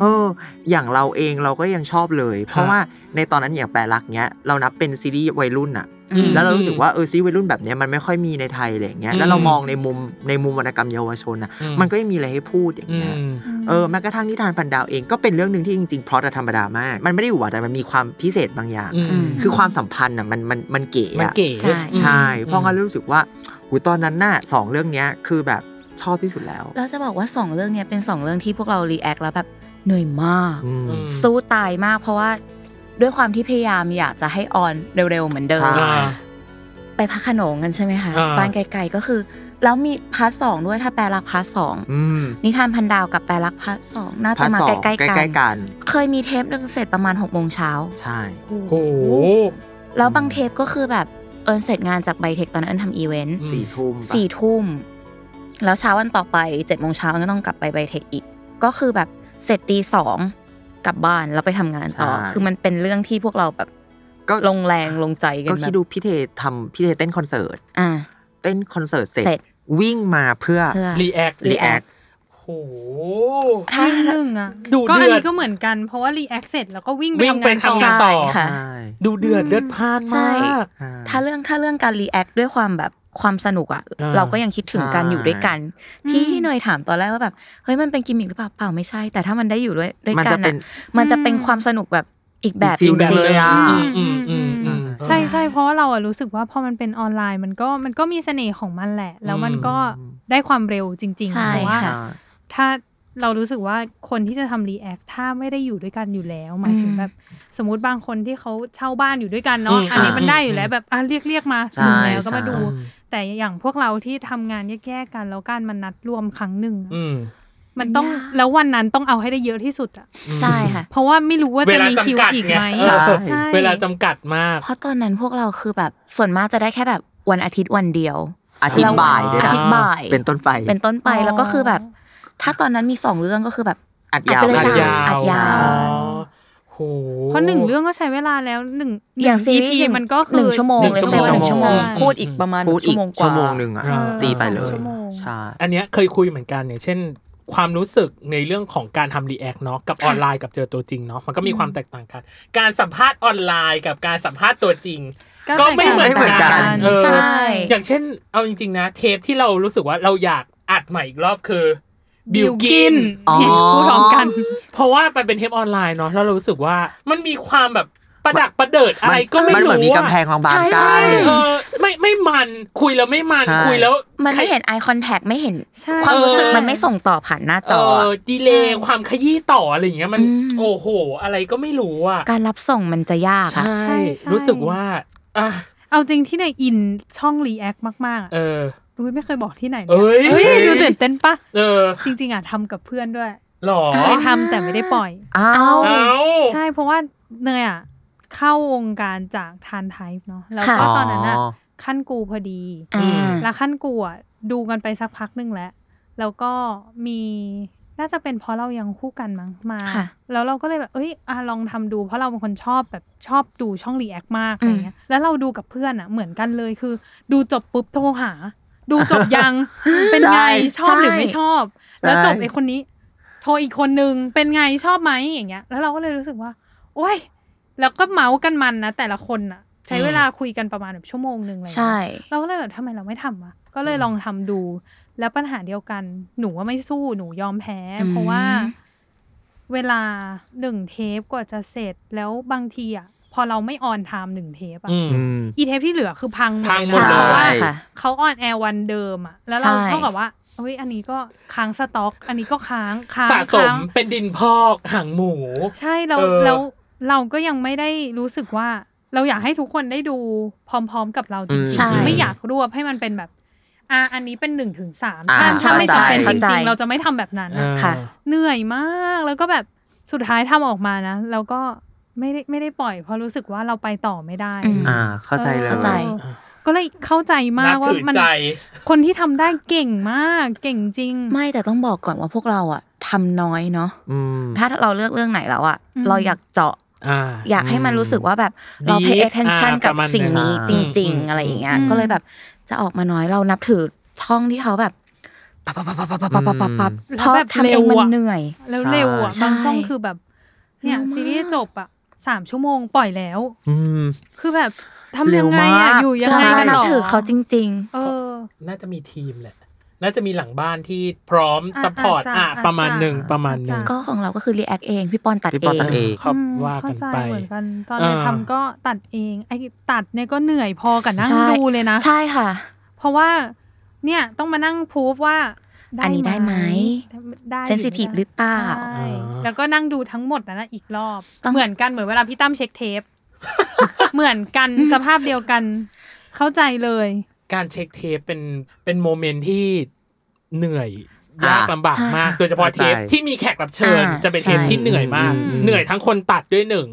[SPEAKER 4] เออ อย่างเราเองเราก็ยังชอบเลย เพราะ
[SPEAKER 2] ฮะ
[SPEAKER 4] ว่าในตอนนั้นอย่างแปลรักเนี้ยเรานับเป็นซีรีส์วัยรุ่นอะ
[SPEAKER 5] อืม
[SPEAKER 4] แล้วเรารู้สึกว่าเออซีรีส์วัยรุ่นแบบเนี้ยมันไม่ค่อยมีในไทยอะไรอย่างเงี้ยแล้วเรามองในมุมในมุมวรรณกรรมเยาวชนอะ
[SPEAKER 2] อื
[SPEAKER 4] มันก็ยังมีอะไรให้พูดอย่าง
[SPEAKER 2] อื
[SPEAKER 4] เงี้ย
[SPEAKER 2] ม
[SPEAKER 4] เออแม้กระทั่งนิทานพันดาวเองก็เป็นเรื่องหนึ่งที่จริงๆเพราะแต่ธรรมดามาก มันไม่ได้หวือหวาแต่มันมีความพิเศษบางอย่าง
[SPEAKER 2] อืม
[SPEAKER 4] คือความสัมพันธ์อ่ะมันมันมันเก๋
[SPEAKER 2] มัน
[SPEAKER 4] อะ
[SPEAKER 2] เก๋
[SPEAKER 5] ใช่
[SPEAKER 4] ใช่
[SPEAKER 2] อืม
[SPEAKER 4] เพราะงั้นรู้สึกว่าหูตอนนั้นน่ะสองเรื่องเนี้ยคือแบบชอบที่สุดแล้ว
[SPEAKER 5] แล้วจะบอกว่าสองเรื่องเนี้ยเป็นสองเรื่องที่พวกเรารีแอคแล้วแบบเหนื่อยมาก
[SPEAKER 4] อืม
[SPEAKER 2] อืม
[SPEAKER 5] สู้ตายมากเพราะว่าด้วยความที่พยายามอยากจะให้ออนเร็วๆเหมือนเดิม
[SPEAKER 4] ใช่
[SPEAKER 2] อ่า
[SPEAKER 5] ไปพักขนงกันใช่ไหมคะ
[SPEAKER 2] อ่า
[SPEAKER 5] บ้านไกลๆก็คือ แล้วมีพาร์ทสองด้วยถ้าแปลรักพาร์ทสอง
[SPEAKER 4] อืม
[SPEAKER 5] นิทานพันดาวกับแปลรักพาร์ทสองน่าจะมา
[SPEAKER 4] สอ
[SPEAKER 5] ใก
[SPEAKER 4] ง
[SPEAKER 5] ล้ๆกัน
[SPEAKER 4] กัน
[SPEAKER 5] เคยมีเทปหนึ่งเสร็จประมาณหกโมงเช้า
[SPEAKER 4] ใช่
[SPEAKER 2] โอ้โห
[SPEAKER 5] แล้วบางเทปก็คือแบบเอิญเสร็จงานจากไบเทคตอนนั้นเอิญทำอีเวนต์
[SPEAKER 4] สี่ทุ่มปะ
[SPEAKER 5] สี่ทุ่ม แล้วเช้าวันต่อไปเจ็ดโมงเช้าก็ต้องกลับไปไบเทคอีก ก็คือแบบเสร็จตีสองกลับบ้านแล้วไปทำงานต่อ คือมันเป็นเรื่องที่พวกเราแบบ
[SPEAKER 4] ก็
[SPEAKER 5] ลงแรงลงใจกัน
[SPEAKER 4] ก็
[SPEAKER 5] แบ
[SPEAKER 4] คิด
[SPEAKER 5] บ
[SPEAKER 4] ดูพี่เททำพี่เทเต้นคอนเสิร์ต
[SPEAKER 5] อ่า
[SPEAKER 4] เต้นคอนเสิร์ตเสร็
[SPEAKER 5] เสร็
[SPEAKER 4] จ
[SPEAKER 5] จ
[SPEAKER 4] วิ่งมาเพื่อ
[SPEAKER 5] เพื่อ
[SPEAKER 2] รีแอค
[SPEAKER 4] react
[SPEAKER 2] โอ้โห
[SPEAKER 5] ถ้า
[SPEAKER 3] วิ่งหนึ่งอ่ะ
[SPEAKER 2] ดู
[SPEAKER 3] ก็
[SPEAKER 2] เดื
[SPEAKER 3] อัน
[SPEAKER 2] อด
[SPEAKER 3] นี้ก็เหมือนกันเพราะว่ารีแอคเสร็จแล้วก็วิ่งไป
[SPEAKER 2] วิ่งไป
[SPEAKER 3] ทำงานต่อ
[SPEAKER 2] ทำงานต่อ
[SPEAKER 5] ใช่ค่ะ
[SPEAKER 4] ใช่
[SPEAKER 2] ดูเดือดเลือดพล่าน
[SPEAKER 5] ใช่
[SPEAKER 2] มาก
[SPEAKER 4] ใช่
[SPEAKER 5] ถ้าเรื่องถ้าเรื่องการรีแอคด้วยความแบบ ความสนุกอะ
[SPEAKER 2] อ่า
[SPEAKER 5] เราก็ยังคิดถึงการ
[SPEAKER 4] ใช่
[SPEAKER 5] อยู่ด้วยกัน ที่ที่เนยถามตอนแรกว่าแบบเฮ้ยมันเป็นกิมมิคหรือเปล่าเปล่าไม่ใช่ แต่ถ้ามันได้อยู่ด้วยด้วย
[SPEAKER 4] มัน
[SPEAKER 5] กั
[SPEAKER 4] จะ
[SPEAKER 5] น
[SPEAKER 4] เป็น
[SPEAKER 5] อะมันจะเป็นความสนุกแบบอีกแบบ
[SPEAKER 4] อีกฟีลหนึ่ง
[SPEAKER 5] จริง
[SPEAKER 4] เลยอะ
[SPEAKER 2] อืมอืมอืมอืม
[SPEAKER 3] ใช่ใช่เพราะว่าเราอะรู้สึกว่าพอมันเป็นออนไลน์มันก็มันก็มีเสน่ห์ของมันแหละ แล้วมันก็ได้ความเร็วจริง
[SPEAKER 5] ๆ
[SPEAKER 3] ๆ
[SPEAKER 5] ใช่
[SPEAKER 3] เพราะว่า
[SPEAKER 5] ค่ะ
[SPEAKER 3] ถ้าเรารู้สึกว่าคนที่จะทำรีแอคถ้าไม่ได้อยู่ด้วยกันอยู่แล้วหมายถึง
[SPEAKER 5] อืม
[SPEAKER 3] แบบสมมติบางคนที่เขาเช่าบ้านอยู่ด้วยกันเนาะ
[SPEAKER 2] อืม
[SPEAKER 3] อันนี้
[SPEAKER 2] ค่ะ
[SPEAKER 3] มันได้อ
[SPEAKER 2] อื
[SPEAKER 3] ยู่
[SPEAKER 2] ม
[SPEAKER 3] แล้วแบบอ่ะเรียกเรียกมา
[SPEAKER 4] ใช่
[SPEAKER 3] ถึงแล้วก็มา
[SPEAKER 4] ใช่
[SPEAKER 3] ดู แต่อย่างพวกเราที่ทำงานแยกๆกันแล้วการมันนัดรวมครั้งหนึ่งอะ
[SPEAKER 2] อืม
[SPEAKER 3] มันต้องแล้ววันนั้นต้องเอาให้ได้เยอะที่สุดอะ
[SPEAKER 5] ใช่ค่ะ
[SPEAKER 3] เพราะว่าไม่รู้ว่า
[SPEAKER 2] เว
[SPEAKER 3] จะ
[SPEAKER 2] ลา
[SPEAKER 3] มีคิว
[SPEAKER 2] จำกัด
[SPEAKER 3] อีก
[SPEAKER 2] ไง
[SPEAKER 3] ไหม
[SPEAKER 2] เออ
[SPEAKER 3] ใช่
[SPEAKER 2] เวลาจำกัดมาก
[SPEAKER 5] เพราะตอนนั้นพวกเราคือแบบส่วนมากจะได้แค่แบบวันอาทิตย์วันเดียว
[SPEAKER 4] อาทิตย์บ่าย
[SPEAKER 2] เรา
[SPEAKER 4] ด้วย
[SPEAKER 5] อา
[SPEAKER 4] นะ
[SPEAKER 5] ทิตย์บ่าย
[SPEAKER 4] เป็นต้นไป
[SPEAKER 5] เป็นต้นไปแล้วก็คือแบบ ถ้าตอนนั้นมีสองเรื่องก็คือแบบ
[SPEAKER 4] อัดยาว
[SPEAKER 5] อั
[SPEAKER 2] อั
[SPEAKER 5] ดยาย
[SPEAKER 2] ดาว ว
[SPEAKER 5] อัดยาว
[SPEAKER 2] อ๋อโห
[SPEAKER 3] เพราะหนึ่งเรื่องก็ใช้เวลาแล้วหนึ่ง
[SPEAKER 5] อย่าง
[SPEAKER 3] หนึ่
[SPEAKER 5] ซีรี
[SPEAKER 3] EP
[SPEAKER 5] ส์
[SPEAKER 3] มันก็คือ
[SPEAKER 5] หนึ่งชั่วโมง
[SPEAKER 2] หนึ่ง
[SPEAKER 5] เลย
[SPEAKER 2] ชั่ว
[SPEAKER 5] เซ
[SPEAKER 2] โมง
[SPEAKER 5] ลหนึ่งชั่วโมง
[SPEAKER 3] ใช่
[SPEAKER 5] พูดอีกประมาณ
[SPEAKER 4] พูดอีก
[SPEAKER 5] ชั่วโมงก
[SPEAKER 4] ชั่
[SPEAKER 5] ว่า
[SPEAKER 4] วโมงหนึ่งอ่ะ
[SPEAKER 2] เออ
[SPEAKER 4] ตีไปเล
[SPEAKER 3] สอง
[SPEAKER 4] ย
[SPEAKER 3] ชั่วโมง
[SPEAKER 4] ใช่
[SPEAKER 2] อันเนี้ยเคยคุยเหมือนกันอย่างเช่น ความรู้สึกในเรื่องของการทำรีแอคเนาะกับออนไลน์กับเจอตัวจริงเนาะมันก็มีความแตกต่างกัน การสัมภาษณ์ออนไลน์กับการสัมภาษณ์ตัวจริง ก็ไม่เหมือนกัน
[SPEAKER 3] เออ
[SPEAKER 5] ใช่
[SPEAKER 2] อย่างเช่น เอาจริง ๆ นะ เทปที่เรารู้สึกว่าเราอยากอัดใหม่อีกรอบคือบิวกิน
[SPEAKER 4] อ๋อ
[SPEAKER 3] ที่พูดพร้อมกัน
[SPEAKER 2] เพราะว่ามันเป็นเทปออนไลน์เนาะแล้วเรารู้สึกว่ามันมีความแบบประดักประเดิดอะไรก็ไม่
[SPEAKER 4] มัน
[SPEAKER 2] รู้
[SPEAKER 4] เหมือนมีกำแพงบาง
[SPEAKER 5] ใช่
[SPEAKER 4] ๆ
[SPEAKER 5] ใช่
[SPEAKER 4] กั้น
[SPEAKER 2] เออไม่ไม่มันคุยแล้วไม่มัน
[SPEAKER 4] ใช่
[SPEAKER 2] คุยแล้ว
[SPEAKER 5] มันไม่เห็น eye contact ไม่เห็น
[SPEAKER 3] ใช่
[SPEAKER 5] ความรู้สึกมันไม่ส่งต่อผ่านหน้าจ
[SPEAKER 2] เอ
[SPEAKER 5] อ
[SPEAKER 2] อดีเลย์ความขยี้ต่ออะไรอย่างเงี้ยมัน
[SPEAKER 5] อืม
[SPEAKER 2] โอ้โห อะไรก็ไม่รู้อ่ะ
[SPEAKER 5] การรับส่งมันจะยากอะ
[SPEAKER 3] ใช่ใช่
[SPEAKER 2] รู้สึกว่าอ่ะ
[SPEAKER 3] เอาจริงที่ในอินช่องรีแอคมากๆอะ
[SPEAKER 2] เออ
[SPEAKER 3] อุ้ยไม่เคยบอกที่ไหนล
[SPEAKER 2] เอ้ย
[SPEAKER 3] เอ้ยดูตื่นเต้นปะ
[SPEAKER 2] เออ
[SPEAKER 3] จริง ๆอ่ะทำกับเพื่อนด้วย
[SPEAKER 2] หรอ
[SPEAKER 3] เคยทำแต่ไม่ได้ปล่อย
[SPEAKER 5] อ้าว
[SPEAKER 2] เอ้า
[SPEAKER 3] ใช่เพราะว่าเนยอ่ะเข้าวงการจากทานไทป์เนาะแล้วก็
[SPEAKER 5] ค่ะ
[SPEAKER 3] ตอนนั้นอ่ะขั้นกูพอดี
[SPEAKER 5] อ่า
[SPEAKER 3] แล้วขั้นกูอ่ะดูกันไปสักพักหนึงแล้ว แล้วก็มีน่าจะเป็นเพราะเรายังคู่กันมั้งมา
[SPEAKER 5] ค่ะ
[SPEAKER 3] แล้วเราก็เลยแบบเอ้ยอะลองทำดู เพราะเราเป็นคนชอบแบบชอบดูช่องรีแอคมากอะไรเงี้ยแล้วเราดูกับเพื่อนอ่ะเหมือนกันเลยคือ ดูจบปุ๊บโทรหา ดูจบ ยัง เป็นไงชอบหรือไม่ชอบ แล้วจบไอ้คนนี้ โทรอีกคนนึงเป็นไงชอบไหมอย่างเงี้ย แล้วเราก็เลยรู้สึกว่า โอ้ยแล้วก็เมาส์กันมันนะแต่ละคนอ่ะ ใช้เวลาคุยกันประมาณแบบชั่วโมงหนึ่งอะไรเลย
[SPEAKER 5] ใช่
[SPEAKER 3] เราก็เลยแบบทำไมเราไม่ทำวะก็เลย
[SPEAKER 2] อืม
[SPEAKER 3] ลองทำดู แล้วปัญหาเดียวกันหนูว่าไม่สู้หนูยอมแพ้
[SPEAKER 5] อืม
[SPEAKER 3] เพราะว่า เวลาหนึ่งเทปกว่าจะเสร็จแล้วบางทีอ่ะ พอเราไม่ออนไทม์หนึ่งเทปอ่ะ
[SPEAKER 2] อืม
[SPEAKER 4] อืม
[SPEAKER 3] อีเทปที่เหลือคือพังหมดเล
[SPEAKER 2] พัง
[SPEAKER 3] ย
[SPEAKER 2] หมด
[SPEAKER 3] นะ
[SPEAKER 2] เลย
[SPEAKER 3] เพราะว่า
[SPEAKER 4] ใช่
[SPEAKER 5] ค่ะ
[SPEAKER 3] เขาออนแอร์วันเดิมอะแล้วเรา
[SPEAKER 5] ใช่
[SPEAKER 3] เท่ากับว่าเฮ้ยอันนี้ก็ค้างสต็อก อันนี้ก็ค้างค้าง
[SPEAKER 2] สะสม
[SPEAKER 3] ค้าง
[SPEAKER 2] เป็นดินพอกหางหมู
[SPEAKER 3] ใช่เรา
[SPEAKER 2] เออ
[SPEAKER 3] เราเราก็ยังไม่ได้รู้สึกว่า เราอยากให้ทุกคนได้ดูพร้อมๆ กับเราจริ
[SPEAKER 4] อืม
[SPEAKER 3] ง
[SPEAKER 4] ใช่
[SPEAKER 3] ๆไม่อยากรวบให้มันเป็นแบบอ่ะอันนี้เป็นหนึ่งถึงสาม
[SPEAKER 4] อ่า
[SPEAKER 3] ถ้าถ้าไม่จำเป็นจ
[SPEAKER 5] เข้าใจ
[SPEAKER 3] ริงๆ เราจะไม่ทำแบบนั้น
[SPEAKER 2] เอ
[SPEAKER 3] อะ
[SPEAKER 2] อ
[SPEAKER 5] ค่ะ
[SPEAKER 3] เหนื่อยมากแล้วก็แบบสุดท้ายทำออกมานะแล้วก็ไม่ได้ไม่ได้ปล่อย เพราะรู้สึกว่าเราไปต่อไม่ได้
[SPEAKER 5] อืม
[SPEAKER 4] ่า เข้าใจเลย
[SPEAKER 5] เข้าใจ
[SPEAKER 3] ออก็เลยเข้าใจมากว่ามัน
[SPEAKER 2] ถือใจ
[SPEAKER 3] คนที่ทำได้เก่งมาก เก่งจริง
[SPEAKER 5] ไม่แต่ต้องบอกก่อนว่าพวกเราอะทำน้อยเนาะ
[SPEAKER 4] อืม
[SPEAKER 5] ถ้าเราเลือกเรื่องไหนแล้วอะ
[SPEAKER 3] อืม
[SPEAKER 5] เราอยากเจาะ
[SPEAKER 2] อ่า
[SPEAKER 5] อยากให้มันรู้สึกว่าแบบเรา pay
[SPEAKER 2] Deep
[SPEAKER 5] attention
[SPEAKER 2] อ่ะ
[SPEAKER 5] กับ
[SPEAKER 2] ประมาณ
[SPEAKER 5] สิ่งนี้
[SPEAKER 4] นั้น
[SPEAKER 5] จริง
[SPEAKER 2] อืม
[SPEAKER 5] ๆ อะไรอย่างเงี้ย
[SPEAKER 3] อืม
[SPEAKER 5] ก็เลยแบบจะออกมาน้อยเรานับถือช่องที่เขาแบบปั๊บปั๊บปั๊บปั๊บปั๊บปั๊บปั๊บปั๊บเพราะทำเองมันเหนื่อย
[SPEAKER 3] แล้วเร็วอ่ะ
[SPEAKER 5] ใช่
[SPEAKER 3] บางช่องคือแบบ เนี่ย
[SPEAKER 5] เร็วมาก
[SPEAKER 3] ซีรีส์จบอ่ะสามชั่วโมงปล่อยแล้ว
[SPEAKER 4] อืม
[SPEAKER 3] คือแบบทำยังไง
[SPEAKER 4] เร็วมา
[SPEAKER 3] อ่ะ
[SPEAKER 4] ก
[SPEAKER 3] อยู่ยัง
[SPEAKER 5] เรา
[SPEAKER 3] ไง
[SPEAKER 5] ก็
[SPEAKER 3] กัน
[SPEAKER 5] นั
[SPEAKER 3] ห
[SPEAKER 5] บ
[SPEAKER 3] รอ
[SPEAKER 5] ถือเขาจริง
[SPEAKER 3] เออ
[SPEAKER 2] น่าจะมีทีมแหละ น่าจะมีหลังบ้านที่พร้อม
[SPEAKER 3] อ่ะ
[SPEAKER 2] ซัพพอร์ต
[SPEAKER 3] อาจจะ
[SPEAKER 2] อ่ะประมาณหนึ่ง
[SPEAKER 3] อาจจะ
[SPEAKER 2] ประมาณหนึ่ง
[SPEAKER 5] ๆ ก็ของเราก็คือ react เอง พี่ปอนตัด
[SPEAKER 4] พี่
[SPEAKER 5] เอ
[SPEAKER 4] ปอน
[SPEAKER 5] ง
[SPEAKER 4] ตัดเอง
[SPEAKER 2] เขา
[SPEAKER 3] อืม
[SPEAKER 2] ว่ากัน
[SPEAKER 3] เข้ใจ
[SPEAKER 2] ไป
[SPEAKER 3] เหมือนกัน ตอน
[SPEAKER 2] เออ
[SPEAKER 3] เราทำก็ตัดเอง ไอ้ตัดเนี่ยก็เหนื่อยพอกับนั่ง
[SPEAKER 5] ใช่
[SPEAKER 3] ดูเลยนะ
[SPEAKER 5] ใช่ค่ะ
[SPEAKER 3] เพราะว่า เนี่ยต้องมานั่งพูฟว่า
[SPEAKER 5] อันนี้ได้ไหม
[SPEAKER 3] ได้รือไม่ได้
[SPEAKER 5] sensitive หรือเปล่า
[SPEAKER 3] ใช่
[SPEAKER 2] อ่า
[SPEAKER 3] แล้วก็นั่งดูทั้งหมดนั้นนะอีกรอบ
[SPEAKER 5] ต้อง
[SPEAKER 3] เหมือนกันเหมือนเวลาพี่ตั้มเช็คเทป เหมือนกันสภาพเดียวกัน เข้าใจเลย
[SPEAKER 2] การเช็คเทปเป็นเป็นโมเมนต์ที่เหนื่อย
[SPEAKER 4] อ่ะ
[SPEAKER 2] ยากลำบาก
[SPEAKER 5] ใช่
[SPEAKER 2] มาก โดยเฉพาะเทป
[SPEAKER 4] เข้าใจ
[SPEAKER 2] ที่มีแขกรับเชิญ
[SPEAKER 5] อ่ะ
[SPEAKER 2] จะเป็นเทป
[SPEAKER 5] ใช่
[SPEAKER 2] ที่เหนื่อยมาก
[SPEAKER 4] อืม
[SPEAKER 2] เหนื่อยทั้งคนตัดด้วยหนึ่ง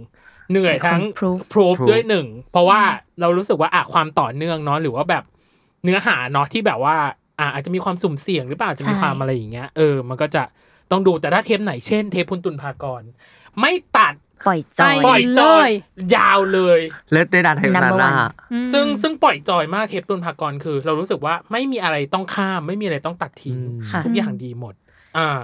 [SPEAKER 2] เหนื่อยทั้ง
[SPEAKER 5] คน proof
[SPEAKER 2] พรูฟ
[SPEAKER 4] proof
[SPEAKER 2] ด้วยหนึ่งเพราะว่าเรารู้สึกว่าอ่ะความต่อเนื่องเนาะหรือว่าแบบเนื้อหาเนาะที่แบบว่าอ่ะอาจจะมีความสุ่มเสี่ยงหรือเปล่าอาจจะมี
[SPEAKER 5] ใช่
[SPEAKER 2] ความอะไรอย่างเงี้ยเออมันก็จะต้องดูแต่ถ้าเทปไหนเช่นเทปพุนตุนพากรไม่ตัด
[SPEAKER 5] ปล่อยจอย
[SPEAKER 3] ไป
[SPEAKER 2] ปล่อยจอย
[SPEAKER 3] เลย
[SPEAKER 2] ยาวเลย
[SPEAKER 4] เลิศได้ดันเทปนั้น
[SPEAKER 5] Number
[SPEAKER 4] นะ
[SPEAKER 5] one
[SPEAKER 3] อืม
[SPEAKER 2] ซึ่งซึ่งปล่อยจอยมากเทปตุนพากรคือ เรารู้สึกว่าไม่มีอะไรต้องข้าม ไม่มีอะไรต้องตัดทิ้ง
[SPEAKER 4] อืม
[SPEAKER 5] ค่ะ
[SPEAKER 2] ทุกอย่างดีหมด อ่า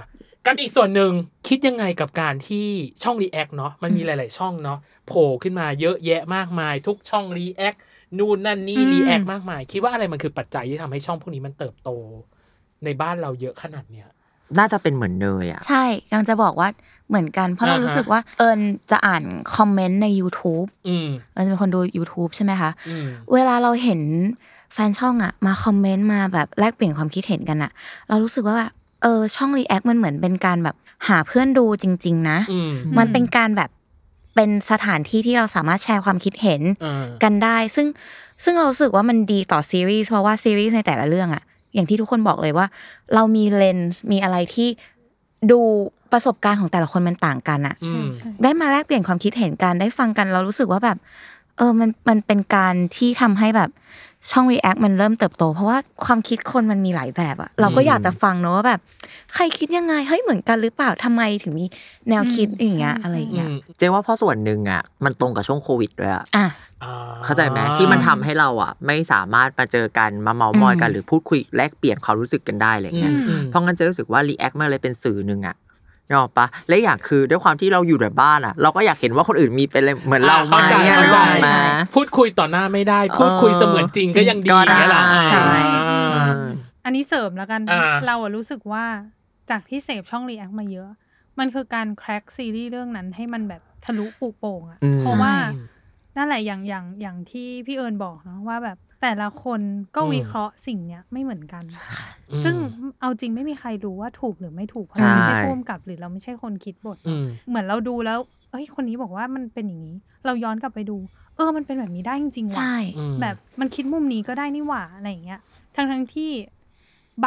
[SPEAKER 2] กันอีกส่วนหนึ่งคิดยังไงกับการที่ช่องรีแอคเนาะมันมีหลาย ๆ ช่องเนาะโผล่ขึ้นมาเยอะแยะมากมาย ทุกช่องรีแอค นู่นนั่นนี่
[SPEAKER 3] อืม
[SPEAKER 2] รีแอคมากมาย คิดว่าอะไรมันคือปัจจัยที่ทำให้ช่องพวกนี้มันเติบโต ในบ้านเราเยอะขนาดเนี้ย
[SPEAKER 4] น่าจะเป็นเหมือนเนยอ่ะ
[SPEAKER 5] ใช่กำลังจะบอกว่าเหมือนกัน เพราะเรา
[SPEAKER 2] อ่าฮะ
[SPEAKER 5] รู้สึกว่าเอิญจะอ่านคอมเมนต์ใน YouTube
[SPEAKER 2] อืม
[SPEAKER 5] เอิญเป็นคนดู YouTube ใช่ไหมคะ
[SPEAKER 2] อืม
[SPEAKER 5] เวลาเราเห็นแฟนช่องอะมาคอมเมนต์มาแบบแลกเปลี่ยนความคิดเห็นกันอะเรารู้สึกว่าแบบเออช่องรีแอคมันเหมือนเป็นการแบบหาเพื่อนดูจริง ๆ นะ
[SPEAKER 2] อืม
[SPEAKER 5] มันเป็นการแบบเป็นสถานที่ที่เราสามารถแชร์ความคิดเห็น
[SPEAKER 2] อ่า
[SPEAKER 5] กันได้ซึ่งซึ่งเรารู้สึกว่ามันดีต่อซีรีส์เพราะว่าซีรีส์ในแต่ละเรื่องอะอย่างที่ทุกคนบอกเลยว่า เรามีเลนส์มีอะไรที่ดูประสบการณ์ของแต่ละคนมันต่างกันอะ
[SPEAKER 2] อืม
[SPEAKER 3] ใช่
[SPEAKER 5] ได้มาแลกเปลี่ยนความคิดเห็นกันได้ฟังกันเรารู้สึกว่าแบบ เออมันมันเป็นการที่ทำให้แบบช่อง React มันเริ่มเติบโต เพราะว่าความคิดคนมันมีหลายแบบอะเราก็อยากจะฟังเนอะว่าแบบ ใครคิดยังไงเฮ้ยเหมือนกันหรือเปล่าทำไมถึงมีแนวคิด
[SPEAKER 3] อืม
[SPEAKER 5] อย่างเงี้ย
[SPEAKER 3] ใช่
[SPEAKER 5] อะไรอย่าง
[SPEAKER 2] อื
[SPEAKER 5] เงี้ย
[SPEAKER 2] ม
[SPEAKER 4] เจ๊ว่าเพราะส่วนหนึ่งอ่ะมันตรงกับช่วงโควิดด้วยอ่ะ
[SPEAKER 5] อ่ะ
[SPEAKER 2] อ่
[SPEAKER 4] เข้าใจไหมที่มันทำให้เราอ่ะ ไม่สามารถมาเจอกันมาเมามอยกัน
[SPEAKER 5] อืม
[SPEAKER 4] หรือพูดคุยแลกเปลี่ยนความรู้สึกกันได้อะไร
[SPEAKER 2] อื
[SPEAKER 4] เงี้ย
[SPEAKER 2] มอืม
[SPEAKER 4] เพราะงั้นเจะรู้สึกว่ารีแอคมันเลยเป็นสื่อหนึ่งอ่ะนึกออกปะและอย่างคือด้วยความที่เราอยู่แต่บ้านอ่ะ เราก็อยากเห็นว่าคนอื่นมีเป็นอะไรเหมือนเราไห
[SPEAKER 2] อ่า
[SPEAKER 4] ม
[SPEAKER 2] เข้าใจ
[SPEAKER 4] อะนึกออกไหม
[SPEAKER 2] เข้าใจ พูดคุยต่อหน้าไม่ได้ พูดคุยเสมือนจริงก็ยังดี
[SPEAKER 4] จริงก็ได้
[SPEAKER 2] เนี่ยแหละ
[SPEAKER 5] ใช่
[SPEAKER 2] อ่า
[SPEAKER 3] อันนี้เสริมแล้วกันนะ
[SPEAKER 2] อ่า
[SPEAKER 3] เราอะรู้สึกว่าจากที่เสพช่องรีแอคมาเยอะ มันคือการแคร็กซีรีส์เรื่องนั้นให้มันแบบทะลุปูโป่งอะ
[SPEAKER 4] อืม
[SPEAKER 3] เพราะว่านั่นแหละอย่างอย่างอย่างที่พี่เอิญบอกเนอะว่าแบบแต่ละคนก็วิเคราะห์สิ่งเนี้ยไม่เหมือนกัน ซึ่งเอาจริงไม่มีใครรู้ว่าถูกหรือไม่ถูกเพราะเราไม่ใช่
[SPEAKER 4] ใช่
[SPEAKER 3] ผู้กำกับหรือเราไม่ใช่คนคิดบทเน
[SPEAKER 2] อื
[SPEAKER 3] อะ
[SPEAKER 2] ม
[SPEAKER 3] เหมือนเราดูแล้ว เอ้ย คนนี้บอกว่ามันเป็นอย่างนี้ เราย้อนกลับไปดู เออ มันเป็นแบบนี้ได้จริงๆว่ะ
[SPEAKER 5] ใช่
[SPEAKER 2] อืม
[SPEAKER 3] แบบมันคิดมุมนี้ก็ได้นี่หว่าอะไรอย่างเงี้ย ทั้งทั้งๆที่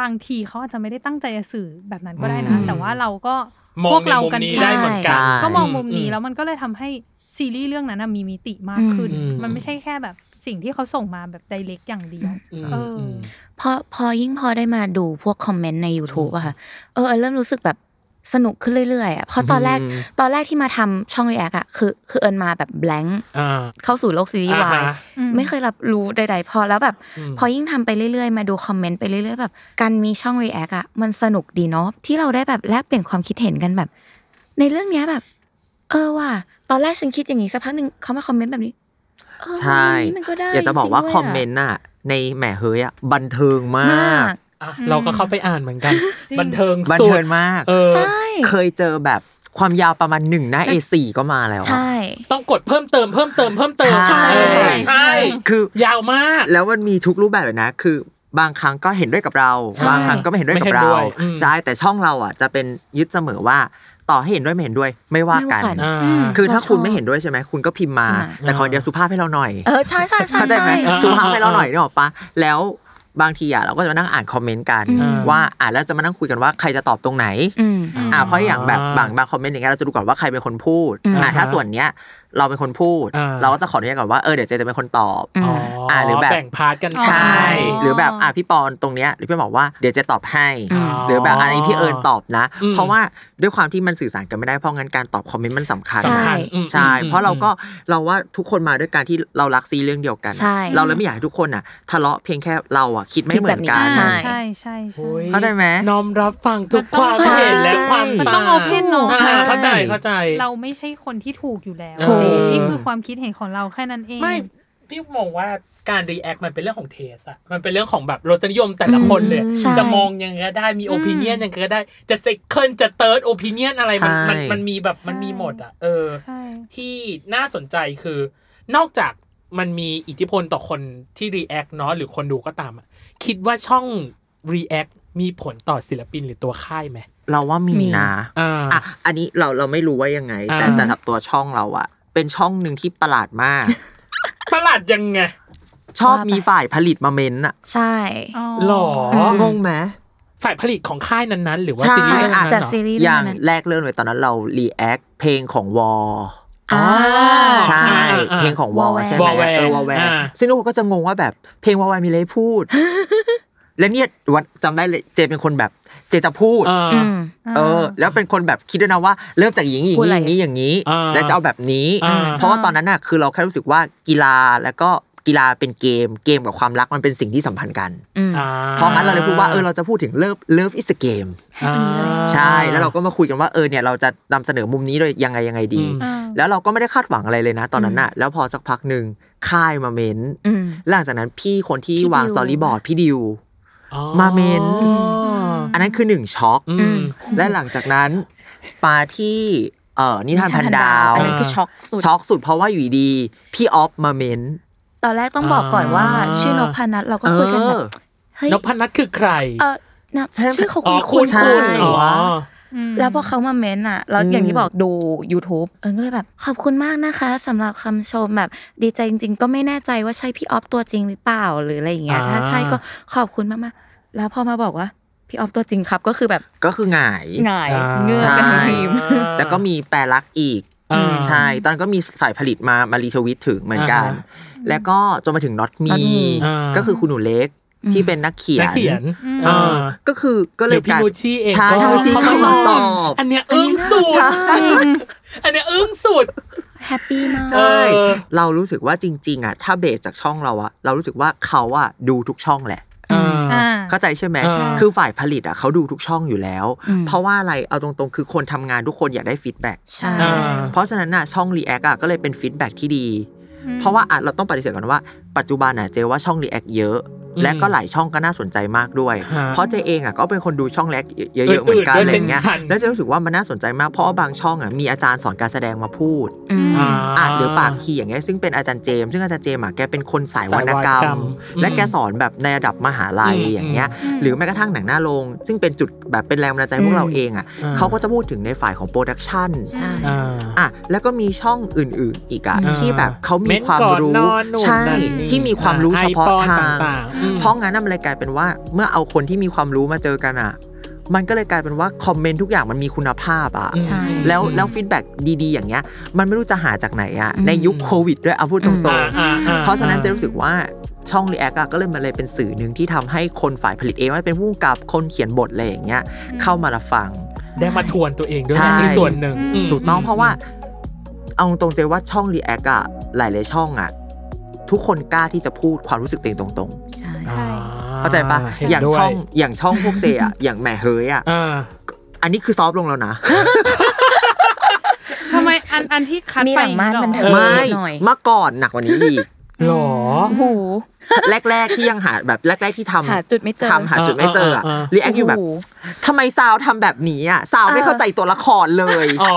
[SPEAKER 3] บางทีเขาอาจจะไม่ได้ตั้งใจจะสื่อแบบนั้นก็ได้นะ
[SPEAKER 4] อืม
[SPEAKER 3] แต่ว่าเราก็
[SPEAKER 2] มอง
[SPEAKER 3] พวกเรา
[SPEAKER 2] ในมุม
[SPEAKER 3] กัน
[SPEAKER 2] นี้ได้เหมือนกัน
[SPEAKER 4] ใช่
[SPEAKER 3] ก็มองมุมนี้แล้วมันก็เลยทำให้ซีรีส์เรื่องนั้นนะมีมิติมากขึ้น
[SPEAKER 2] อืม
[SPEAKER 3] มันไม่ใช่แค่แบบสิ่งที่เขาส่งมาแบบไดเรกอย่างเดียว
[SPEAKER 2] อืม
[SPEAKER 3] เออ
[SPEAKER 2] ม
[SPEAKER 5] พอพอยิ่งพอได้มาดูพวกคอมเมนต์ใน YouTube อะค่ะ เออเริ่มรู้สึกแบบสนุกขึ้นเรื่อยๆอะเพราะตอนแรก
[SPEAKER 4] อืม
[SPEAKER 5] ตอนแรกที่มาทำช่อง React อะคือคือเอิญมาแบบ blank
[SPEAKER 2] อ่า
[SPEAKER 5] เข้าสู่โลกซีรีส์วาย
[SPEAKER 2] อ่าฮะ
[SPEAKER 3] อืม
[SPEAKER 5] ไม่เคยรับรู้ใดๆ พอแล้วแบบ
[SPEAKER 2] อืม
[SPEAKER 5] พอยิ่งทำไปเรื่อยๆ มาดูคอมเมนต์ไปเรื่อยๆแบบการมีช่อง React อะมันสนุกดีเนาะที่เราได้แบบแลกเปลี่ยนความคิดเห็นกันแบบ ในเรื่องเนี้ยแบบ เออว่ะตอนแรกฉันคิดอย่างนี้สักพักหนึ่งเขามาคอมเมนต์แบบนี้เออ
[SPEAKER 4] ใช่
[SPEAKER 5] นี่มันก็ได้
[SPEAKER 4] อยากจะบอกว่า
[SPEAKER 5] ริงๆด้ยะ
[SPEAKER 4] คอมเมนต์น่ะในแหมเฮ้ยอ่ะบันเทิงม
[SPEAKER 5] มา
[SPEAKER 4] าก
[SPEAKER 5] ก
[SPEAKER 2] อ่ะเราก็เข้าไปอ่านเหมือนกัน
[SPEAKER 3] จริง
[SPEAKER 2] บันเทิง
[SPEAKER 4] บัน
[SPEAKER 2] สุ
[SPEAKER 4] เทิ
[SPEAKER 2] ด
[SPEAKER 4] งมาก
[SPEAKER 2] เออ
[SPEAKER 5] ใช่
[SPEAKER 4] เคยเจอแบบความยาวประมาณหนึ่งหน้า A4 ก็มาแล้วอะ
[SPEAKER 5] ใช่
[SPEAKER 2] ต้องกดเพิ่มเติมเพิ่มเติมเพิ่มเติม
[SPEAKER 4] ใช่
[SPEAKER 2] เออใช่
[SPEAKER 4] คือ
[SPEAKER 2] ยาวมาก
[SPEAKER 4] แล้วมันมีทุกรูปแบบเลยนะ คือบางครั้งก็เห็นด้วยกับเรา
[SPEAKER 5] ใช่
[SPEAKER 4] บางครั้งก็ไม่เห็นด้วยกับ
[SPEAKER 2] ไม่เห็นด้
[SPEAKER 4] เรา
[SPEAKER 2] วยอืม
[SPEAKER 4] ใช่ แต่ช่องเราอ่ะจะเป็นยึดเสมอว่าต่อให้เห็นด้วยไม่เห็นด้วยไม่ว่ากัน
[SPEAKER 5] ไม่ว่ากัน
[SPEAKER 2] อ่า
[SPEAKER 4] คือถ้าคุณ
[SPEAKER 5] เราชอบ
[SPEAKER 4] ไม่เห็นด้วยใช่ไหมคุณก็พิมพ์มา
[SPEAKER 5] อ่า
[SPEAKER 4] แต่ขอเดียวสุภาพให้เราหน่อย
[SPEAKER 5] เออใช่ใช่ใช่
[SPEAKER 4] เข้าใจ
[SPEAKER 5] ใช่
[SPEAKER 4] ไหม
[SPEAKER 2] อ่า
[SPEAKER 4] สุภาพให้เราหน่อยนี่หรอกปะแล้วบางทีอ่ะเราก็จะมานั่งอ่านคอมเมนต์กัน
[SPEAKER 2] อืม
[SPEAKER 4] ว่าอ่านแล้วจะมานั่งคุยกันว่าใครจะตอบตรงไหน
[SPEAKER 5] อืม
[SPEAKER 3] อืม
[SPEAKER 4] อ่าเพราะอย่างแบบบางบางคอมเมนต์อย่างเงี้ยเราจะดูก่อนว่าใครเป็นคนพูด
[SPEAKER 5] อืม
[SPEAKER 4] อ่าถ้าส่วนเนี้ยเราเป็นคนพูด
[SPEAKER 2] อ่า
[SPEAKER 4] เราก็จะขออนุญาตก่อนว่าเออเดี๋ยวเจจะเป็นคนตอบ
[SPEAKER 5] อืม
[SPEAKER 2] อ๋ออ่า
[SPEAKER 4] อ่าหรือแบบ
[SPEAKER 2] แบ่งพาร์ทกัน
[SPEAKER 4] ใช
[SPEAKER 2] ไป
[SPEAKER 4] ่
[SPEAKER 3] อ๋อ
[SPEAKER 4] หรือแบบอ่ะพี่ปอนตรงเนี้ยหรือพี่บอกว่าเดี๋ยวเจะตอบให้
[SPEAKER 5] อืม
[SPEAKER 4] หรือแบบอันนี้พี่เอิญตอบนะ
[SPEAKER 2] อืม
[SPEAKER 4] เพราะว่าด้วยความที่มันสื่อสารกันไม่ได้เพราะงั้นการตอบคอมเมนต์มันสำคัญ
[SPEAKER 2] สำคัญอืม
[SPEAKER 4] ใช่
[SPEAKER 2] อืม
[SPEAKER 4] เพราะเราก็เราว่าทุกคนมาด้วยการที่เรารักซีเรื่องเดียวกัน
[SPEAKER 5] ใช่
[SPEAKER 4] เราเลยไม่อยากให้ทุกคนอ่ะทะเลาะเพียงแค่เราอ่ะคิดไม่เหมือนกัน
[SPEAKER 5] คิดแบบนี้
[SPEAKER 3] ใช่
[SPEAKER 5] ใช่
[SPEAKER 3] ใช่ใช่ใช่
[SPEAKER 2] โอ้ย
[SPEAKER 4] เข้าใจไหม
[SPEAKER 2] น้อมรับฟังทุกความ
[SPEAKER 5] ใช่
[SPEAKER 2] เห็นและความ
[SPEAKER 3] มั
[SPEAKER 2] ต่า
[SPEAKER 3] น
[SPEAKER 2] ง
[SPEAKER 3] ต้อง open เนอะ
[SPEAKER 2] อ่า
[SPEAKER 4] ใช่
[SPEAKER 2] เข้าใจเข้าใจ
[SPEAKER 3] เราไม่ใช่คนที่ถูกอยู่แล้ว
[SPEAKER 2] ถูก
[SPEAKER 3] นี่คือความคิดเห็นของเราแค่นั้นเอง
[SPEAKER 2] ไม่พี่มองว่าการรีแอคมันเป็นเรื่องของเทสอะมันเป็นเรื่องของแบบรสนิยมแต่ละคนเลย
[SPEAKER 5] อืมใช่
[SPEAKER 2] จะมองยังไงก็ได้มีโอปิเนียนยังไงก็ได้ จะเซคเคิลจะเติร์ดโอปิเนียนอะไรมัน
[SPEAKER 4] ใช่
[SPEAKER 2] มันมันมีแบบ
[SPEAKER 3] ใช่
[SPEAKER 2] มันมีหมดอะเออ
[SPEAKER 3] ใช่
[SPEAKER 2] ที่น่าสนใจคือ นอกจากมันมีอิทธิพลต่อคนที่รีแอคเนาะหรือคนดูก็ตามอะคิดว่าช่องรีแอคมีผลต่อศิลปินหรือตัวค่ายไหม
[SPEAKER 4] เราว่ามี
[SPEAKER 5] มี
[SPEAKER 4] นะ
[SPEAKER 2] อ่า
[SPEAKER 4] อ่ะอันนี้เราเราไม่รู้ว่ายังไง แต่
[SPEAKER 2] อ่า
[SPEAKER 4] แต่สำหรับตัวช่องเราอ่ะ เป็นช่องหนึ่งที่ประหลาดมาก
[SPEAKER 2] ประหลาดยังไง
[SPEAKER 4] ชอบ
[SPEAKER 5] ว่ามี
[SPEAKER 4] มีฝ่ายผลิตมาเม้นต์อ่ะ
[SPEAKER 5] ใช่
[SPEAKER 2] หรอ
[SPEAKER 4] งงไหม
[SPEAKER 2] ฝ่ายผลิตของค่ายนั้นๆ หรือว่า
[SPEAKER 4] ใช่
[SPEAKER 2] ซีรีส์เรื่องนั้น
[SPEAKER 5] จาก
[SPEAKER 2] เหรอ
[SPEAKER 5] ซีรีส์
[SPEAKER 4] อย่าง
[SPEAKER 5] เรื่องนั้น
[SPEAKER 4] แรกเริ่มเลยตอนนั้นเรารีแอคเพลงของวอ
[SPEAKER 5] อ่า
[SPEAKER 4] ใช่
[SPEAKER 2] อ่า
[SPEAKER 4] เพลงของวอ
[SPEAKER 5] War
[SPEAKER 4] ใช่ไหม
[SPEAKER 2] War Wear
[SPEAKER 4] เออวอแว
[SPEAKER 2] อ่า
[SPEAKER 4] ซึ่งทุกคนก็จะงงว่าแบบเพลงวอแวมีอะไรให้พูด และเนี่ยวันจำได้เลยเจเป็นคนแบบเจจะพูด
[SPEAKER 2] อ่า
[SPEAKER 5] อืม
[SPEAKER 4] เออ แล้วเป็นคนแบบคิดด้วยนะว่าเริ่มจากอย่างนี้
[SPEAKER 5] พูดอะไร
[SPEAKER 4] อย่างนี้อย่างนี้
[SPEAKER 2] อ่า
[SPEAKER 4] แล้วจะเอาแบบนี้
[SPEAKER 2] อ่า
[SPEAKER 4] เพราะว่าตอนนั้นน่ะคือเราแค่รู้สึกว่ากีฬาแล้วก็กีฬาเป็นเกมเกมกับความรักมันเป็นสิ่งที่สัมพันธ์กัน
[SPEAKER 5] อืม
[SPEAKER 2] อ่
[SPEAKER 4] เพราะงั้นเราเลยพูดว่าเออเราจะพูดถึงเลิฟเลิฟอิสเกม
[SPEAKER 2] อ่า
[SPEAKER 4] ใช่แล้วเราก็มาคุยกันว่าเออเนี่ยเราจะนำเสนอมุมนี้โดยยังไงยังไงดี
[SPEAKER 2] อืม
[SPEAKER 3] อ่า
[SPEAKER 4] แล้วเราก็ไม่ได้คาดหวังอะไรเลยนะ ตอนนั้นน่ะแล้วพอสักพักหนึ่ง ค่ายมาเม้น
[SPEAKER 5] อืม
[SPEAKER 4] หลังจากนั้นพี่คนที่
[SPEAKER 5] พี่ดิว
[SPEAKER 4] วางสตอรี่บอร์ดพี่ดิว
[SPEAKER 2] อ๋อ
[SPEAKER 4] มาเมน อันนั้นคือหนึ่งช็อก
[SPEAKER 2] อืม
[SPEAKER 4] และหลังจากนั้นปาที่เอ่อนิทานพันดาว
[SPEAKER 5] อันนั้นคือช็อกสุด
[SPEAKER 4] ช็อกสุดเพราะว่าอยู่ดีๆพี่ออฟมาเม้น
[SPEAKER 5] ตอนแรกต้องบอกก่อนว่า
[SPEAKER 2] อ่า
[SPEAKER 5] ชื่อนพนัทเราก็
[SPEAKER 4] เอ
[SPEAKER 5] คุยกันแบบ
[SPEAKER 4] อ
[SPEAKER 5] เฮ้ย
[SPEAKER 2] นพนัทคือใคร
[SPEAKER 5] เออนะ
[SPEAKER 4] ใช่ไหม
[SPEAKER 5] ชื่อเขา
[SPEAKER 2] อ๋อคุ
[SPEAKER 5] คุ้
[SPEAKER 2] ณ
[SPEAKER 5] น
[SPEAKER 4] ใช่
[SPEAKER 2] คุณ
[SPEAKER 5] ๆ
[SPEAKER 2] อ๋อ
[SPEAKER 5] แล้วพอเขามาเม้นอ่ะ แล้ว
[SPEAKER 4] อืม
[SPEAKER 5] อย่างที่บอกดู YouTube เอิญก็เลยแบบ ขอบคุณมากนะคะสำหรับคำชมแบบดีใจจริง ๆ ก็ไม่แน่ใจว่าใช่พี่ออฟตัวจริงหรือเปล่าหรืออะไรอย่างเงี้ย
[SPEAKER 2] อ่า
[SPEAKER 5] ถ้าใช่ก็ขอบคุณมากๆ แล้วพอมาบอกว่า พี่ออฟตัวจริงครับก็คือแบบ
[SPEAKER 4] ก็คือหงาย
[SPEAKER 5] หงาย
[SPEAKER 2] อ่า
[SPEAKER 5] เงือกกันทั้งทีม
[SPEAKER 4] แล้วก็มีแปรลักษ์อีก
[SPEAKER 2] อ่า
[SPEAKER 4] ใช่ ตอนนนก็มีสายผลิตมามารีทวิตถึงเหมือนกัน
[SPEAKER 2] อ่าฮะ
[SPEAKER 4] แล้วก็จนมาถึงน็อตมี
[SPEAKER 5] Not Me
[SPEAKER 2] อ่า
[SPEAKER 4] ก็คือคุณหนูเล็ก
[SPEAKER 5] อืม
[SPEAKER 4] ที่เป็นนักเขียน
[SPEAKER 2] นักเขียน
[SPEAKER 4] เออ
[SPEAKER 2] ม
[SPEAKER 4] ก็คือก็เล
[SPEAKER 2] ห
[SPEAKER 4] ย
[SPEAKER 2] รือพี่นุชชี่เอง
[SPEAKER 4] ใช่
[SPEAKER 2] ก็
[SPEAKER 4] พี่นุชชี่
[SPEAKER 2] เข้า
[SPEAKER 4] เข้า
[SPEAKER 2] มา
[SPEAKER 4] มา
[SPEAKER 2] ต
[SPEAKER 4] ต
[SPEAKER 2] อ
[SPEAKER 4] อบ บ
[SPEAKER 2] อันเนี้ยอึ้งสุด
[SPEAKER 4] ใช่
[SPEAKER 2] อันเนี้ยอึ้งสุด
[SPEAKER 5] แฮปปี้มาก
[SPEAKER 2] เอ
[SPEAKER 4] ใช่
[SPEAKER 2] อ
[SPEAKER 4] เรารู้สึกว่าจริง ๆ อ่ะ ถ้าเบสจากช่องเราอะเรารู้สึกว่าเขาอะดูทุกช่องแหละ
[SPEAKER 3] อ่า
[SPEAKER 4] เข้าใจใช่ไหม
[SPEAKER 2] อ่า
[SPEAKER 4] คือฝ่ายผลิตอะเขาดูทุกช่องอยู่แล้ว
[SPEAKER 5] อืม
[SPEAKER 4] เพราะว่าอะไร เอาตรงๆ คือคนทำงานทุกคนอยากได้ฟีดแบ็ก
[SPEAKER 5] ใช่
[SPEAKER 2] อ่า
[SPEAKER 4] เพราะฉะนั้นอะช่องรีแอคอะก็เลยเป็นฟีดแบ็กที่ดี เพราะว่าอ่ะเราต้องปฏิเสธก่อนว่าปัจจุบันอ่ะเจว่าช่องรีแอคเยอะ
[SPEAKER 2] อืม
[SPEAKER 4] และก็หลายช่องก็น่าสนใจมากด้วย
[SPEAKER 2] ฮะ
[SPEAKER 4] เพราะเจเองอ่ะก็เป็นคนดูช่องแรกเย
[SPEAKER 2] อื่นๆ
[SPEAKER 4] อะๆเหมือนกัน
[SPEAKER 2] ด้วย
[SPEAKER 4] อะไรอย่างเงี้ย
[SPEAKER 2] เช่นกัน
[SPEAKER 4] แล้วจะรู้สึกว่ามันน่าสนใจมากเพราะว่าบางช่องอ่ะมีอาจารย์สอนการแสดงมาพูด
[SPEAKER 5] อืม
[SPEAKER 2] อ่า
[SPEAKER 4] อ่ะหรือปากคีอย่างเงี้ยซึ่งเป็นอาจารย์เจมส์ซึ่งอาจารย์เจมส์อ่ะแกเป็นคนสายวรรณกร
[SPEAKER 2] สายวรรณ
[SPEAKER 4] ร
[SPEAKER 2] กรร
[SPEAKER 4] ม
[SPEAKER 2] ม
[SPEAKER 4] และ
[SPEAKER 2] อืม
[SPEAKER 4] แกสอนแบบในระดับมหาลัย
[SPEAKER 2] อืม
[SPEAKER 4] อย่างเงี้ย
[SPEAKER 3] อืม
[SPEAKER 4] หรือแม้กระทั่งหนังหน้าโรงซึ่งเป็นจุดแบบเป็นแรงบันดาลใจพวกเราเองอ่ะ
[SPEAKER 2] อ่า
[SPEAKER 4] เขาก็จะพูดถึงในฝ่ายของโปรดักชัน
[SPEAKER 5] ใช่
[SPEAKER 2] อ่า
[SPEAKER 4] อ่ะแล้วก็มีช่องอื่นๆ อีกอะ
[SPEAKER 2] อ่า
[SPEAKER 4] ที่แบบเขา
[SPEAKER 2] เม้
[SPEAKER 4] มี
[SPEAKER 2] น
[SPEAKER 4] ความ
[SPEAKER 2] ก่อน
[SPEAKER 4] รู้
[SPEAKER 2] นอนนู่น
[SPEAKER 4] ใช่
[SPEAKER 2] นั่นนี่
[SPEAKER 4] ที่มีความรู้
[SPEAKER 2] อ่า
[SPEAKER 4] เฉพาะ
[SPEAKER 2] iPod
[SPEAKER 4] ทาง
[SPEAKER 2] ต่างๆอืม
[SPEAKER 4] เพราะงั้นน่ะมันเลยกลายเป็นว่าเมื่อเอาคนที่มีความรู้มาเจอกันอะมันก็เลยกลายเป็นว่าคอมเมนต์ทุกอย่างมันมีคุณภาพอะ
[SPEAKER 5] ใช่
[SPEAKER 4] แล้วแล้วฟีดแบ็ดีๆ อย่างเงี้ย มันไม่รู้จะหาจากไหนอะ
[SPEAKER 5] อืม
[SPEAKER 4] ในยุคโควิดด้วยเอาพูดตร
[SPEAKER 2] อ่าง อ่าอ่า
[SPEAKER 4] ๆ เพราะฉะนั้นจะรู้สึกว่าช่อง React อะก็เลยมันเลยเป็นสื่อหนึ่งที่ทำให้คนฝ่ายผลิตเองไม่ว่าเป็นผู้กำกับคนเขียนบทอะไรอย่างเงี้ยเข้ามารับฟัง
[SPEAKER 2] ได้มาทวนตัวเองด้วย
[SPEAKER 4] ใช่
[SPEAKER 2] นะในส่วนหนึ่งม
[SPEAKER 4] ถูกต้องเพราะว่า เอาตรงๆเจว่าช่อง React อะหลายๆช่องอะทุกคนกล้าที่จะพูดความรู้สึกตัวเองตรง
[SPEAKER 5] ใช่
[SPEAKER 3] ใช่
[SPEAKER 4] ๆ เข้าใจปะ
[SPEAKER 2] เห็น
[SPEAKER 4] อย่าง
[SPEAKER 2] ด้วย
[SPEAKER 4] ช่องอย่างช่องพวกเจ อะ อย่างแหม่เฮยอะ
[SPEAKER 2] อ่า
[SPEAKER 4] อันนี้คือซอฟต์ลงแล้วนะ
[SPEAKER 3] ทำไมอันอันที่คัด
[SPEAKER 5] มี
[SPEAKER 3] ไป
[SPEAKER 5] หลังม่านมันเถ
[SPEAKER 2] อ
[SPEAKER 5] อะ
[SPEAKER 4] ไม่
[SPEAKER 5] หน่อย
[SPEAKER 4] เมื่อก่อนหนักกว่านี้อีก
[SPEAKER 2] หรอ
[SPEAKER 5] โอ้โห
[SPEAKER 4] แรกๆที่ยังหาแบบแรก ๆที่ทำ
[SPEAKER 5] หาจุดไม่เจอ
[SPEAKER 4] ทำหาจุดไม่เจออะ
[SPEAKER 2] อ่าอ่าอ่า
[SPEAKER 4] React อยู่แบบ
[SPEAKER 5] โอ้โห
[SPEAKER 4] ทำไมซาวทำแบบนี้อะซาวไม่เข้าใจตัวละครเลย
[SPEAKER 2] อ๋อ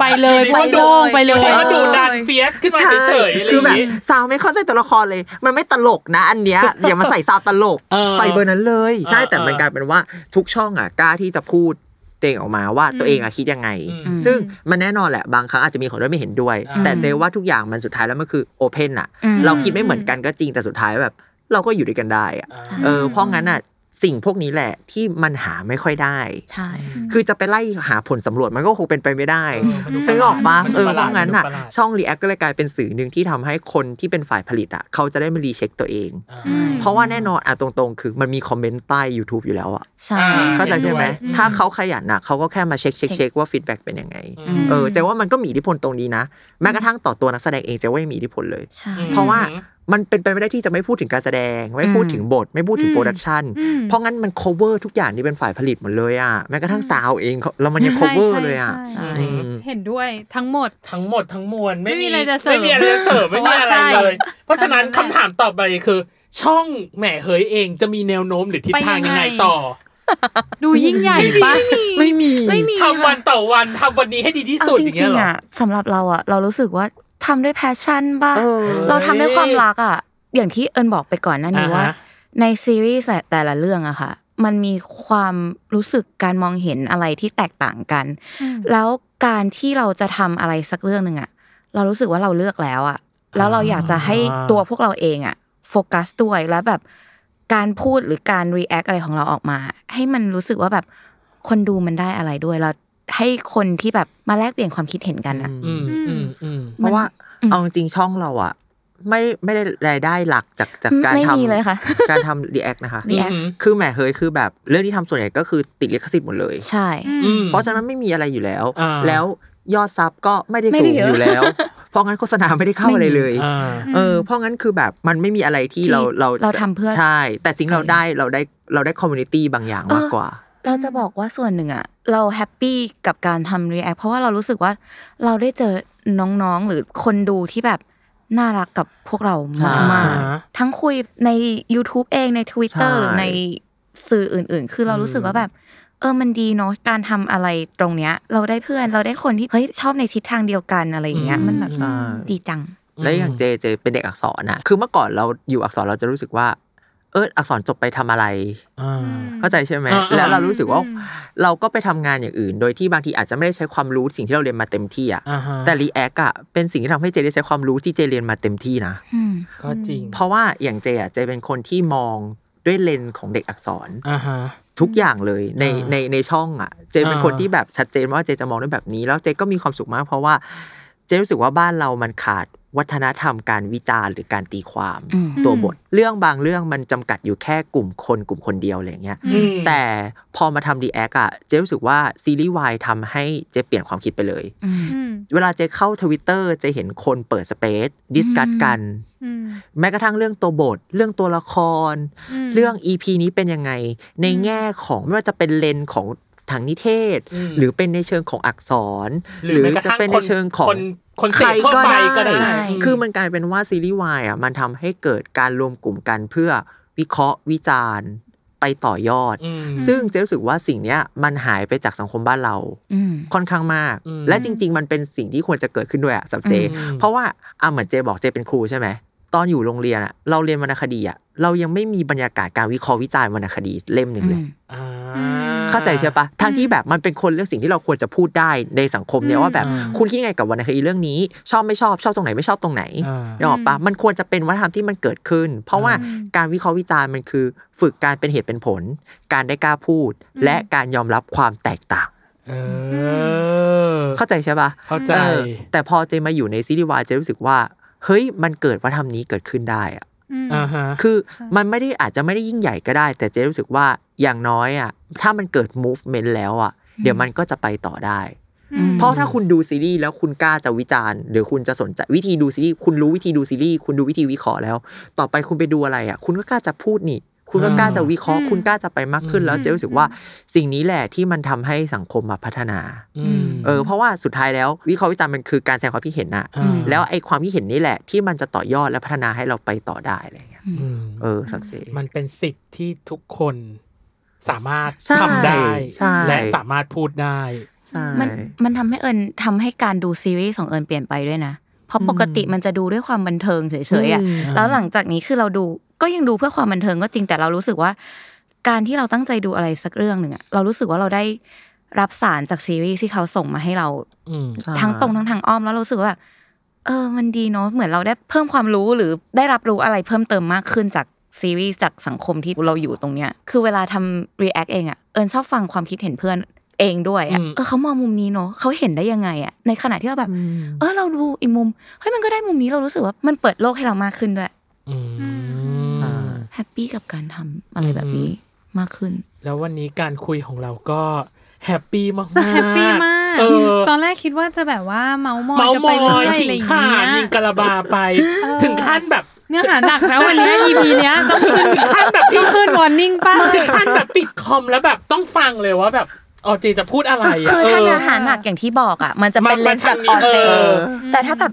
[SPEAKER 3] ไปเลยไป
[SPEAKER 5] ไปเล
[SPEAKER 3] เลย ยไปเลย
[SPEAKER 2] เขาดูดันเฟียสขึ้นมาเฉยๆอะไรอ
[SPEAKER 4] คื
[SPEAKER 2] ย่า
[SPEAKER 4] องแบบ
[SPEAKER 2] งี้
[SPEAKER 4] ซาวไม่เข้าใจตัวละครเลย มันไม่ตลกนะ อัน เนี้ย อย่ามาใส่ซาวตลก
[SPEAKER 2] เออ
[SPEAKER 4] ไปเบอร์นั้นเลย ใช่
[SPEAKER 2] เออ
[SPEAKER 4] แต่มันกลายเป็นว่าทุกช่องอ่ะกล้าที่จะพูดตัวเองออกมาว่าตัวเองอ่ะคิดยังไง
[SPEAKER 2] อืม
[SPEAKER 4] ซึ่งมันแน่นอนแหละบางครั้งอาจจะมีคนด้วยไม่เห็นด้วย
[SPEAKER 2] อืม
[SPEAKER 4] แต่เจว่าทุกอย่างมันสุดท้ายแล้วมันคือโอเพนอ่ะ
[SPEAKER 5] อืม
[SPEAKER 4] เราคิดไม่เหมือนกันก็จริงแต่สุดท้ายแบบ เราก็อยู่ด้วยกันได้อ่ะเออเพราะงั้นอ่ะสิ่งพวกนี้แหละที่มันหาไม่ค่อยได้
[SPEAKER 5] ใช่
[SPEAKER 4] คือจะไปไล่หาผลสำรวจมันก็คงเป็นไปไม่ได้ นึกออกปะเออเพราะงั้นอ่ะ ช่อง React ก็เลยกลายเป็นสื่อหนึ่งที่ทำให้คนที่เป็นฝ่ายผลิตอ่ะ เขาจะได้มารีเช็คตัวเอง
[SPEAKER 2] ใช่
[SPEAKER 4] เพราะว่าแน่นอนอ่ะตรงๆ คือมันมีคอมเมนต์ใต้ YouTube อยู่แล้วอ่ะ
[SPEAKER 5] ใช่
[SPEAKER 2] อ่า
[SPEAKER 4] เข้าใจใช่ไหม
[SPEAKER 2] เห็นด้วย
[SPEAKER 4] ถ้าเขาขยันอ่ะเขาก็แค่มาเช็คเช็ค
[SPEAKER 5] เช็ค
[SPEAKER 4] เช็คว่าฟีดแบ็กเป็นยังไง
[SPEAKER 2] อืม
[SPEAKER 4] เออเจว่ามันก็มีอิทธิพลตรงนี้นะ แม้กระทั่งต่อตัวนักแสดงเองเจว่ายังมีอิทธิพลเลย
[SPEAKER 5] ใช่
[SPEAKER 4] เพราะว่ามันเป็นไปไม่ได้ที่จะไม่พูดถึงการแสดง ไม่พูดถึงบท ไม่พูดถึง
[SPEAKER 3] อืม
[SPEAKER 4] โปรดักชัน
[SPEAKER 3] อืม
[SPEAKER 4] เพราะงั้นมัน cover ทุกอย่างที่เป็นฝ่ายผลิตหมดเลยอ่ะแม้กระทั่งซาวเองเขาแล้วมันยัง cover
[SPEAKER 3] ใช่
[SPEAKER 4] เลยอ่ะ
[SPEAKER 3] ใช่
[SPEAKER 5] ใช่
[SPEAKER 4] อืม
[SPEAKER 3] เห็นด้วยทั้งหมด
[SPEAKER 2] ทั้งหมดทั้งมวลไม่
[SPEAKER 3] ไม่มีอะไรจะเสริม
[SPEAKER 2] ไม่มีอะไรจะเสริมไม่มีอะไรเลย เพราะฉะนั้น
[SPEAKER 3] ใช่
[SPEAKER 2] คำถามต่อไปคือ ช่องแหม่เฮยเองจะมีแนวโน้มหรือทิศทาง
[SPEAKER 3] ไปยั
[SPEAKER 2] ยัง
[SPEAKER 3] ง
[SPEAKER 2] ไง
[SPEAKER 3] ไง
[SPEAKER 2] ต่อ
[SPEAKER 3] ดูยิ่งใหญ่ปะ
[SPEAKER 4] ไม่มี
[SPEAKER 5] ไม่มี
[SPEAKER 2] ทำวันต่อวันทำวันนี้ให้ดีที่
[SPEAKER 5] เอา
[SPEAKER 2] สุด
[SPEAKER 5] จ
[SPEAKER 2] อย่าง
[SPEAKER 5] ริ
[SPEAKER 2] เงี้ย
[SPEAKER 5] ง
[SPEAKER 2] เหรอ
[SPEAKER 5] ๆอ่ะสำหรับเราอ่ะ เรารู้สึกว่าทำด้วยแพชชั่นบ้าง
[SPEAKER 4] เออ
[SPEAKER 5] เราทำด้วยความรักอ่ะ อย่างที่เอิญบอกไปก่อนหน้านี้
[SPEAKER 2] อ่าฮะ
[SPEAKER 5] ว่า ในซีรีส์แต่ละเรื่องอะค่ะ มันมีความรู้สึกการมองเห็นอะไรที่แตกต่างกัน แล้วการที่เราจะทำอะไรสักเรื่องหนึ่งอะเรารู้สึกว่าเราเลือกแล้วอะแล้วเราอยากจะให้ตัวพวกเราเองอะโฟกัสด้วยแล้วแบบการพูดหรือการรีแอคอะไรของเราออกมา ให้มันรู้สึกว่าแบบคนดูมันได้อะไรด้วยแล้วให้คนที่แบบมาแลกเปลี่ยนความคิดเห็นกันอะ
[SPEAKER 2] อืมอืมอืม
[SPEAKER 4] เพราะว่าเอาจริงๆช่องเราอะไม่ไม่ได้รายได้หลักจากจากการ
[SPEAKER 5] ไม่
[SPEAKER 4] ทำ
[SPEAKER 5] มีเลยค่ะ
[SPEAKER 4] การทำ React นะคะ
[SPEAKER 5] React
[SPEAKER 4] คือแหมเฮยคือแบบเรื่องที่ทำส่วนใหญ่ก็คือติดลิขสิทธิ์หมดเลย
[SPEAKER 5] ใช่
[SPEAKER 2] อืม
[SPEAKER 4] เพราะฉะนั้นไม่มีอะไรอยู่แล้ว
[SPEAKER 2] อ่า
[SPEAKER 4] แล้วยอดซับก็ไม่ได้
[SPEAKER 5] ไม่
[SPEAKER 4] สู
[SPEAKER 5] ได้
[SPEAKER 4] ง
[SPEAKER 5] เยอะ
[SPEAKER 4] อยู่แล้ว เพราะงั้นโฆษณาไม่ได้เข้าอะไรเลย
[SPEAKER 2] อ่า
[SPEAKER 4] เออเพราะงั้นคือแบบมันไม่มีอะไรที่เราเรา
[SPEAKER 5] เราทำเพื่อ
[SPEAKER 4] ใช่ แต่สิ่งเราได้เราได้เราได้คอมมูนิตี้บางอย่างมากกว่า
[SPEAKER 5] เราจะบอกว่าส่วนหนึ่งอะเราแฮปปี้กับการทำรีแอคเพราะว่าเรารู้สึกว่าเราได้เจอน้องๆ หรือคนดูที่แบบ น่ารักกับพวกเรามากมาก
[SPEAKER 2] ใช่
[SPEAKER 5] ทั้งคุยใน YouTube เองใน Twitter
[SPEAKER 4] ใช่
[SPEAKER 5] หรือในสื่ออื่น ๆ คือเรารู้สึกว่าแบบ เออมันดีเนาะการทำอะไรตรงเนี้ย เราได้เพื่อนเราได้คนที่เฮ้ยชอบในทิศทางเดียวกันอะไรอย่างเงี้ยมันแบบ
[SPEAKER 4] ใช่
[SPEAKER 5] ดีจัง
[SPEAKER 4] แล้วอย่างเจเจเป็นเด็กอักษรน่ะ คือเมื่อก่อนเราอยู่อักษรเราจะรู้สึกว่า เอออักษรจบไปทำอะไร
[SPEAKER 2] อ่า
[SPEAKER 4] เข้าใจใช่ไหม
[SPEAKER 2] อ่าอ่า
[SPEAKER 4] แล้วเรารู้สึกว่า
[SPEAKER 3] อืม
[SPEAKER 4] เราก็ไปทำงานอย่างอื่น โดยที่บางทีอาจจะไม่ได้ใช้ความรู้สิ่งที่เราเรียนมาเต็มที่อ่ะ
[SPEAKER 2] อ่าฮะ
[SPEAKER 4] แต่รีแอคอะเป็นสิ่งที่ทำให้เจได้ใช้ความรู้ที่เจเรียนมาเต็มที่นะ
[SPEAKER 5] อืม
[SPEAKER 2] ก็จริง
[SPEAKER 4] เพราะว่าอย่างเจอะเจเป็นคนที่มองด้วยเลนส์ของเด็กอักษร
[SPEAKER 2] อ่าฮะ
[SPEAKER 4] ทุกอย่างเลยใน
[SPEAKER 2] อ่า
[SPEAKER 4] ในในช่องอ่ะ เจเป็น
[SPEAKER 2] อ่า
[SPEAKER 4] คนที่แบบชัดเจนว่าเจจะมองด้วยแบบนี้ แล้วเจก็มีความสุขมาก เพราะว่าเจรู้สึกว่าบ้านเรามันขาดวัฒนธรรมการวิจารณ์หรือการตีความ
[SPEAKER 5] อืม
[SPEAKER 4] ตัวบท เรื่องบางเรื่องมันจำกัดอยู่แค่กลุ่มคนกลุ่มคนเดียวอะไรอย่างเงี้ย
[SPEAKER 3] อืม
[SPEAKER 4] แต่พอมาทำดีแอคอะเจรู้สึกว่าซีรีส์วายทำให้เจเปลี่ยนความคิดไปเลย
[SPEAKER 5] อืม
[SPEAKER 3] อืม
[SPEAKER 4] เวลาเจเข้าทวิตเตอร์เจเห็นคนเปิดสเปซดิสคัต
[SPEAKER 5] อืม
[SPEAKER 4] กัน
[SPEAKER 3] อืม
[SPEAKER 4] แม้กระทั่งเรื่องตัวบท เรื่องตัวละคร
[SPEAKER 3] ม
[SPEAKER 4] เรื่อง EP นี้เป็นยังไง ในแง่ของไม่ว่าจะเป็นเลนส์ของทางนิเทศ
[SPEAKER 2] อืม
[SPEAKER 4] หรือเป็นในเชิงของอักษร
[SPEAKER 2] หรือแม้กระ
[SPEAKER 4] จะ
[SPEAKER 2] ทั่ง
[SPEAKER 4] เป็น
[SPEAKER 2] ค
[SPEAKER 4] ใน
[SPEAKER 2] น
[SPEAKER 4] เชิงของ
[SPEAKER 2] คนคนเสพทั่วไปก็ได้
[SPEAKER 5] ใช่
[SPEAKER 4] คือมันกลายเป็นว่าซีรีส์วายอ่ะมันทำให้เกิดการรวมกลุ่มกันเพื่อวิเคราะห์วิจารณ์ ไปต่อยอด
[SPEAKER 2] อืม
[SPEAKER 4] ซึ่งเจ๊รู้สึกว่าสิ่งเนี้ยมันหายไปจากสังคมบ้านเรา
[SPEAKER 5] อืม
[SPEAKER 4] ค่อนข้างมาก
[SPEAKER 2] อืม
[SPEAKER 4] และจริง ๆ มันเป็นสิ่งที่ควรจะเกิดขึ้นด้วยอะสำหรับเจ
[SPEAKER 2] อืม
[SPEAKER 4] เพราะว่าอ่ะเหมือนเจบอกเจเป็นครูใช่ไหม ตอนอยู่โรงเรียนอะเราเรียนวรรณคดีอะเรายังไม่มีบรรยากาศการวิเคราะห์วิจารณ์วรรณคดีเล่มหนึ่งเลย
[SPEAKER 2] อ่า
[SPEAKER 4] เข้าใจใช่ปะทั้งที่แบบมันเป็นคนเรื่องสิ่งที่เราควรจะพูดได้ในสังคมเนี่ย
[SPEAKER 3] อืม
[SPEAKER 4] ว่าแบบ
[SPEAKER 2] อืม
[SPEAKER 4] คุณคิดยังไงกับวรรณคดีเรื่องนี้ ชอบไม่ชอบชอบตรงไหนไม่ชอบตรงไหน
[SPEAKER 2] อ่า
[SPEAKER 4] นึกออกปะมันควรจะเป็นวัฒนธรรมที่มันเกิดขึ้น เพราะว่าการวิเคราะห์วิจารณ์มันคือ ฝึกการเป็นเหตุเป็นผล การได้กล้าพูด และการยอมรับความแตกต่าง
[SPEAKER 2] เออ
[SPEAKER 4] เข้าใจใช่ปะ
[SPEAKER 2] เข้าใจ
[SPEAKER 4] เออแต่พอเจมาอยู่ในซีรีส์วายเจรู้สึกว่า เฮ้ยมันเกิดวัฒนธรรมนี้เกิดขึ้นได้อะ
[SPEAKER 3] อืม
[SPEAKER 2] อ่าฮะ
[SPEAKER 4] คือมันไม่ได้อาจจะไม่ได้ยิ่งใหญ่ก็ได้ แต่เจรู้สึกว่าอย่างน้อยอ่ะถ้ามันเกิด movement แล้วอ่ะเดี๋ยวมันก็จะไปต่อได้
[SPEAKER 5] อืม
[SPEAKER 4] เพราะถ้าคุณดูซีรีส์แล้วคุณกล้าจะวิจารณ์ หรือคุณจะสนใจวิธีดูซีรีส์คุณรู้วิธีดูซีรีส์คุณดูวิธีวิเคราะห์แล้ว ต่อไปคุณไปดูอะไรอ่ะคุณก็กล้าจะพูดนี่ คุณก็กล้าจะวิเคราะห์
[SPEAKER 3] อืม
[SPEAKER 4] คุณกล้าจะไปมากขึ้นแล้ว
[SPEAKER 3] อืม
[SPEAKER 4] เจรู้สึกว่าสิ่งนี้แหละที่มันทำให้สังคมมาพัฒนา
[SPEAKER 2] อืม
[SPEAKER 4] เออเพราะว่าสุดท้ายแล้ววิเคราะห์วิจารณ์มันคือการแสดงความคิดเห็นนะ
[SPEAKER 2] า
[SPEAKER 4] แล้วไอ้ความคิดเห็นนี่แหละที่มันจะต่อยอดและพัฒนาให้เราไปต่อได้อะไรเงี้ย
[SPEAKER 2] อืม
[SPEAKER 4] เออสังเจ
[SPEAKER 2] มันเป็นสิทธิ์ที่ทุกคนสามารถ
[SPEAKER 4] ใช่
[SPEAKER 2] ทำได้
[SPEAKER 4] ใช่
[SPEAKER 2] และสามารถพูดได้
[SPEAKER 4] ใช่
[SPEAKER 5] มันมันทำให้เอิญทำให้การดูซีรีส์ของเอิญเปลี่ยนไปด้วยนะ เพราะปกติมันจะดูด้วยความบันเทิงเฉยๆอ่ะ
[SPEAKER 2] ม
[SPEAKER 5] แล้วหลังจากนี้คือเราดูก็ยังดูเพื่อความบันเทิงก็จริงแต่เรารู้สึกว่า การที่เราตั้งใจดูอะไรสักเรื่องหนึ่งอะเรารู้สึกว่าเราได้รับสารจากซีรีส์ที่เขาส่งมาให้เรา
[SPEAKER 2] อืม
[SPEAKER 4] ใช่
[SPEAKER 5] ทั้งตรงทั้งทางอ้อมแล้วเรารู้สึกว่าแบบเออมันดีเนาะเหมือนเราได้เพิ่มความรู้หรือได้รับรู้อะไรเพิ่มเติมมากขึ้นจากซีรีส์จากสังคมที่เราอยู่ตรงเนี้ย คือเวลาทำรีแอคเองอะเอิญชอบฟังความคิดเห็นเพื่อนเองด้วยอะ
[SPEAKER 2] อืม
[SPEAKER 5] เออเขามองมุมนี้เนาะเขาเห็นได้ยังไงอะในขณะที่เราแบบ เออเราดูอีกมุมเฮ้ยมันก็ได้มุมนี้เรารู้สึกว่ามันเปิดโลกให้เรามากขึ้นด้วย
[SPEAKER 2] อืม
[SPEAKER 4] อ่า
[SPEAKER 5] แฮปปี้กับการทำอะไรแบบนี้มากขึ้น
[SPEAKER 2] แล้ววันนี้การคุยของเราก็แฮปปี้มากๆ
[SPEAKER 3] แฮปปี้มาก
[SPEAKER 2] เออ
[SPEAKER 3] ตอนแรกคิดว่าจะแบบว่าเมาส์มอย
[SPEAKER 2] เมา
[SPEAKER 3] กั
[SPEAKER 2] ม
[SPEAKER 3] นไป
[SPEAKER 2] อ
[SPEAKER 3] เรื่อย ย
[SPEAKER 2] ขิ
[SPEAKER 3] อะไร
[SPEAKER 2] ง
[SPEAKER 3] อย่าง
[SPEAKER 2] ข่า
[SPEAKER 3] เงี้ย
[SPEAKER 2] ยิงกะลาบาไป
[SPEAKER 3] เออ
[SPEAKER 2] ถึงขั้นแบบ
[SPEAKER 3] เนื้อหาหนักแล้ววันเนี้ย EP เนี้ยต้องขึ้น
[SPEAKER 2] ถึงขั้นแบบ
[SPEAKER 3] ต้องขึ้นวอร์นิ่งป้า
[SPEAKER 2] ถึงขั้นแบบปิดคอมแล้วแบบต้องฟังเลยว่าแบบออเจจะพูดอะไระ
[SPEAKER 5] คือถ้า
[SPEAKER 2] เ
[SPEAKER 5] เนื้อหาหนักอย่างที่บอกอะมันจะเป็
[SPEAKER 2] มั
[SPEAKER 5] น
[SPEAKER 2] น
[SPEAKER 5] เลนส์จากออนเจ
[SPEAKER 2] เออ
[SPEAKER 5] แต่ถ้าแบบ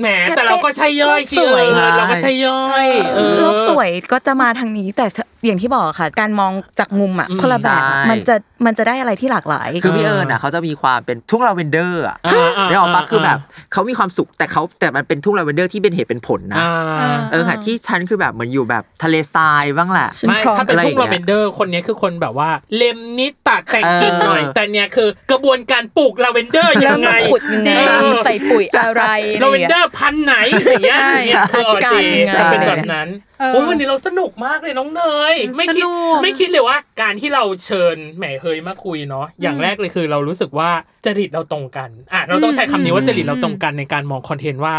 [SPEAKER 2] แหมแต่เราก็ใช่ย่อย
[SPEAKER 5] โลก
[SPEAKER 2] ชิ
[SPEAKER 5] สวย
[SPEAKER 2] เออเราก็ใช่ย่อยเออ
[SPEAKER 5] โลกสวยก็จะมาทางนี้ แต่อย่างที่บอกค่ะ การมองจากมุมอ่ะ
[SPEAKER 2] อืม
[SPEAKER 5] คนละแบบอะ
[SPEAKER 4] ใช่
[SPEAKER 5] มันจะมันจะได้อะไรที่หลากหลาย
[SPEAKER 4] คือพี่เอิญอ่ะเขาจะมีความเป็นทุ่งลาเวนเดอร์อ่ะ
[SPEAKER 2] อ่าๆๆ
[SPEAKER 4] นึกออกปะคือแบบเขามีความสุขแต่เขาแต่มันเป็นทุ่งลาเวนเดอร์ที่เป็นเหตุเป็นผลนะ
[SPEAKER 2] อ่า
[SPEAKER 4] เออค่ะที่ฉันคือแบบเหมือนอยู่แบบทะเลทรายบ้างแหละ
[SPEAKER 5] ฉัน
[SPEAKER 2] ไม่
[SPEAKER 5] พร้อม
[SPEAKER 2] ถ้าเป็น
[SPEAKER 4] อะไรอ
[SPEAKER 2] ทุ่
[SPEAKER 4] ย่าง ง
[SPEAKER 2] ลาเวนเดอร์คนนี้คือคนแบบว่า เล็มนิดตัดแต่งกิ่งหน่อย
[SPEAKER 4] เออ
[SPEAKER 2] แต่เนี้ยคือกระบวนการปลูกลาเวนเดอร์ยั
[SPEAKER 5] เริ่
[SPEAKER 2] ง
[SPEAKER 5] ม
[SPEAKER 2] ไง
[SPEAKER 5] มาขุดยังไง
[SPEAKER 2] เออ
[SPEAKER 5] ใส่ปุ๋ยอะไรอะไร
[SPEAKER 2] ลาเวน
[SPEAKER 5] อย่าง
[SPEAKER 2] เดอ
[SPEAKER 5] เงี้ย
[SPEAKER 2] ร์พันธุ์ไหนอย่างเงี้ย
[SPEAKER 5] ใช่
[SPEAKER 2] เนี่ยคือออ
[SPEAKER 5] ใช่
[SPEAKER 2] เจ
[SPEAKER 5] ใช่
[SPEAKER 2] จะเป็นแบบนั้น
[SPEAKER 3] เออ
[SPEAKER 2] โอ้ยวันนี้เราสนุกมากเลยน้องเนย ไม่คิด
[SPEAKER 3] สนุก
[SPEAKER 2] ไม่คิดเลยว่าการที่เราเชิญแหมเฮยมาคุยเนาะอย่างแรกเลยคือเรารู้สึกว่าจริตเราตรงกันอ่ะเราต้องใช้คำนี้ว่าจริตเราตรงกันในการมองคอนเทนต์ว่า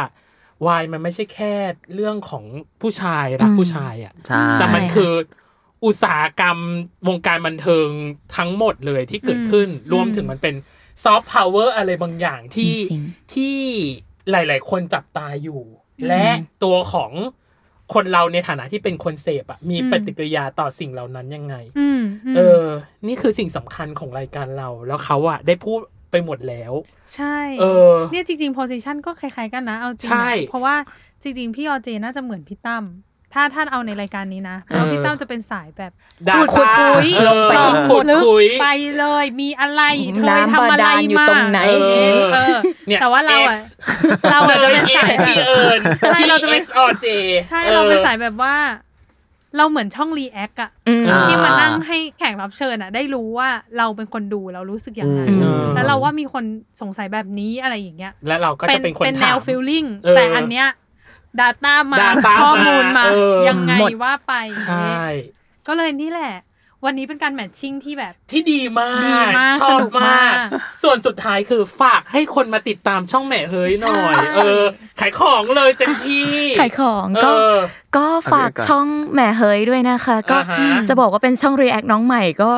[SPEAKER 2] วายมันไม่ใช่แค่เรื่องของผู้ชายรักผู้ชายอ่ะ
[SPEAKER 4] ใช่
[SPEAKER 2] แต่มันคืออุตสาหกรรมวงการบันเทิงทั้งหมดเลยที่เกิดขึ้น รวมถึงมันเป็นซอฟต์พาวเวอร์อะไรบางอย่างที่
[SPEAKER 5] จริง
[SPEAKER 2] ที่หลาย ๆ คนจับตาอยู่ และตัวของคนเราในฐานะที่เป็นคนเสพอะมี
[SPEAKER 3] อืม
[SPEAKER 2] ปฏิกิริยาต่อสิ่งเหล่านั้นยังไง
[SPEAKER 3] อืมม
[SPEAKER 2] เออ นี่คือสิ่งสำคัญของรายการเรา แล้วเขาอะได้พูด ไปหมดแล้ว
[SPEAKER 3] ใช่
[SPEAKER 2] เออ
[SPEAKER 3] เนี่ยจริงๆ position ก็คล้ายๆกันนะเอาจริง
[SPEAKER 2] ใช่
[SPEAKER 3] อะเพราะว่าจริงๆ พี่ออเจน่าจะเหมือนพี่ตั้มถ้าท่านเอาในรายการนี้นะเพราะพี่ตั้มจะเป็นสายแบบ
[SPEAKER 2] ด่า
[SPEAKER 3] ขุดคุย
[SPEAKER 2] เออ
[SPEAKER 3] ลงไป
[SPEAKER 2] ขุดคุย
[SPEAKER 3] ไปเลยมีอะไรเธอ
[SPEAKER 5] น้ำ
[SPEAKER 3] ทำอะไร
[SPEAKER 5] บาดาลอยู่
[SPEAKER 3] มา
[SPEAKER 5] ตรงไหน
[SPEAKER 3] เออเออ
[SPEAKER 2] เนี่ย
[SPEAKER 3] แต่ว่าเราอะ
[SPEAKER 2] X
[SPEAKER 3] เราอะจะ
[SPEAKER 2] เลย
[SPEAKER 3] เป็น
[SPEAKER 2] เอส
[SPEAKER 3] สายแบบ
[SPEAKER 2] ทีเอิญ
[SPEAKER 3] ใช่เราจะเป็น
[SPEAKER 2] เอสออเจ
[SPEAKER 3] ใช่เราเป็นสายแบบว่า เราเหมือนช่องรีแอคอะ
[SPEAKER 5] อืม
[SPEAKER 3] ที่มานั่งให้แขกรับเชิญอะได้รู้ว่าเราเป็นคนดูเรารู้สึกยังไง
[SPEAKER 4] อืม
[SPEAKER 3] แล้วเราว่ามีคนสงสัยแบบนี้อะไรอย่างเงี้ย
[SPEAKER 2] และเราก็จะเป็นคน
[SPEAKER 3] เป็นแน
[SPEAKER 2] ถาม
[SPEAKER 3] วฟิลลิ่ง
[SPEAKER 2] เออ
[SPEAKER 3] แต่อันเนี้ย Data มา
[SPEAKER 2] Data
[SPEAKER 3] ข้อมูลมา
[SPEAKER 2] มาเออ
[SPEAKER 3] ยังไง
[SPEAKER 5] หมด
[SPEAKER 3] ว่าไป
[SPEAKER 2] ใช่
[SPEAKER 3] ก็เลยนี่แหละ วันนี้เป็นการแมทชิ่งที่แบบ
[SPEAKER 2] ที่ดีมา
[SPEAKER 3] ดี
[SPEAKER 2] ก
[SPEAKER 3] มาก
[SPEAKER 2] ช
[SPEAKER 3] ส
[SPEAKER 2] อบ
[SPEAKER 3] นุกมาม
[SPEAKER 2] าก ก ส่วนสุดท้ายคือฝากให้คนมาติดตามช่องแหม่เฮ้ยหน่อย เออ ขายของเลยเต็มที่
[SPEAKER 5] ขายของ
[SPEAKER 2] เอ
[SPEAKER 5] ก็
[SPEAKER 2] อ
[SPEAKER 5] ก็ฝาก
[SPEAKER 4] เอาเดี๋ยวก่อน
[SPEAKER 5] ช่องแหมเฮยด้วยนะคะ ก็
[SPEAKER 2] อ่าฮะ
[SPEAKER 5] จะบอกว่าเป็นช่อง React น้องใหม่ก็